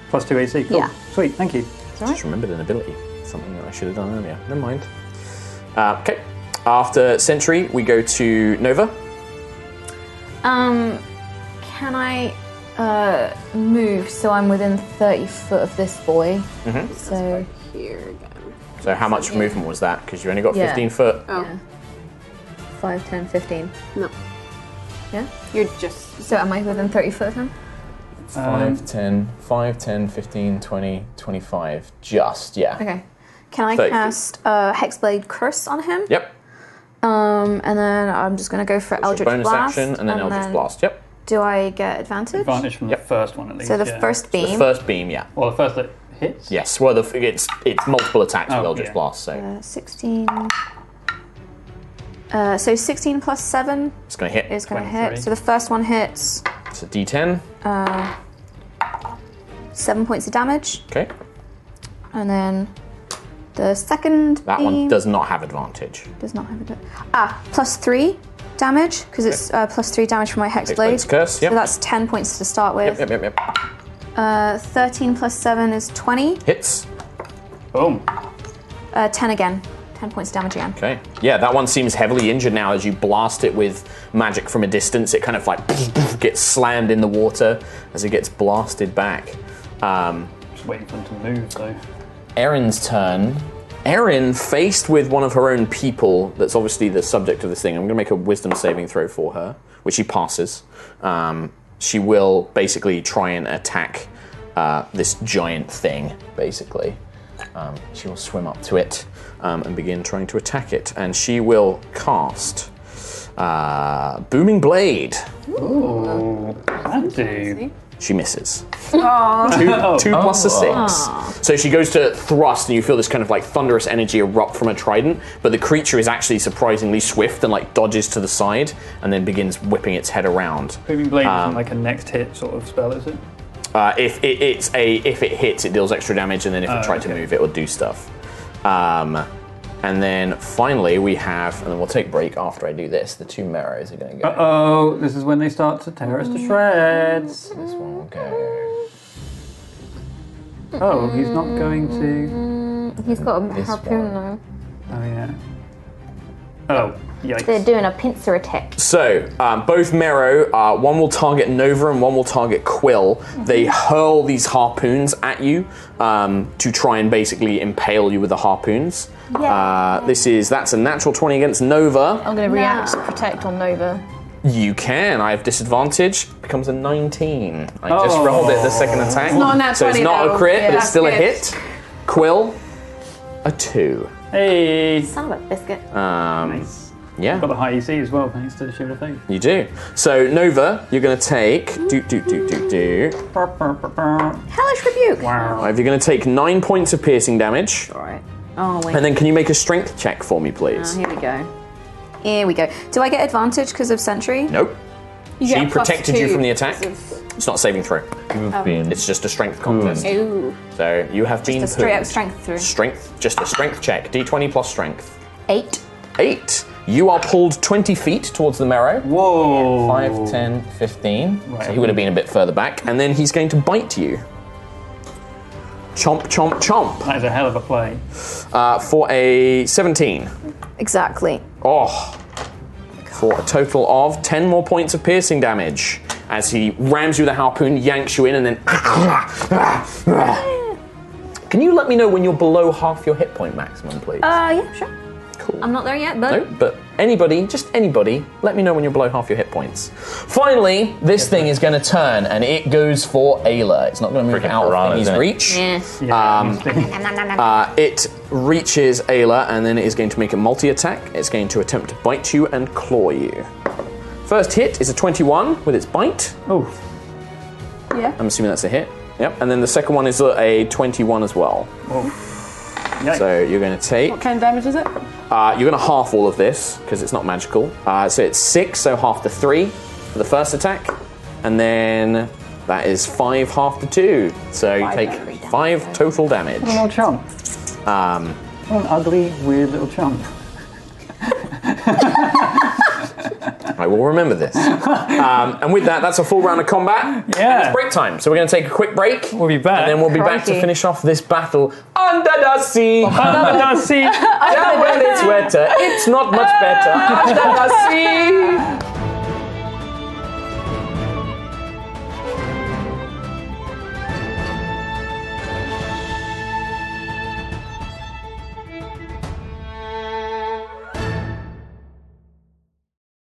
[SPEAKER 1] Plus 2 AC. Cool.
[SPEAKER 3] Yeah.
[SPEAKER 1] Sweet, thank you.
[SPEAKER 6] Just remembered an ability, something that I should have done earlier. Never mind. Uh, okay. After Sentry, we go to Nova.
[SPEAKER 5] Um, can I?
[SPEAKER 9] uh, move so I'm within 30 foot of this boy.
[SPEAKER 6] Mhm.
[SPEAKER 9] So
[SPEAKER 10] Here again.
[SPEAKER 6] So how much movement was that? Because you only got
[SPEAKER 9] Yeah.
[SPEAKER 6] 15 foot.
[SPEAKER 1] Uh,
[SPEAKER 10] Oh.
[SPEAKER 9] Yeah. 5, 10, 15.
[SPEAKER 10] No.
[SPEAKER 9] Yeah?
[SPEAKER 10] You're just.
[SPEAKER 9] So am I within 30 foot of him?
[SPEAKER 1] Um,
[SPEAKER 6] 5, 10, 5, 10, 15, 20, 25. Just, yeah.
[SPEAKER 9] Okay. Can I
[SPEAKER 6] Thirty feet.
[SPEAKER 9] cast uh, Hexblade Curse on him?
[SPEAKER 6] Yep.
[SPEAKER 9] Um, and then I'm just going to go for
[SPEAKER 6] That's
[SPEAKER 9] Eldritch
[SPEAKER 6] your bonus
[SPEAKER 9] Blast.
[SPEAKER 6] action and then Eldritch Blast. Yep.
[SPEAKER 9] Do I get advantage?
[SPEAKER 1] advantage from the
[SPEAKER 6] Yep.
[SPEAKER 1] first one at least.
[SPEAKER 9] So the
[SPEAKER 1] yeah.
[SPEAKER 9] first
[SPEAKER 6] The
[SPEAKER 9] beam.
[SPEAKER 6] first beam, yeah.
[SPEAKER 1] Well, the first that hits.
[SPEAKER 6] Yes. Well, the, f- it's it's multiple attacks with
[SPEAKER 1] Oh,
[SPEAKER 6] Eldritch
[SPEAKER 1] yeah.
[SPEAKER 6] Blast, so
[SPEAKER 9] uh, 16. Uh, so 16 plus 7
[SPEAKER 6] it's going to hit.
[SPEAKER 9] is going to
[SPEAKER 1] 23.
[SPEAKER 9] hit. So the first one hits
[SPEAKER 6] It's a D10.
[SPEAKER 9] 7 points of damage.
[SPEAKER 6] Okay.
[SPEAKER 9] And then the second
[SPEAKER 6] That
[SPEAKER 9] beam
[SPEAKER 6] one does not have advantage.
[SPEAKER 9] does not have a. Ah, plus 3 damage, because it's uh, plus 3 damage from my
[SPEAKER 6] Hexblade's
[SPEAKER 9] Hexblade.
[SPEAKER 6] Curse, yep.
[SPEAKER 9] So that's 10 points to start with.
[SPEAKER 6] Yep, yep, yep, yep.
[SPEAKER 9] Uh, 13 plus 7 is 20.
[SPEAKER 6] Hits.
[SPEAKER 1] Boom.
[SPEAKER 9] Uh, 10 again. 10 points of damage again.
[SPEAKER 6] Okay. Yeah, that one seems heavily injured now as you blast it with magic from a distance. It kind of like gets slammed in the water as it gets blasted back. Um,
[SPEAKER 1] Just waiting for them to move though.
[SPEAKER 6] Erin's turn. Erin, faced with one of her own people, that's obviously the subject of this thing. I'm going to make a wisdom saving throw for her, which she passes. Um, she will basically try and attack uh, this giant thing. Basically, um, she will swim up to it um, and begin trying to attack it. And she will cast uh, booming blade.
[SPEAKER 1] That do.
[SPEAKER 6] She misses.
[SPEAKER 1] Oh.
[SPEAKER 6] Two, two plus a six. So she goes to thrust, and you feel this kind of like thunderous energy erupt from a trident. But the creature is actually surprisingly swift and like dodges to the side and then begins whipping its head around.
[SPEAKER 1] Booming blade
[SPEAKER 6] Um,
[SPEAKER 1] isn't like a next hit sort of spell, is it?
[SPEAKER 6] Uh, if it, it's a if it hits, it deals extra damage, and then if it
[SPEAKER 1] Oh,
[SPEAKER 6] tried to
[SPEAKER 1] okay.
[SPEAKER 6] move, it would do stuff. Um, and then finally, we have, and then we'll take break after I do this. The two marrows are going to go.
[SPEAKER 1] Oh, this is when they start to tear us to shreds.
[SPEAKER 6] This one will go.
[SPEAKER 1] Oh, he's not going to.
[SPEAKER 9] He's got a
[SPEAKER 6] This
[SPEAKER 9] harpoon
[SPEAKER 6] one.
[SPEAKER 9] though.
[SPEAKER 1] Oh yeah. Oh,
[SPEAKER 5] They're
[SPEAKER 1] yikes.
[SPEAKER 5] doing a pincer attack.
[SPEAKER 6] So, um, both Mero, uh, one will target Nova and one will target Quill. They
[SPEAKER 4] Mhm.
[SPEAKER 6] hurl these harpoons at you um, to try and basically impale you with the harpoons. Uh, this is that's a natural twenty against Nova.
[SPEAKER 3] I'm going to react protect on Nova.
[SPEAKER 6] You can. I have disadvantage. Becomes a nineteen. I just
[SPEAKER 1] Oh.
[SPEAKER 6] rolled it the second attack.
[SPEAKER 4] not a nat
[SPEAKER 6] so it's
[SPEAKER 4] 20
[SPEAKER 6] not a
[SPEAKER 4] though.
[SPEAKER 6] crit, but
[SPEAKER 4] Yeah.
[SPEAKER 6] it's still a
[SPEAKER 4] That's
[SPEAKER 6] hit. Quill, a two.
[SPEAKER 1] Hey.
[SPEAKER 5] Son of a biscuit.
[SPEAKER 6] Um,
[SPEAKER 1] Nice.
[SPEAKER 6] yeah.
[SPEAKER 1] Got the high EC as well, thanks to the shield of faith.
[SPEAKER 6] You do. So Nova, you're gonna take do do do do do.
[SPEAKER 1] Burp, burp, burp, burp.
[SPEAKER 9] Hellish Rebuke!
[SPEAKER 1] Wow.
[SPEAKER 6] If you're gonna take nine points of piercing damage,
[SPEAKER 9] Alright. Oh, wait.
[SPEAKER 6] and then can you make a strength check for me,
[SPEAKER 10] Uh,
[SPEAKER 6] please?
[SPEAKER 9] Here we go. Here we go. Do I get advantage because of Sentry?
[SPEAKER 6] Nope.
[SPEAKER 10] You
[SPEAKER 6] She
[SPEAKER 10] get plus
[SPEAKER 6] protected you
[SPEAKER 10] two
[SPEAKER 6] from the attack.
[SPEAKER 10] because of-
[SPEAKER 6] It's not a saving throw.
[SPEAKER 2] You've been
[SPEAKER 6] It's just a strength contest.
[SPEAKER 10] Hmm. Ooh.
[SPEAKER 6] So you have been
[SPEAKER 9] The straight up
[SPEAKER 6] pooed.
[SPEAKER 9] strength through.
[SPEAKER 6] Strength, just a strength check. D20 plus strength.
[SPEAKER 9] Eight.
[SPEAKER 6] Eight. You are pulled 20 feet towards the marrow.
[SPEAKER 1] Whoa.
[SPEAKER 6] 5, 10, 15.
[SPEAKER 1] Right.
[SPEAKER 6] So he would have been a bit further back. And then he's going to bite you. Chomp, chomp, chomp.
[SPEAKER 1] That is a hell of a play.
[SPEAKER 6] Uh, for a 17.
[SPEAKER 9] Exactly.
[SPEAKER 6] Oh. For a total of 10 more points of piercing damage as he rams you with a harpoon, yanks you in, and then. Can you let me know when you're below half your hit point maximum, please?
[SPEAKER 9] Uh, yeah, sure.
[SPEAKER 6] cool.
[SPEAKER 9] I'm not there yet, but
[SPEAKER 6] No, but anybody, just anybody, let me know when you're below half your hit points. Finally, this thing is going to turn and it goes for Ayla. It's not going to move
[SPEAKER 2] Freaking
[SPEAKER 6] out
[SPEAKER 2] piranhas,
[SPEAKER 6] of Thingy's
[SPEAKER 2] isn't it?
[SPEAKER 6] reach.
[SPEAKER 1] Yeah,
[SPEAKER 6] Um,
[SPEAKER 1] interesting.
[SPEAKER 6] Uh, it reaches Ayla and then it is going to make a multi attack. It's going to attempt to bite you and claw you. First hit is a 21 with its bite.
[SPEAKER 1] oh,
[SPEAKER 6] I'm assuming that's a hit. Yep. And then the second one is a 21 as well.
[SPEAKER 1] yikes.
[SPEAKER 6] So you're going to take.
[SPEAKER 4] What kind of damage is it?
[SPEAKER 6] Uh, you're going to half all of this because it's not magical. Uh, so it's six, so half the three for the first attack, and then that is five, half the two. So you take five total damage.
[SPEAKER 1] little chump.
[SPEAKER 6] Um,
[SPEAKER 1] What an ugly, weird little chump.
[SPEAKER 6] I will remember this. um, and with that, that's a full round of combat. And
[SPEAKER 1] Yeah.
[SPEAKER 6] it's break time, so we're going to take a quick break.
[SPEAKER 1] We'll be back.
[SPEAKER 6] and then we'll be back to
[SPEAKER 9] Crikey.
[SPEAKER 6] finish off this battle under the sea.
[SPEAKER 1] Under the sea.
[SPEAKER 6] Yeah, well, it's wetter. It's not much better. Under the sea.